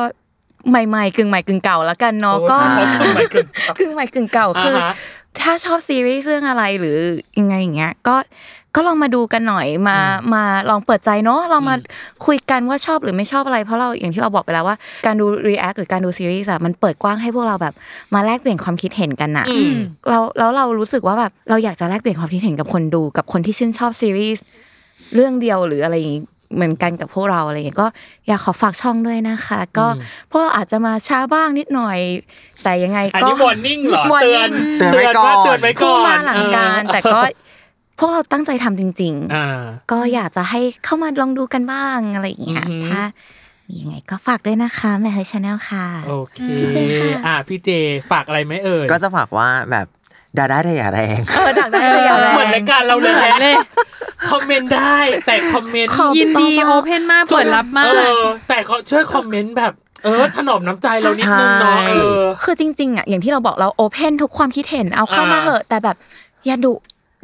[SPEAKER 5] ใหม่ๆกึ่งใหม่กึ่งเก่าละกันเนาะ
[SPEAKER 2] โอ้ย
[SPEAKER 5] ก็
[SPEAKER 2] ขอบคุณมากครับ
[SPEAKER 5] กึ่งใหม่กึ่งเก่าคืออา
[SPEAKER 2] ฮะ
[SPEAKER 5] ถ้าชอบซีรีส์เรื่องอะไรหรือยังไงอย่างเงี้ยก็ก็ลองมาดูกันหน่อยมามาลองเปิดใจเนาะลองมาคุยกันว่าชอบหรือไม่ชอบอะไรเพราะเราอย่างที่เราบอกไปแล้วว่าการดู React หรือการดูซีรีส์อะมันเปิดกว้างให้พวกเราแบบมาแลกเปลี่ยนความคิดเห็นกันอะ
[SPEAKER 2] อืม
[SPEAKER 5] เราแล้วเรารู้สึกว่าแบบเราอยากจะแลกเปลี่ยนความคิดเห็นกับคนดูกับคนที่ชื่นชอบซีรีส์เรื่องเดียวหรืออะไรอย่างงี้เหมือนกันกับพวกเราอะไรอย่างเงี้ยก็อยากขอฝากช่องด้วยนะคะ ก็พวกเราอาจจะมาช้าบ้างนิดหน่อย แต่ยังไง
[SPEAKER 2] อัน
[SPEAKER 5] ก็
[SPEAKER 2] นี้วอร์นิ่งเหรอ
[SPEAKER 5] warning
[SPEAKER 2] เตือน
[SPEAKER 4] เตือนไว้ก่อน
[SPEAKER 2] เตือนไว้ก่
[SPEAKER 5] ที่
[SPEAKER 2] อน
[SPEAKER 5] มาหลังการแต่ก็ พวกเราตั้งใจทำจริง
[SPEAKER 2] อ่า
[SPEAKER 5] ๆ ก็อยากจะให้เข้ามาลองดูกันบ้างอะไรอย่างเงี้ย
[SPEAKER 2] อือหือ
[SPEAKER 5] ถ้ายังไงก็ฝากด้วยนะคะแม่เฮยชาแนลค่ะ
[SPEAKER 2] โอเค
[SPEAKER 5] พี่เจค่ะ
[SPEAKER 2] อ่ะพี่เจฝากอะไรไหมเอ่ย
[SPEAKER 4] ก็จะฝากว่าแบบดาด้าได้อย่าแรง
[SPEAKER 5] เออดักได้เลย
[SPEAKER 3] เออ
[SPEAKER 5] อะแรง
[SPEAKER 2] เหมือนรายการเราเลยแหละคอมเมนต์ได้แต่คอมเมนต์
[SPEAKER 5] ขอบ
[SPEAKER 3] ยินดี
[SPEAKER 5] คุณ
[SPEAKER 3] โอเพ
[SPEAKER 5] มากๆ
[SPEAKER 3] นมาก เปิดรับมา
[SPEAKER 2] เอก อ แต่เขาช่วยคอมเมนต์แบบ เออ ถนอมน้ำใจเรานิดนึงเนาะเออ
[SPEAKER 5] คือจริงๆอ่ะอย่างที่เราบอกเราโอเพนทุกความคิดเห็นเอาเข้า
[SPEAKER 2] อ่าม
[SPEAKER 5] มาเหอะ แต่แบบอย่าดุ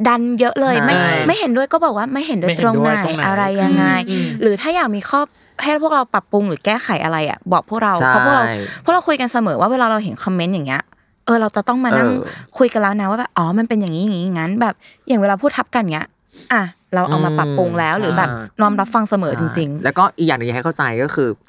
[SPEAKER 5] ดันเยอะเลยไม่
[SPEAKER 2] ใช่
[SPEAKER 5] ไม่เห็นด้วยก็บอกว่าไม่เห็นด้ว
[SPEAKER 2] ไม่
[SPEAKER 5] ย
[SPEAKER 2] เห็
[SPEAKER 5] ต
[SPEAKER 2] น
[SPEAKER 5] รง
[SPEAKER 2] ด้วย
[SPEAKER 5] ไหน
[SPEAKER 2] ตรงไหน
[SPEAKER 5] อะไรยังไง
[SPEAKER 2] อืม
[SPEAKER 5] หรือถ้าอยากมีข้อให้พวกเราปรับปรุงหรือแก้ไขอะไรอ่ะบอกพวกเรา
[SPEAKER 4] ใช่
[SPEAKER 5] เพราะพวกเราพวกเราคุยกันเสมอว่าเวลาเราเห็นคอมเมนต์อย่างเงี้ยเออเราจะต้องมานั่ง
[SPEAKER 4] เออ
[SPEAKER 5] คุยกันแล้วนะว่าแบบอ๋อมันเป็นอย่างนี้อย่างนี้อย่างนั้นแบบอย่างเวลาพูดทับกันเงี้ยอ่ะเราเอามาปรับปรุงแล้วหรือแบบ
[SPEAKER 4] อ่า
[SPEAKER 5] น้อมรับฟังเสมอจริง
[SPEAKER 4] ๆแล้วก็อีกอย่างหนึ่งอยากให้เข้าใจก็คือ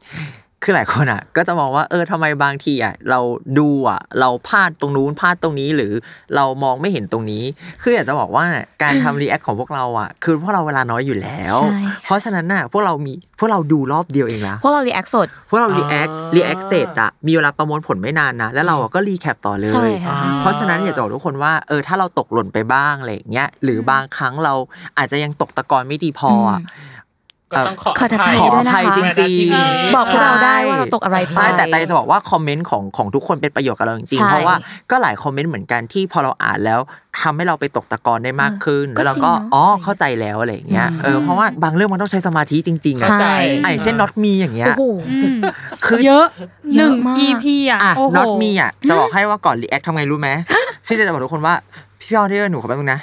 [SPEAKER 4] คือหลายคนอ่ะ ก็จะมองว่าเออทำไมบางทีอ่ะเราดูอ่ะ เราพลาดตรงนู้นพลาดตรงนี้หรือเรามองไม่เห็นตรงนี้ คืออยากจะบอกว่าการทำรีแอคของพวกเราอ่ะ คือพวกเราเวลาน้อยอยู่แล้ว
[SPEAKER 5] ใช่
[SPEAKER 4] เพราะฉะนั้นน่ะพวกเรามีพวกเราดูรอบเดียวเองนะ
[SPEAKER 5] ๆพวกเรารีแอคสด
[SPEAKER 4] พวกเรารีแอค
[SPEAKER 2] อ่า
[SPEAKER 4] รีแอคเสร็จอะมีเวลาประมวลผลไม่นานนะ แล้วเราอะก็รีแคปต่อเล
[SPEAKER 5] ใช่
[SPEAKER 4] ย
[SPEAKER 5] ค่ะ
[SPEAKER 4] เพราะฉะนั้นอยากจะบอกทุกคนว่าเออถ้าเราตกหล่นไปบ้างอะไรอย่างเงี้ยหรืออบางครั้งเราอาจจะยังตกตะกอนไม่ดีพออะ
[SPEAKER 2] ก็ต้องขอ
[SPEAKER 5] ขออภัย
[SPEAKER 4] ขออ
[SPEAKER 5] ด้วยนะ
[SPEAKER 4] ภัยจ
[SPEAKER 2] ณ
[SPEAKER 4] ริง
[SPEAKER 2] ที่นี้
[SPEAKER 4] ๆ
[SPEAKER 5] บอกพวกเราได้ว่าเราตกอะไรไป
[SPEAKER 4] ใช่แต่แต่จะบอกว่าคอมเมนต์ของของทุกคนเป็นประโยชน์กับเราจริง
[SPEAKER 5] ใช่
[SPEAKER 4] ๆ เพราะว่าก็หลายคอมเมนต์เหมือนกันที่พอเราอ่านแล้วทำให้เราไปตกตะกอนได้มากขึ้น
[SPEAKER 5] เออก็
[SPEAKER 4] แล้วเราก็
[SPEAKER 5] จริงเนอะ
[SPEAKER 4] อ๋อเข้าใจแล้วอะไรอย่างเงี้ย
[SPEAKER 5] อืม
[SPEAKER 4] เออเพราะว่าบางเรื่องมันต้องใช้สมาธิจริงๆอะ
[SPEAKER 5] ใช่
[SPEAKER 2] ใจ
[SPEAKER 4] อ่ะอย่างเช่นน็อตมีอย่างเงี้ย
[SPEAKER 5] โอ้โห
[SPEAKER 3] อืม
[SPEAKER 4] คือ
[SPEAKER 3] เยอะห
[SPEAKER 5] เย
[SPEAKER 3] นึ่
[SPEAKER 5] อะ
[SPEAKER 3] ง
[SPEAKER 5] มาก
[SPEAKER 3] EP อ่ะ
[SPEAKER 4] อ่ะ
[SPEAKER 3] โอ้โห
[SPEAKER 4] น็อตมีอ่ะจะบอกให้ว่าก่อนรีแอคทำไงรู้ไหม พี่จะบอกทุกคนว่า พี่อ้อที่เออหนูขอแป๊บนึงนะ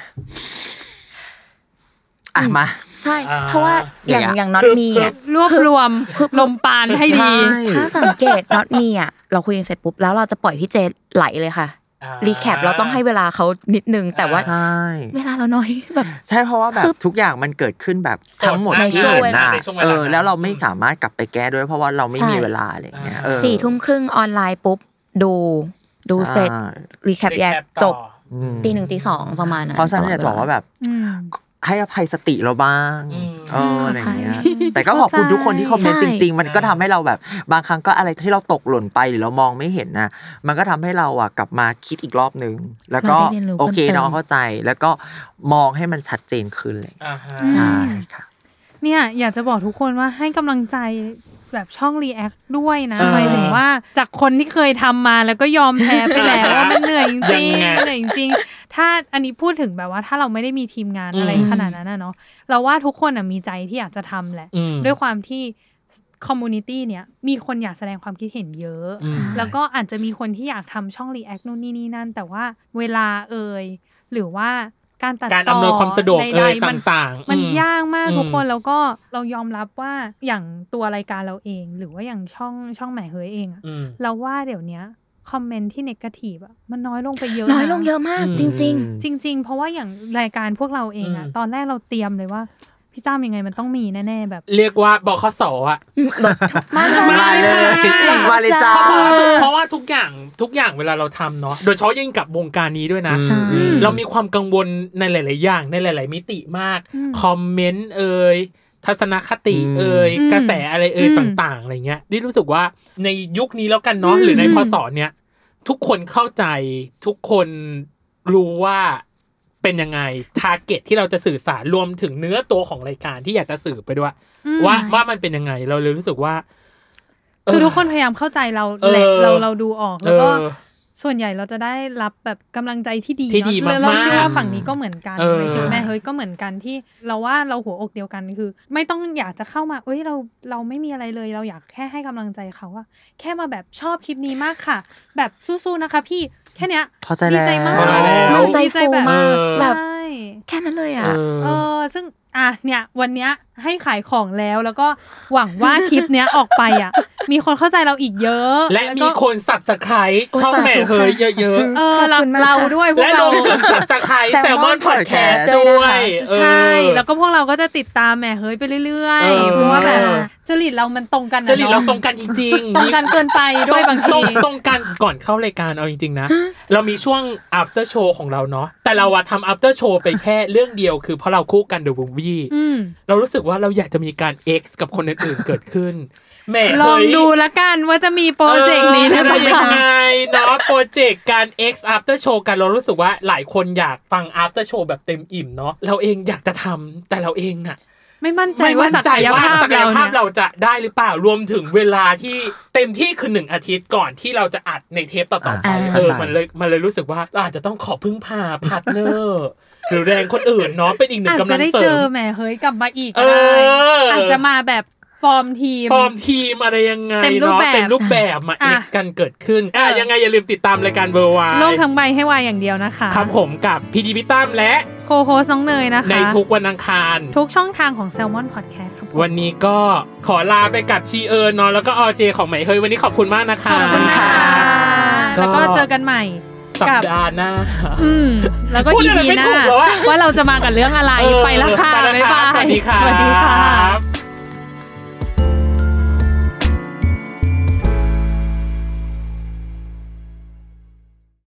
[SPEAKER 4] อ่ะมา
[SPEAKER 5] ใช่ เพราะว่าอย่าง
[SPEAKER 4] เนี่ย
[SPEAKER 5] อย่างน็อตมีอ่ะ
[SPEAKER 3] รวบรวมลมปานให้ดี
[SPEAKER 4] ใช่
[SPEAKER 5] ถ้าสังเกต น็อตมีอ่ะเราคุยกันเสร็จปุ๊บแล้วเราจะปล่อยพี่เจไหลเลยค่ะ
[SPEAKER 2] อ่า
[SPEAKER 5] รีแคปเราต้องให้เวลาเขานิดนึง แต่ว่า
[SPEAKER 4] ใช่
[SPEAKER 5] เวลาเราน้อยแบบ
[SPEAKER 4] ใช่เพราะว่าแบบทุกอย่างมันเกิดขึ้นแบบ
[SPEAKER 2] สด
[SPEAKER 4] ทั้งหมด
[SPEAKER 2] ใน
[SPEAKER 5] ช่วง
[SPEAKER 4] ที่
[SPEAKER 5] เว
[SPEAKER 4] เห็น
[SPEAKER 5] ลา
[SPEAKER 4] น่ะ
[SPEAKER 2] ในช่วงเวลา
[SPEAKER 4] เออ แล้วเรา
[SPEAKER 2] นั้น
[SPEAKER 4] ไม่สามารถกลับไปแก้ด้วย เพราะว่าเราไม่
[SPEAKER 5] ใช่
[SPEAKER 4] มีเวลาอะไรอย่างเงี้ย
[SPEAKER 2] อ่า
[SPEAKER 4] เออ
[SPEAKER 5] สี่ทุ่มครึ่งออนไลน์ปุ๊บ ดูดูเสร็จ
[SPEAKER 4] อ่า
[SPEAKER 5] รีแคป
[SPEAKER 2] รี
[SPEAKER 5] แยก
[SPEAKER 2] แคปต่อ
[SPEAKER 5] จบ
[SPEAKER 4] อืม
[SPEAKER 5] ตีหนึ่งตีสองประมาณนั้น
[SPEAKER 4] เพราะฉะนั้นอยากจะบอกว่าแบบ
[SPEAKER 3] อืม
[SPEAKER 4] ให้อภัยสติเราบ้าง
[SPEAKER 2] อืม
[SPEAKER 4] เอออะไรอย่างเงี้ย
[SPEAKER 5] ขออภัย
[SPEAKER 4] แต่ก็ขอบคุณทุกคนที่คอมเมนต์จ
[SPEAKER 5] ใช่
[SPEAKER 4] ริง ๆ มันก็ทำให้เราแบบ บางครั้งก็อะไรที่เราตกหล่นไปหรือเรามองไม่เห็นนะมันก็ทำให้เราอ่ะกลับมาคิดอีกรอบนึง แล้วก็
[SPEAKER 5] เราได้เรียนรู้
[SPEAKER 4] โอเค
[SPEAKER 5] เพิ่มเติม
[SPEAKER 4] น้องเข้าใจ แล้วก็มองให้มันชัดเจนขึ้นเลย
[SPEAKER 2] อ่าฮะ
[SPEAKER 4] ใช่ค่ะ
[SPEAKER 3] เนี่ยอยากจะบอกทุกคนว่าให้กำลังใจแบบช่อง React ด้วยนะ
[SPEAKER 2] ใช่
[SPEAKER 3] หมายถึงว่าจากคนที่เคยทำมาแล้วก็ยอมแพ้ไป แล้ว ว่ามันเหนื่อยจริง
[SPEAKER 2] ยังไง
[SPEAKER 3] ๆเหนื่อยจริงๆถ้าอันนี้พูดถึงแบบว่าถ้าเราไม่ได้มีทีมงานอะไร
[SPEAKER 2] อืม
[SPEAKER 3] ขนาดนั้นนะเนาะเราว่าทุกคนอ่ะมีใจที่อยากจะทำแหละ
[SPEAKER 2] อืม
[SPEAKER 3] ด้วยความที่คอมมูนิตี้เนี่ยมีคนอยากแสดงความคิดเห็นเยอะ
[SPEAKER 2] ใช่
[SPEAKER 3] แล้วก็อาจจะมีคนที่อยากทำช่อง React นู่นนี่นี่นั่น แต่ว่าเวลาเอ่ยหรือว่าการตัดต่อ
[SPEAKER 2] การอำนวยความสะดวกเอ่ย
[SPEAKER 3] ใดๆมัน
[SPEAKER 2] ต่างๆ
[SPEAKER 3] มัน
[SPEAKER 2] อื
[SPEAKER 3] ยากมาก
[SPEAKER 2] อืม
[SPEAKER 3] ทุกคนแล้วก็เรายอมรับว่าอย่างตัวรายการเราเอง หรือว่าอย่างช่องช่องใหม่เฮยเองอะ
[SPEAKER 2] อืม
[SPEAKER 3] เราว่าเดี๋ยวเนี้ยคอมเมนต์ที่เนกาทีฟอะมันน้อยลงไปเยอะ
[SPEAKER 5] น้อยลงเยอะมาก
[SPEAKER 2] อืม
[SPEAKER 5] จริง
[SPEAKER 3] จริง ๆ เพราะว่าอย่างรายการพวกเราเองอะ
[SPEAKER 2] อืม
[SPEAKER 3] ตอนแรกเราเตรียมเลยว่า พี่ตั้มยังไงมันต้องมีแน่ๆแบบ
[SPEAKER 2] เรียกว่าบคสอ่ะ
[SPEAKER 1] มาค่ะ
[SPEAKER 4] มาเลย
[SPEAKER 2] ค่ะ
[SPEAKER 4] มาเลยจ้า
[SPEAKER 2] เพราะว่าทุกอย่างทุกอย่างเวลาเราทำเนาะโดยเฉพาะยิ่งกับวงการนี้ด้วยนะ
[SPEAKER 4] อืม
[SPEAKER 5] ใช่
[SPEAKER 2] เรามีความกังวลในหลาย ๆ อย่างในหลาย ๆ มิติมาก
[SPEAKER 3] อืม
[SPEAKER 2] คอมเมนต์เอ่ยทัศนคติ
[SPEAKER 4] อืม
[SPEAKER 2] เอ่ย
[SPEAKER 3] อืม
[SPEAKER 2] กระแสอะไรเอ่ย
[SPEAKER 3] อืม
[SPEAKER 2] ต่าง ๆ อะไรเงี้ยนี่รู้สึกว่าในยุคนี้แล้วกันเนาะ
[SPEAKER 3] อืม
[SPEAKER 2] หรือใน
[SPEAKER 3] อืม
[SPEAKER 2] พศเนี่ย ทุกคนเข้าใจทุกคนรู้ว่าเป็นยังไงทาร์เก็ตที่เราจะสื่อสารรวมถึงเนื้อตัวของรายการที่อยากจะสื่อไปด้วย
[SPEAKER 3] อืม
[SPEAKER 2] ว่าว่ามันเป็นยังไงเราเลยรู้สึกว่า
[SPEAKER 3] คือทุกคนพยายามเข้าใจเราแหละ
[SPEAKER 2] เออ
[SPEAKER 3] เราเราดูออก
[SPEAKER 2] เอ
[SPEAKER 3] แล้วก็
[SPEAKER 2] อ
[SPEAKER 3] ส่วนใหญ่เราจะได้รับแบบกำลังใจที่ดี
[SPEAKER 2] ที่ดี
[SPEAKER 3] เนอะ
[SPEAKER 2] มากๆ
[SPEAKER 3] เราเชื่อว่าฝั่งนี้ก็เหมือนกัน
[SPEAKER 2] เออ
[SPEAKER 3] ในเชื่อแม่เฮ้ยก็เหมือนกันที่ เราว่าเราหัวอกเดียวกันคือ ไม่ต้องอยากจะเข้ามาเอ้ยเราเราไม่มีอะไรเลยเราอยากแค่ให้กำลังใจเขาอะแค่มาแบบชอบคลิปนี้มากค่ะ แบบสู้ๆนะคะ พี่แค่เนี้ย
[SPEAKER 4] พอใจแล้
[SPEAKER 3] ดี
[SPEAKER 4] ว
[SPEAKER 3] ใจมาก
[SPEAKER 5] กำลังใจ
[SPEAKER 3] ดีใจ
[SPEAKER 5] ฟู
[SPEAKER 3] แบบ
[SPEAKER 5] มาก
[SPEAKER 2] เออ
[SPEAKER 5] แบบ
[SPEAKER 3] ใช่
[SPEAKER 5] แค่นั้นเลย
[SPEAKER 2] เอ
[SPEAKER 5] อ่ะ
[SPEAKER 2] อ
[SPEAKER 3] เออซึ่งอ่ะเนี่ยวันเนี้ยให้ขายของแล้วแล้วก็หวังว่าคลิปเนี้ยออกไปอะมีคนเข้าใจเราอีกเยอะ
[SPEAKER 2] และมี
[SPEAKER 3] ก็
[SPEAKER 2] คนสับสไคร
[SPEAKER 5] โอ้
[SPEAKER 2] ช่อง
[SPEAKER 5] สาธุ
[SPEAKER 2] แม่เฮย
[SPEAKER 5] ค่ะ
[SPEAKER 2] เยอะ
[SPEAKER 3] เออเรา
[SPEAKER 5] ขอบคุณมาก
[SPEAKER 3] เรา
[SPEAKER 5] ค่ะ
[SPEAKER 3] ด้วยพ
[SPEAKER 2] ๆ
[SPEAKER 3] ว
[SPEAKER 2] และล
[SPEAKER 3] กเรา
[SPEAKER 2] งถึงสับสไคร
[SPEAKER 5] Salmon
[SPEAKER 2] แซลมอนพอดแคส
[SPEAKER 5] Podcast
[SPEAKER 2] ต์
[SPEAKER 5] ด้
[SPEAKER 2] ด้
[SPEAKER 5] วย
[SPEAKER 2] ว
[SPEAKER 5] นะคะ
[SPEAKER 2] ยเออ
[SPEAKER 3] ใช่ แล้วก็พวกเราก็จะติดตามแหม่เฮ้ยไปเรื่อย
[SPEAKER 2] เออ
[SPEAKER 3] ๆ เพราะว่าแบบ
[SPEAKER 5] เออ
[SPEAKER 3] จริตเรามันตรงกันนะ
[SPEAKER 2] จริตเรา
[SPEAKER 3] นะ
[SPEAKER 2] ตรงกันจริงๆ
[SPEAKER 3] ตรงกันเกินไปด้วยบาง
[SPEAKER 2] ตร
[SPEAKER 3] ที
[SPEAKER 2] งตรงกันก่อนเข้ารายการเอาจริง ๆ นะ เรามีช่วง after show ของเราเนาะแต่เราอะทำ after show ไปแค่เรื่องเดียวคือเพราะเราคู่กันเดอะบูบี้
[SPEAKER 3] อืม
[SPEAKER 2] เรารู้สึกว่าเราอยากจะมีการ X กับคนอื่นๆเกิดขึ้นแหม่
[SPEAKER 3] ลอง
[SPEAKER 2] เฮ้ย
[SPEAKER 3] ดูละกันว่าจะมีโปรเจกต์นี้หรือเป
[SPEAKER 2] เอออะไรยั
[SPEAKER 3] ล่าง
[SPEAKER 2] ไงเนาะโปรเจกต์การ X After Show กันเรารู้สึกว่าหลายคนอยากฟัง After Show แบบเต็มอิ่มเนาะเราเองอยากจะทำแต่เราเองอะ
[SPEAKER 3] ไม่มั่นใจ
[SPEAKER 2] ไม่
[SPEAKER 3] ว่า
[SPEAKER 2] มั่น
[SPEAKER 3] ศั
[SPEAKER 2] ใจ
[SPEAKER 3] กย
[SPEAKER 2] ว่า
[SPEAKER 3] ภาพ
[SPEAKER 2] ศักย
[SPEAKER 3] เรา
[SPEAKER 2] ภาพ
[SPEAKER 3] เนี่ย
[SPEAKER 2] เราจะได้หรือเปล่ารวมถึงเวลาที่เต็มที่คือหนึ่งอาทิตย์ก่อนที่เราจะอัดในเทปต่อๆไป
[SPEAKER 5] อ่า
[SPEAKER 2] เออ
[SPEAKER 4] เข้าใจ
[SPEAKER 2] มันเลยมันเลยรู้สึกว่าเราอาจจะต้องขอพึ่งพาพาร์ทเนอร์หรือแรงคนอื่นเนาะเป็นอีกหนึ่
[SPEAKER 3] อาง จ
[SPEAKER 2] กำ
[SPEAKER 3] จะ
[SPEAKER 2] ลัง
[SPEAKER 3] ได้
[SPEAKER 2] เสริ
[SPEAKER 3] เจอ
[SPEAKER 2] ม
[SPEAKER 3] แหม่เฮ้ยกลับมาอีก
[SPEAKER 2] เอ
[SPEAKER 3] ก็ได้
[SPEAKER 2] ออ
[SPEAKER 3] อาจจะมาแบบฟอร์มทีม
[SPEAKER 2] ฟอร์มทีมอะไรยังไง
[SPEAKER 3] เต็มรูป
[SPEAKER 2] เนาะ
[SPEAKER 3] แบบ
[SPEAKER 2] เต็มรูปแบบมา
[SPEAKER 3] อ่ะ
[SPEAKER 2] เอ็กซ์กันเกิดขึ้นอ่ะ
[SPEAKER 3] เออ
[SPEAKER 2] ยังไงอย่าลืมติดตามรายการเวอร์ไว
[SPEAKER 3] โลกทั้งใบให้วายอย่างเดียวนะคะ
[SPEAKER 2] ครับผมกับพี่ดีพี่ตั้มและ
[SPEAKER 3] โคโฮสน้องเนยนะคะ
[SPEAKER 2] ในทุกวันอังคาร
[SPEAKER 3] ทุกช่องทางของ Salmon Podcast ครับผม
[SPEAKER 2] วันนี้ก็ขอลาไปกับชีเอิญเนาะแล้วก็อเจของไหมเฮยวันนี้ขอบคุณมากนะคะ
[SPEAKER 3] ขอบคุณนะคะ
[SPEAKER 2] ก็
[SPEAKER 3] แล้วก็เจอกันใหม่
[SPEAKER 2] สัป
[SPEAKER 3] กับ
[SPEAKER 2] ดาห์หน้า
[SPEAKER 3] อืม แล้วก็
[SPEAKER 2] พูด
[SPEAKER 3] อี
[SPEAKER 2] อะไร
[SPEAKER 3] พี
[SPEAKER 2] ไม่
[SPEAKER 3] หน้า
[SPEAKER 2] ถูกแล้วอะ
[SPEAKER 3] ว่าเราจะมากับเรื่องอะไร
[SPEAKER 2] เออ
[SPEAKER 3] ไปละค่ะ
[SPEAKER 2] ไป
[SPEAKER 3] บ๊ายบาย
[SPEAKER 2] สวัสดีค่ะ
[SPEAKER 3] สวัสดีค่ะ